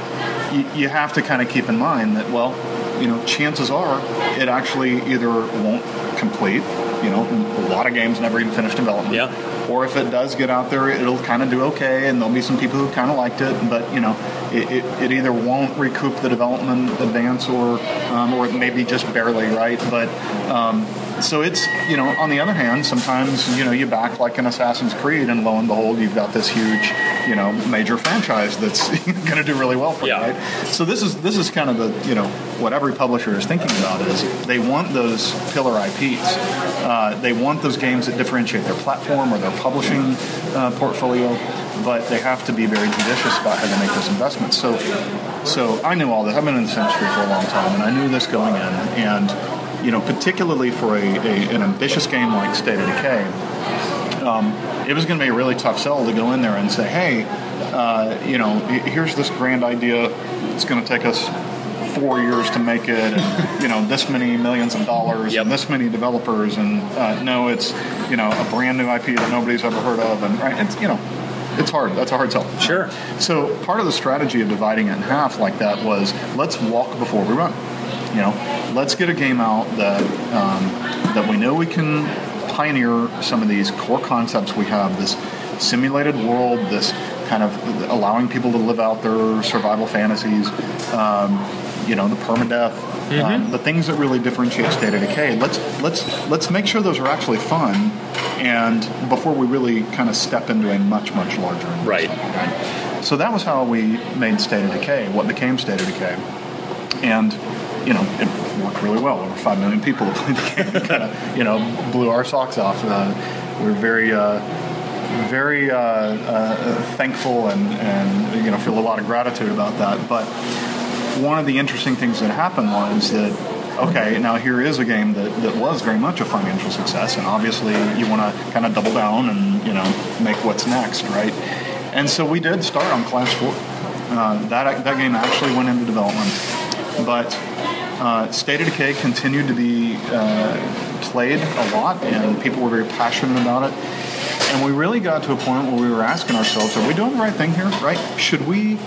F: you, you have to kind of keep in mind that well you know chances are it actually either won't complete you know a lot of games never even finish development
G: Yeah.
F: or if it does get out there it'll kind of do okay and there'll be some people who kind of liked it but you know it, it, it either won't recoup the development advance or um, or maybe just barely right but um, so it's you know on the other hand sometimes you know you back like an assassin's creed and lo and behold you've got this huge you know major franchise that's <laughs> going to do really well for
G: Yeah.
F: you right so this is this is kind of the you know what every publisher is thinking about is they want those pillar ips uh, they want those games that differentiate their platform or their publishing uh, portfolio but they have to be very judicious about how they make those investments so so i knew all this i've been in this industry for a long time and i knew this going in and you know particularly for a, a, an ambitious game like state of decay it was going to be a really tough sell to go in there and say, hey, uh, you know, he- here's this grand idea. It's going to take us four years to make it, and you know, this many millions of dollars,
G: Yep.
F: and this many developers, and uh, no, it's you know a brand new IP that nobody's ever heard of, and right, it's you know, it's hard. That's a hard sell.
G: Sure.
F: So part of the strategy of dividing it in half like that was let's walk before we run. You know, let's get a game out that um, that we know we can pioneer some of these core concepts we have. This simulated world, this kind of allowing people to live out their survival fantasies. Um, you know, the permadeath, um, the things that really differentiate State of Decay. Let's let's let's make sure those are actually fun, and before we really kind of step into a much much larger investment.
G: Right.
F: Right. So that was how we made State of Decay, what became State of Decay. And, you know, it worked really well. Over 5 million people <laughs> played the game. kind of, you know, blew our socks off. Uh, we we're very, uh, very uh, uh, thankful and, and, you know, feel a lot of gratitude about that. But one of the interesting things that happened was that okay now here is a game that, that was very much a financial success and obviously you want to kind of double down and you know make what's next right and so we did start on class 4 uh, that, that game actually went into development but uh, state of decay continued to be uh, played a lot and people were very passionate about it and we really got to a point where we were asking ourselves, are we doing the right thing here, right? Should we,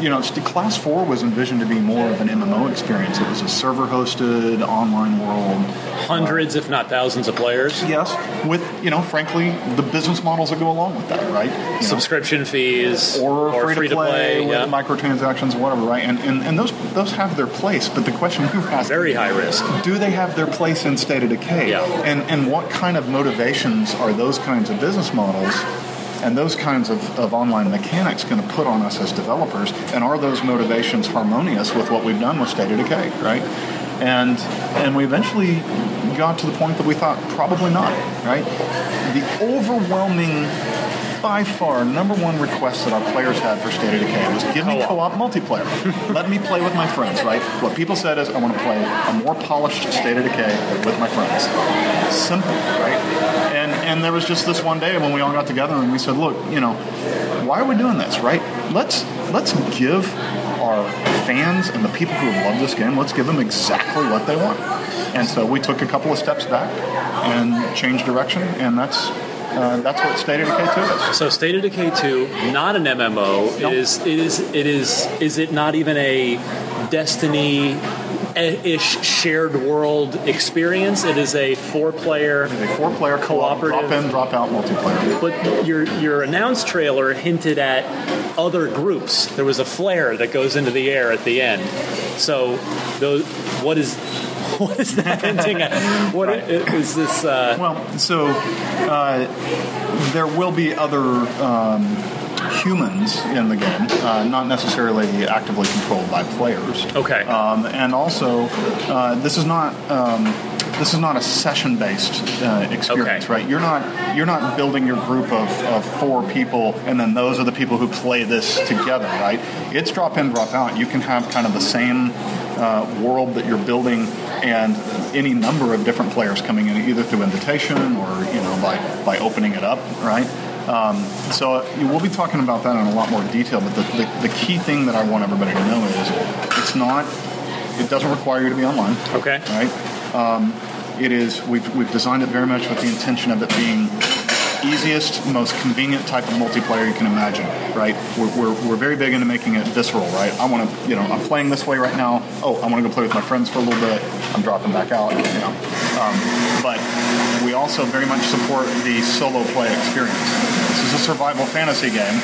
F: you know, st- Class 4 was envisioned to be more of an MMO experience. It was a server hosted online world.
G: Hundreds, if not thousands, of players.
F: Yes, with, you know, frankly, the business models that go along with that, right? You know,
G: Subscription fees
F: or, free to play, with
G: yeah.
F: microtransactions, whatever, right? And, and, and those those have their place, but the question we were asking
G: Very high risk.
F: do they have their place in state of decay
G: Yeah.
F: and and what kind of motivations are those kinds of business models and those kinds of, of online mechanics going to put on us as developers and are those motivations harmonious with what we've done with state of decay right and and we eventually got to the point that we thought probably not right the overwhelming by far number one request that our players had for State of Decay was give me co-op multiplayer. Let me play with my friends, right? What people said is I want to play a more polished State of Decay with my friends. Simple, right? And and there was just this one day when we all got together and we said, look, you know, why are we doing this, right? Let's let's give our fans and the people who have loved this game, let's give them exactly what they want. And so we took a couple of steps back and changed direction, and that's uh, that's what State of Decay 2 is.
G: So State of Decay 2, not an MMO,
F: Nope.
G: it is it is it is is it not even a Destiny ish shared world experience? It is a four player
F: a four-player co-op,
G: Cooperative.
F: drop in, drop out multiplayer.
G: but your your announce trailer hinted at other groups. There was a flare that goes into the air at the end. So those what is <laughs> what is that hinting at? What i- is this uh,
F: Well, so uh, there will be other um, humans in the game, uh, not necessarily actively controlled by players.
A: Okay.
F: Um, and also, uh, this is not. Um, this is not a session-based uh, experience,
A: Okay.
F: right? You're not you're not building your group of, of four people, and then those are the people who play this together, right? It's drop in, drop out. You can have kind of the same uh, world that you're building, and any number of different players coming in, either through invitation or you know by by opening it up, right? Um, so we'll be talking about that in a lot more detail. But the, the, the key thing that I want everybody to know is it's not it doesn't require you to be online.
A: Okay.
F: All right. Um, it is. We've we've designed it very much with the intention of it being easiest, most convenient type of multiplayer you can imagine. Right. We're, we're, we're very big into making it visceral. Right. I want to. You know, I'm playing this way right now. Oh, I want to go play with my friends for a little bit. I'm dropping back out. You know. Um, but we also very much support the solo play experience. This is a survival fantasy game,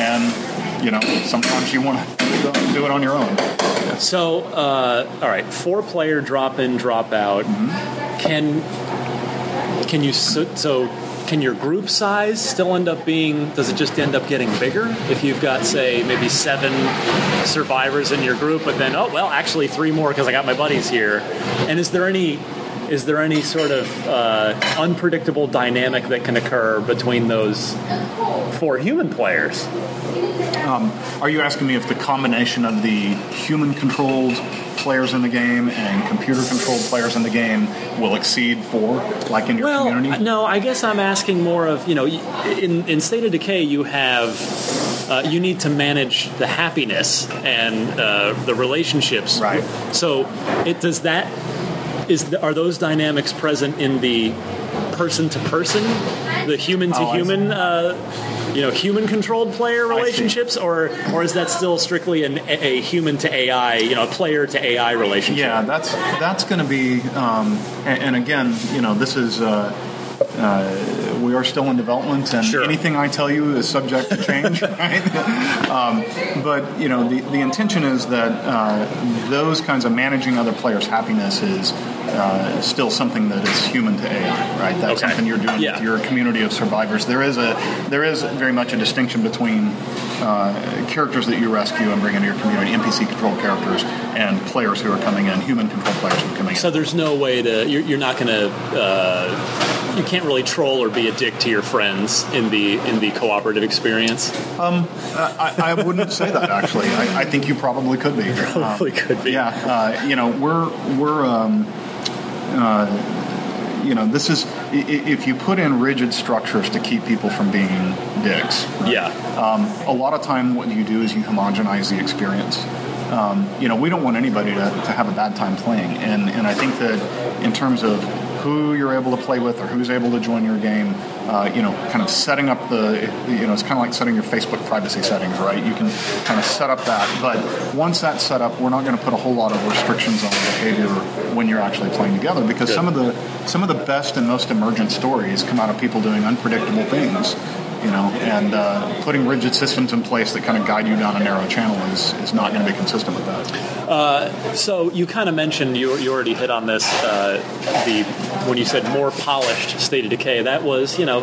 F: and you know sometimes you want to do it on your own.
A: So, uh, all right, four player drop in, drop out. Can can you so, so can your group size still end up being? Does it just end up getting bigger if you've got say maybe seven survivors in your group, but then oh well, actually three more because I got my buddies here. And is there any? Is there any sort of uh, unpredictable dynamic that can occur between those four human players?
F: Are you asking me if the combination of the human controlled players in the game and computer controlled players in the game will exceed four, like in your
A: well,
F: community?
A: no, I guess I'm asking more of you know, y- in in State of Decay, you have uh, you need to manage the happiness and uh, the relationships.
F: Right.
A: So, it does that is th- are those dynamics present in the person to person, the human to
F: Oh, I
A: human, uh, you know, human controlled player
F: see.
A: relationships, or or is that still strictly an a, a human to AI, you know, a player to AI relationship?
F: Yeah, that's that's going to be, um, and, and again, you know, this is. Uh, uh, we are still in development, and
A: Sure.
F: anything I tell you is subject to change, <laughs> right? um, but you know, the, the intention is that uh, those kinds of managing other players' happiness is uh, still something that is human to AI, right? That's
A: Okay.
F: something you're doing
A: Yeah.
F: with your community of survivors. There is a there is very much a distinction between uh, characters that you rescue and bring into your community, NPC controlled characters, and players who are coming in, human controlled players who are coming in.
A: So there's no way to you're, you're not going to uh, you can't really troll or be a dick to your friends in the in the cooperative experience.
F: Uh, I, I wouldn't say that actually. I, I think you probably could be.
A: Probably could be.
F: Yeah, uh, you know, we're we're um, uh, you know, this is i- i- if you put in rigid structures to keep people from being dicks.
A: Yeah.
F: Um, a lot of time, what you do is you homogenize the experience. Um, you know, we don't want anybody to, to have a bad time playing, and and I think that in terms of who you're able to play with or who's able to join your game, uh, you know, kind of setting up the, you know, it's kind of like setting your Facebook privacy settings, right? You can kind of set up that, but once that's set up, we're not going to put a whole lot of restrictions on behavior when you're actually playing together because some of the some of the best and most emergent stories come out of people doing unpredictable things you know, and uh, putting rigid systems in place that kind of guide you down a narrow channel is, is not going to be consistent with that.
A: So you kind of mentioned you you already hit on this uh, the when you said more polished state of decay. That was you know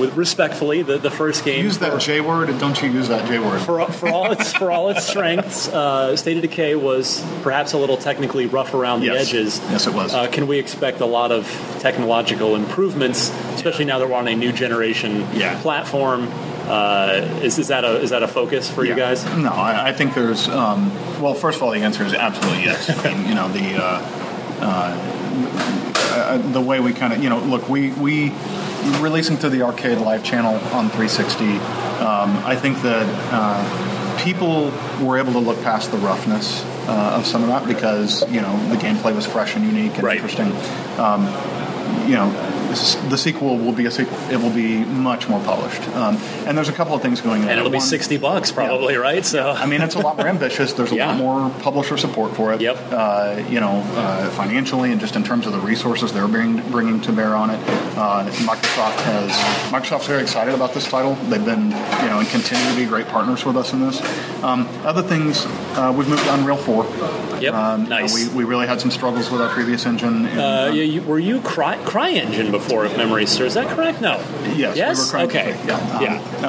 A: with respectfully the the first game
F: Use that J word, and don't you use that J word.
A: for, for all its for all its strengths, uh, State of Decay was perhaps a little technically rough around the
F: Yes.
A: edges.
F: Yes, it was.
A: Uh, can we expect a lot of technological improvements, especially now that we're on a new generation
F: Yeah.
A: platform? Uh, is, is that a is that a focus for you guys?
F: No, I, I think there's. Um, well, first of all, the answer is absolutely yes. I mean, you know, the uh, uh, uh, the way we kind of, you know, look, we we releasing to the arcade live channel on 360. Um, I think that uh, people were able to look past the roughness uh, of some of that because you know the gameplay was fresh and unique and
A: Right.
F: interesting. Um, you know, s- the sequel will be a sequel. It will be much more polished. Um, and there's a couple of things going on.
A: And it'll be
F: One-
A: sixty bucks probably, right? So
F: I mean, it's a lot more ambitious. There's a
A: Yeah.
F: lot more publisher support for it.
A: Yep.
F: Uh, you know, uh, financially and just in terms of the resources they're bringing, bringing to bear on it. Uh, Microsoft has Microsoft's very excited about this title. They've been, you know, and continue to be great partners with us in this. Um, other things, uh, we've moved to Unreal 4.
A: yep,
F: Um,
A: nice.
F: We, we really had some struggles with our previous engine. and,
A: uh, you, you- were you cry, cry engine before, if memory serves? Is that correct? No.
F: Yes, we were Um,
A: Yes.
F: Cry
A: okay.
F: Engine, yeah.
A: yeah.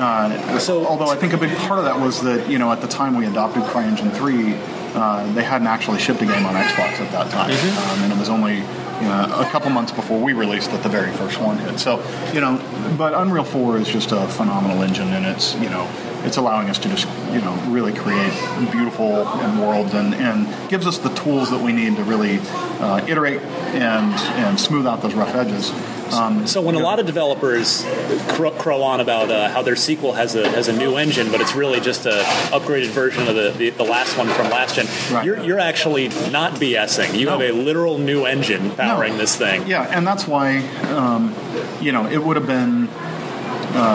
F: Uh,
A: So-
F: although I think a big part of that was that you know at the time we adopted CryEngine three, uh, they hadn't actually shipped a game on Xbox at that time, um, and it was only you know, a couple months before we released that the very first one hit. So you know, but Unreal four is just a phenomenal engine, and it's you know it's allowing us to just you know really create beautiful worlds and, and gives us the tools that we need to really uh, iterate and and smooth out those rough edges. Um,
A: So when a lot of developers cro- crow on about uh, how their sequel has a has a new engine, but it's really just a upgraded version of the, the, the last one from last gen,
F: Right.
A: you're, you're actually not BSing. You
F: No.
A: have a literal new engine powering
F: No.
A: this thing.
F: Yeah, and that's why, um, you know, it would have been uh,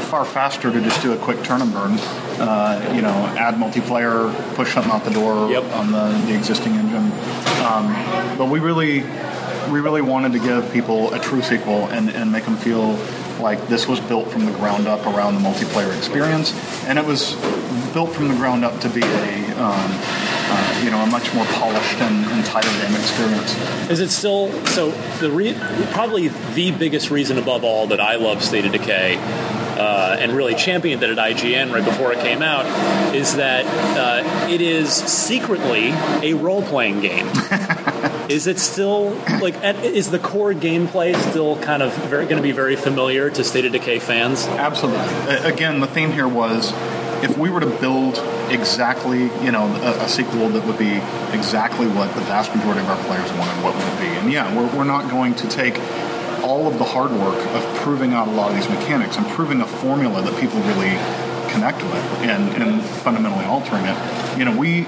F: far faster to just do a quick turn and burn. Uh, you know, add multiplayer, push something out the door
A: Yep.
F: on the, the existing engine. Um, but we really, we really wanted to give people a true sequel and, and make them feel like this was built from the ground up around the multiplayer experience, and it was built from the ground up to be a, um, uh, you know, a much more polished and, and tighter game experience.
A: Is it still so? The re, probably the biggest reason above all that I love State of Decay. Uh, and really championed it at IGN right before it came out is that uh, it is secretly a role playing game. is it still like at, is the core gameplay still kind of very, going to be very familiar to State of Decay fans?
F: Absolutely. A- Again, the theme here was if we were to build exactly, you know, a, a sequel that would be exactly what the vast majority of our players wanted, what would it be? And yeah, we're, we're not going to take all of the hard work of proving out a lot of these mechanics and proving a formula that people really connect with and, and fundamentally altering it. You know, we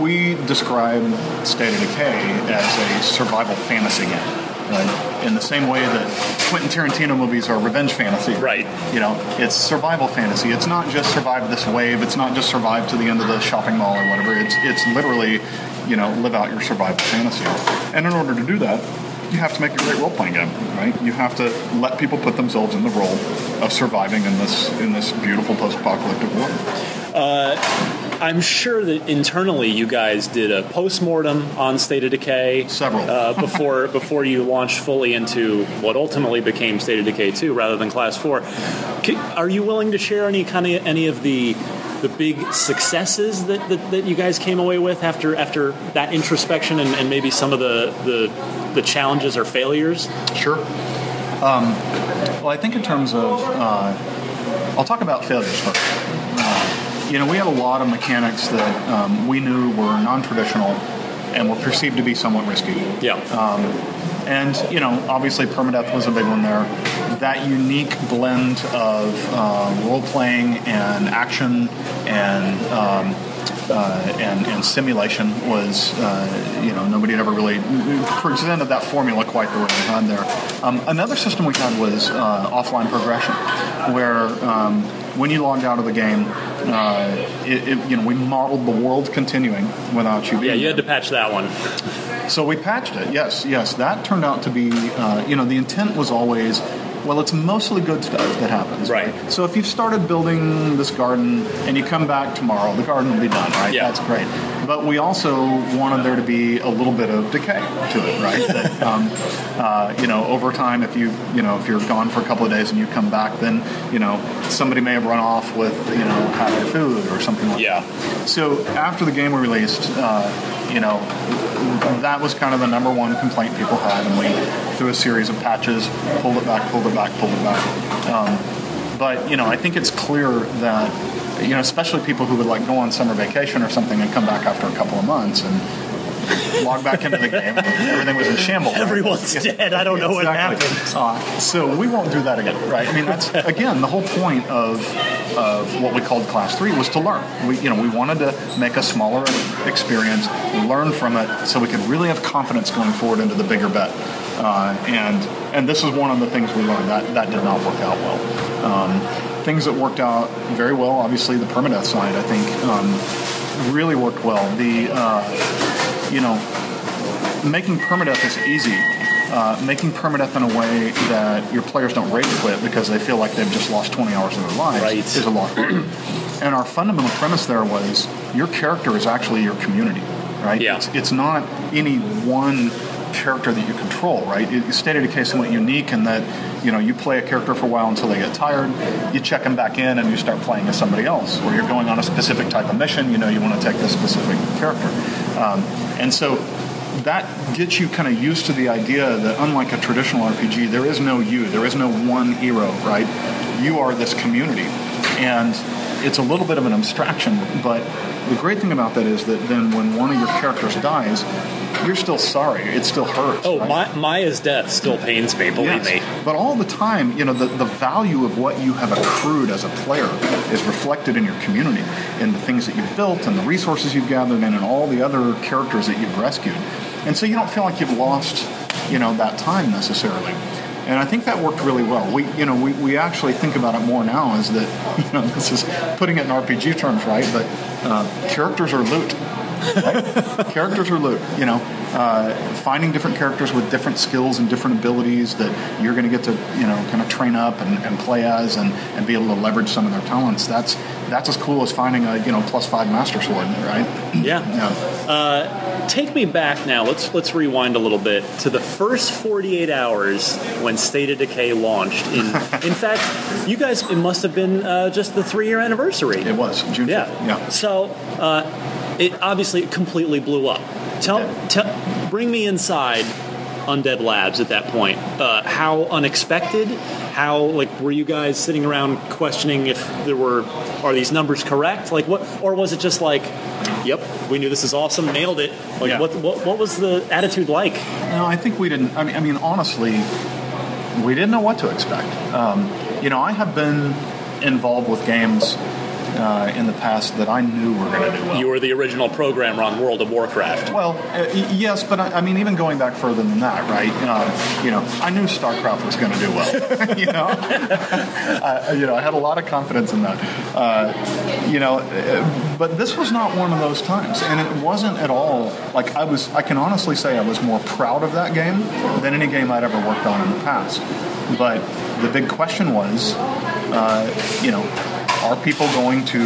F: we describe State of Decay as a survival fantasy game, right? In the same way that Quentin Tarantino movies are revenge fantasy,
A: Right.
F: You know, it's survival fantasy. It's not just survive this wave. It's not just survive to the end of the shopping mall or whatever. It's it's literally, you know, live out your survival fantasy. And in order to do that, you have to make a great role playing game, right? You have to let people put themselves in the role of surviving in this in this beautiful post apocalyptic world.
A: I'm sure that internally you guys did a postmortem on State of Decay.
F: Several.
A: uh, before <laughs> before you launched fully into what ultimately became State of Decay 2 rather than Class 4. Can, are you willing to share any kind of any of the the big successes that, that, that you guys came away with after after that introspection and, and maybe some of the, the the challenges or failures?
F: Sure. Um, well, I think in terms of, uh, I'll talk about failures first. Uh, you know, we had a lot of mechanics that um, we knew were non-traditional and were perceived to be somewhat risky.
A: Yeah.
F: And you know, obviously, permadeath was a big one there. That unique blend of uh, role playing and action and um, uh, and, and simulation was, uh, you know, nobody had ever really presented that formula quite the way we had there. Um, another system we had was uh, offline progression, where um, when you logged out of the game, uh, it, it, you know, we modeled the world continuing without you. Being
A: yeah, you
F: there.
A: had to patch that one.
F: So we patched it. Yes, yes. That turned out to be, uh, you know, the intent was always, well, it's mostly good stuff that happens.
A: Right.
F: So if you've started building this garden and you come back tomorrow, the garden will be done, right?
A: Yeah.
F: That's great. But we also wanted there to be a little bit of decay to
A: <laughs>
F: it, right? That, um, uh, you know, over time, if you you know if you're gone for a couple of days and you come back, then you know somebody may have run off with you know half your food or something like
A: Yeah.
F: that. So after the game we released, uh, you know, that was kind of the number one complaint people had, and we through a series of patches pulled it back, pulled it back, pulled it back. Um, but you know, I think it's clear that you know, especially people who would like go on summer vacation or something and come back after a couple of months and log back into the game, and everything was in shambles.
A: <laughs>
F: right?
A: Everyone's dead. I don't know what
F: Exactly.
A: happened.
F: Uh, so we won't do that again, right? I mean, that's again the whole point of of what we called class three was to learn. We you know we wanted to make a smaller experience, learn from it, so we could really have confidence going forward into the bigger bet. Uh, and and this is one of the things we learned that that did not work out well. Um, things that worked out very well, obviously the permadeath side, I think. Um, really worked well the uh, you know making permadeath is easy. Uh, making permadeath in a way that your players don't rage quit because they feel like they've just lost 20 hours of their lives
A: Right.
F: is a lot harder. and our fundamental premise there was your character is actually your community, right?
A: Yeah.
F: It's, it's not any one character that you control, right? You you stated a case somewhat unique in that you know you play a character for a while until they get tired, you check them back in, and you start playing as somebody else, or you're going on a specific type of mission. You know you want to take this specific character, um, and so that gets you kind of used to the idea that unlike a traditional RPG, there is no you, there is no one hero, right? You are this community, and it's a little bit of an abstraction, but the great thing about that is that then when one of your characters dies, you're still sorry. It still hurts.
A: Oh,
F: right?
A: Ma- Maya's death still pains me. Believe me.
F: Yes. But all the time, you know, the, the value of what you have accrued as a player is reflected in your community, in the things that you've built, and the resources you've gathered, and in all the other characters that you've rescued. And so you don't feel like you've lost, you know, that time necessarily. And I think that worked really well. We, you know, we, we actually think about it more now is that, <laughs> you know, this is putting it in RPG terms, right? But uh, characters are loot <laughs> characters are loot. You know, uh, finding different characters with different skills and different abilities that you're going to get to you know kind of train up and, and play as and, and be able to leverage some of their talents. That's that's as cool as finding a you know plus five master sword, right?
A: Yeah.
F: Yeah.
A: Take me back now. Let's let's rewind a little bit to the first 48 hours when State of Decay launched. In in fact, you guys it must have been uh, just the three year anniversary.
F: It was June. 5th.
A: Yeah.
F: Yeah.
A: So uh, it obviously completely blew up. Tell, tell, bring me inside Undead Labs at that point. Uh, how unexpected? How like were you guys sitting around questioning if there were are these numbers correct? Like what, or was it just like, yep, we knew this is awesome, nailed it. Like
H: Yeah.
A: what, what, what was the attitude like?
F: No, I think we didn't. I mean, I mean, honestly, we didn't know what to expect. Um, you know, I have been involved with games uh, in the past that I knew were going to do well.
A: You were the original programmer on World of Warcraft.
F: Well, uh, y- yes, but I, I mean, even going back further than that, right? Uh, you know, I knew StarCraft was going to do well. <laughs> you know, uh, you know, I had a lot of confidence in that. Uh, you know, uh, but this was not one of those times, and it wasn't at all. Like I was, I can honestly say I was more proud of that game than any game I'd ever worked on in the past. But the big question was, uh, you know, are people going to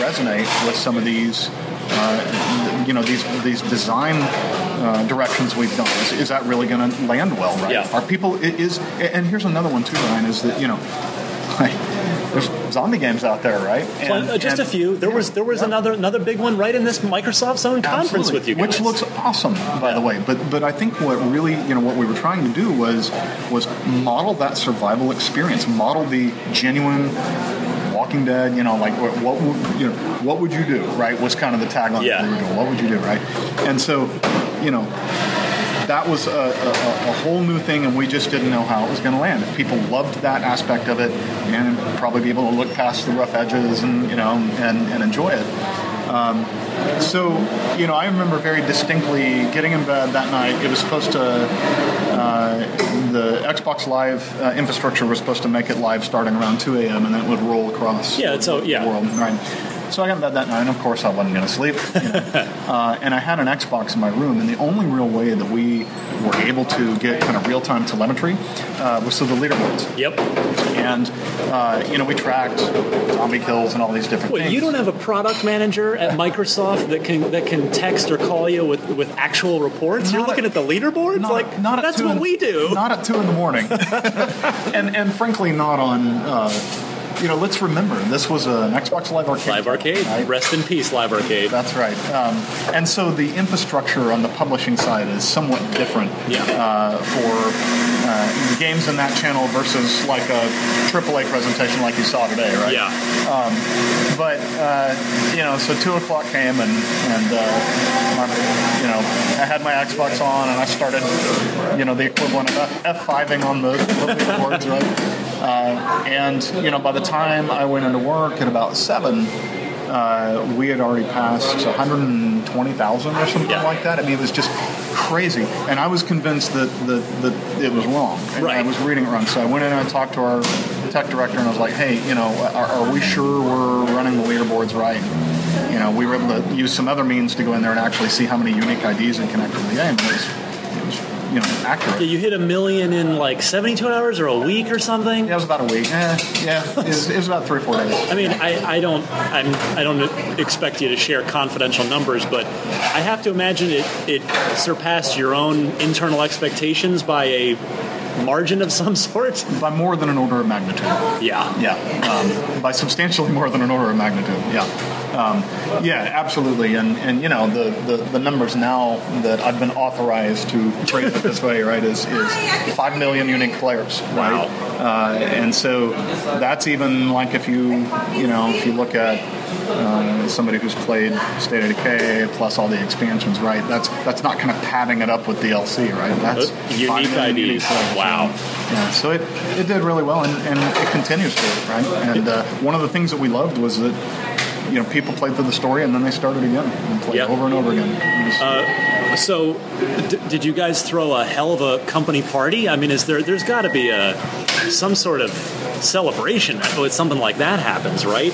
F: resonate with some of these? uh, you know these these design uh, directions we've done is, is that really going to land well right
A: Yeah.
F: are people i- is and here's another one too ryan is that you know like, there's zombie games out there right and,
A: Uh, just
F: and-
A: a few. There was there was
F: Yeah.
A: another another big one right in this Microsoft Zone conference
F: Absolutely.
A: with you guys.
F: which looks awesome by the way but but i think what really you know what we were trying to do was was model that survival experience model the genuine walking dead you know like what, what would you know what would you do right was kind of the tagline that
A: Yeah.
F: we were doing. what would you do right and so you know that was a, a, a a whole new thing, and we just didn't know how it was going to land. If people loved that aspect of it, and probably be able to look past the rough edges, and you know, and, and enjoy it. Um, so, you know, I remember very distinctly getting in bed that night. It was supposed to, uh, the Xbox Live uh, infrastructure was supposed to make it live starting around 2 a.m., and then it would roll across
A: Yeah, so-
F: the
A: yeah.
F: world. Right. So I got in bed that night, and of course I wasn't going to sleep. you know.
A: <laughs>
F: uh, and I had an Xbox in my room, and the only real way that we were able to get kind of real time telemetry uh, was through the leaderboards.
A: Yep.
F: And, uh, you know, we tracked zombie kills and all these different
A: Wait,
F: things.
A: you don't have a product manager at Microsoft that can that can text or call you with, with actual reports? You're
F: Not
A: looking
F: at-
A: at the leaderboards?
F: Not
A: like
F: at- not at
A: that's
F: two
A: what
F: in-
A: we do.
F: Not at two in
A: <laughs>
F: the morning, <laughs> and and frankly, not on. Uh, you know, let's remember this was an Xbox Live Arcade.
A: Live Arcade.
F: right?
A: Rest in peace, Live Arcade.
F: That's right. Um, and so the infrastructure on the publishing side is somewhat different
A: Yeah.
F: uh, for uh, the games in that channel versus like a AAA presentation like you saw today, right?
A: Yeah.
F: But uh, you know, so two o'clock came, and and uh, my, you know, I had my Xbox on, and I started, you know, the equivalent of F fiving on the little keyboards, right? Uh, and you know, by the time I went into work at about seven, uh, we had already passed 120,000 or something
A: Yeah.
F: like that. I mean, it was just crazy, and I was convinced that that, that it was wrong. And I
A: Right.
F: was reading it wrong, so I went in and I talked to our tech director, and I was like, "Hey, you know, are, are we sure we're running the leaderboards right?" You know, we were able to use some other means to go in there and actually see how many unique IDs had connected to the game. and It was, it was you know, accurate.
A: You hit a million in like 72 hours or a week or something.
F: Yeah, it was about a week. Eh, yeah, it was, it was about three or four days.
A: I mean, I, I don't I'm, I don't expect you to share confidential numbers, but I have to imagine it, it surpassed your own internal expectations by a margin of some <laughs> sort.
F: By more than an order of magnitude.
A: Yeah.
F: Yeah, um, by substantially more than an order of magnitude. Yeah, um, yeah, absolutely. And and you know the, the, the numbers now that I've been authorized to phrase it this way, right, is, is five million unique players. Right?
A: Wow.
F: Uh, and so that's even like if you you know if you look at uh, somebody who's played State of Decay plus all the expansions, right? That's that's not kind of padding it up with DLC, right? That's
A: Uh,
F: 5
A: unique
F: million unique
A: IDs.
F: players.
A: Wow.
F: Yeah, so it, it did really well, and, and it continues to, right? And uh, one of the things that we loved was that, you know, people played through the story and then they started again and played
A: Yep.
F: over and over again. It was-
A: So, d- did you guys throw a hell of a company party? I mean, is there? There's got to be a some sort of celebration when something like that happens, right?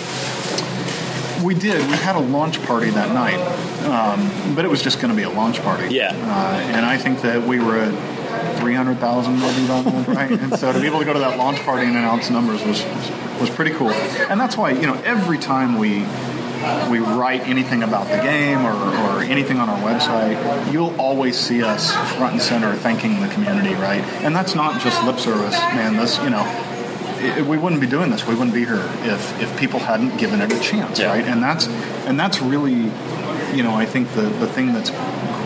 F: we did. We had a launch party that night, um, but it was just going to be a launch party.
A: Yeah.
F: Uh, and I think that we were at 300,000 maybe by then, right? and so to be able to go to that launch party and announce numbers was, was pretty cool. And that's why, you know, every time we we write anything about the game or, or anything on our website, you'll always see us front and center thanking the community, right? And that's not just lip service, man. This, you know, it, we wouldn't be doing this. We wouldn't be here if, if people hadn't given it a chance,
A: Yeah.
F: right? And that's and that's really, you know, I think the, the thing that's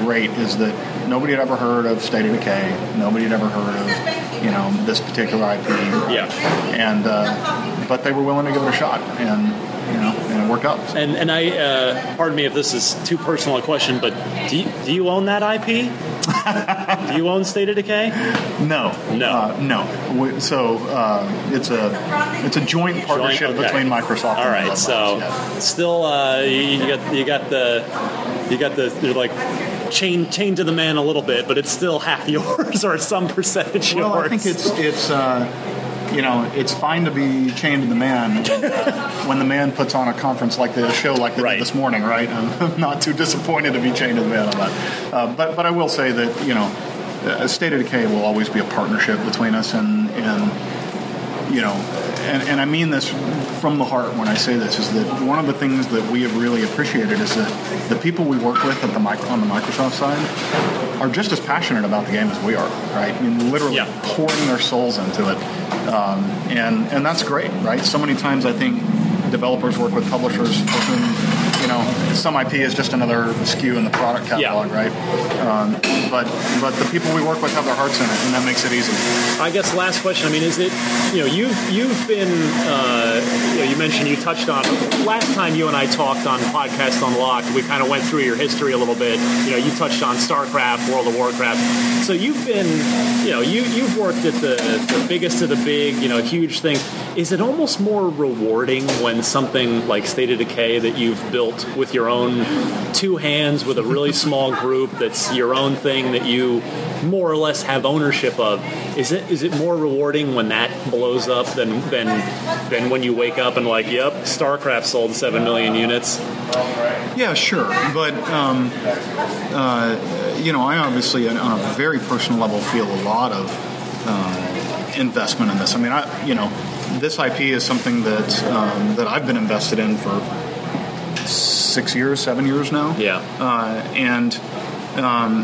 F: great is that nobody had ever heard of State of Decay. Nobody had ever heard of, you know, this particular IP.
A: Yeah.
F: And uh, but they were willing to give it a shot, and you know, and it worked out. So-
A: And and I, uh, pardon me if this is too personal a question, but do you, do you own that IP? do you own State of Decay?
F: No,
A: No.
F: uh, no. We, so uh, it's a it's a joint partnership
A: okay.
F: between Microsoft.
A: All
F: and
A: right,
F: Redbox,
A: so
F: yeah.
A: still uh, you, you got you got the you got the you're like chained chained to the man a little bit, but it's still half <laughs> yours or some percentage
F: Well,
A: yours.
F: I think it's it's uh, you know it's fine to be chained to the man uh, when the man puts on a conference like the show like they
A: Right.
F: did this morning, right? I'm <laughs> not too disappointed to be chained to the man on that. Uh, but but I will say that you know, uh, State of Decay will always be a partnership between us and and you know, and, and I mean this from the heart when I say this, is that one of the things that we have really appreciated is that the people we work with at the mic- on the Microsoft side are just as passionate about the game as we are, right? I mean, literally
A: Yeah.
F: pouring their souls into it. Um, and, and that's great, right? So many times I think developers work with publishers for whom, you know, some IP is just another SKU in the product catalog, right? Um, but, but the people we work with have their hearts in it, and that makes it easy.
A: I guess last question. I mean, is it you know you've you've been uh, you, know, you mentioned you touched on last time you and I talked on podcast unlocked. We kind of went through your history a little bit. You know, you touched on StarCraft, World of Warcraft. So you've been you know you you've worked at the the biggest of the big you know huge things. Is it almost more rewarding when something like State of Decay that you've built with your own two hands with a really small group that's your own thing that you more or less have ownership of is it is it more rewarding when that blows up than than than when you wake up and like yep starcraft sold 7 million units
F: Yeah, sure, but um, uh, you know, I obviously, on on a very personal level, feel a lot of uh, investment in this. I mean, I you know, this IP is something that um, that I've been invested in for six years, seven years now.
A: Yeah.
F: uh, and um,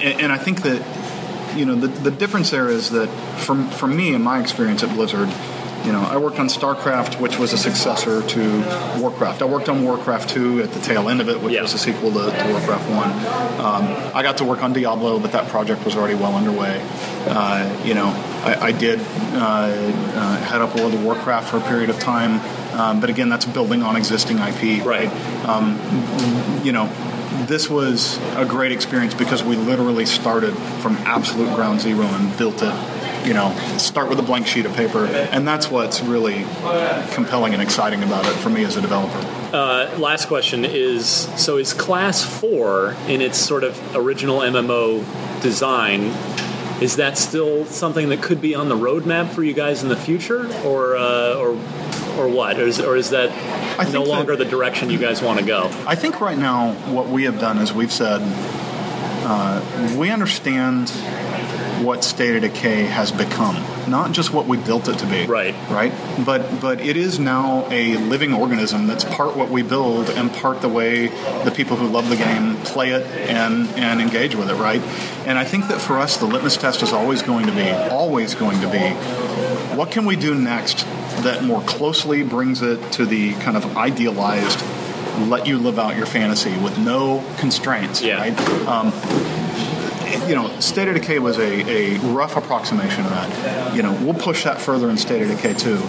F: and, and I think that you know the, the difference there is that for for me in my experience at Blizzard, you know I worked on StarCraft, which was a successor to Warcraft. I worked on Warcraft two at the tail end of it, which
A: Yeah.
F: was a sequel to, to Warcraft one. Um, I got to work on Diablo, but that project was already well underway. Uh, you know I, I did uh, uh, head up World of Warcraft for a period of time, um, but again that's building on existing IP.
A: Right.
F: You know this was a great experience because we literally started from absolute ground zero and built it you know start with a blank sheet of paper and that's what's really compelling and exciting about it for me as a developer
A: uh, last question is so is class 4 in its sort of original mmo design is that still something that could be on the roadmap for you guys in the future or uh, or or what or is, or is that
F: I
A: no
F: think that-
A: longer the direction you guys want to go
F: i think right now what we have done is we've said uh, we understand what State of Decay has become, not just what we built it to be.
G: Right.
F: Right. But but it is now a living organism that's part what we build and part the way the people who love the game play it and and engage with it. Right. And I think that for us, the litmus test is always going to be always going to be what can we do next that more closely brings it to the kind of idealized let you live out your fantasy with no constraints
G: Yeah.
F: right um, you know state of decay was a, a rough approximation of that you know we'll push that further in state of decay too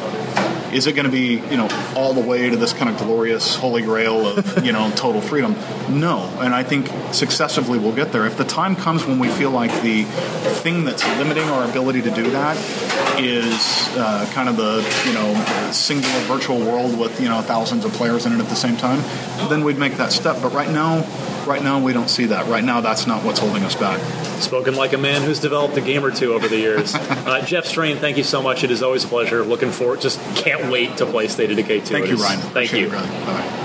F: is it going to be you know all the way to this kind of glorious holy grail of you know <laughs> total freedom no and i think successively we'll get there if the time comes when we feel like the thing that's limiting our ability to do that is uh, kind of the you know singular virtual world with you know thousands of players in it at the same time then we'd make that step but right now right now we don't see that right now that's not what's holding us back
G: Spoken like a man who's developed a game or two over the
F: <laughs>
G: years. uh, Jeff Strain, thank you so much. It is always a pleasure. Looking forward, just can't wait to play State of Decay 2.
F: thank
G: It
F: you
G: is-
F: ryan
G: Thank
F: Appreciate it,
G: you.
F: brother. Bye-bye.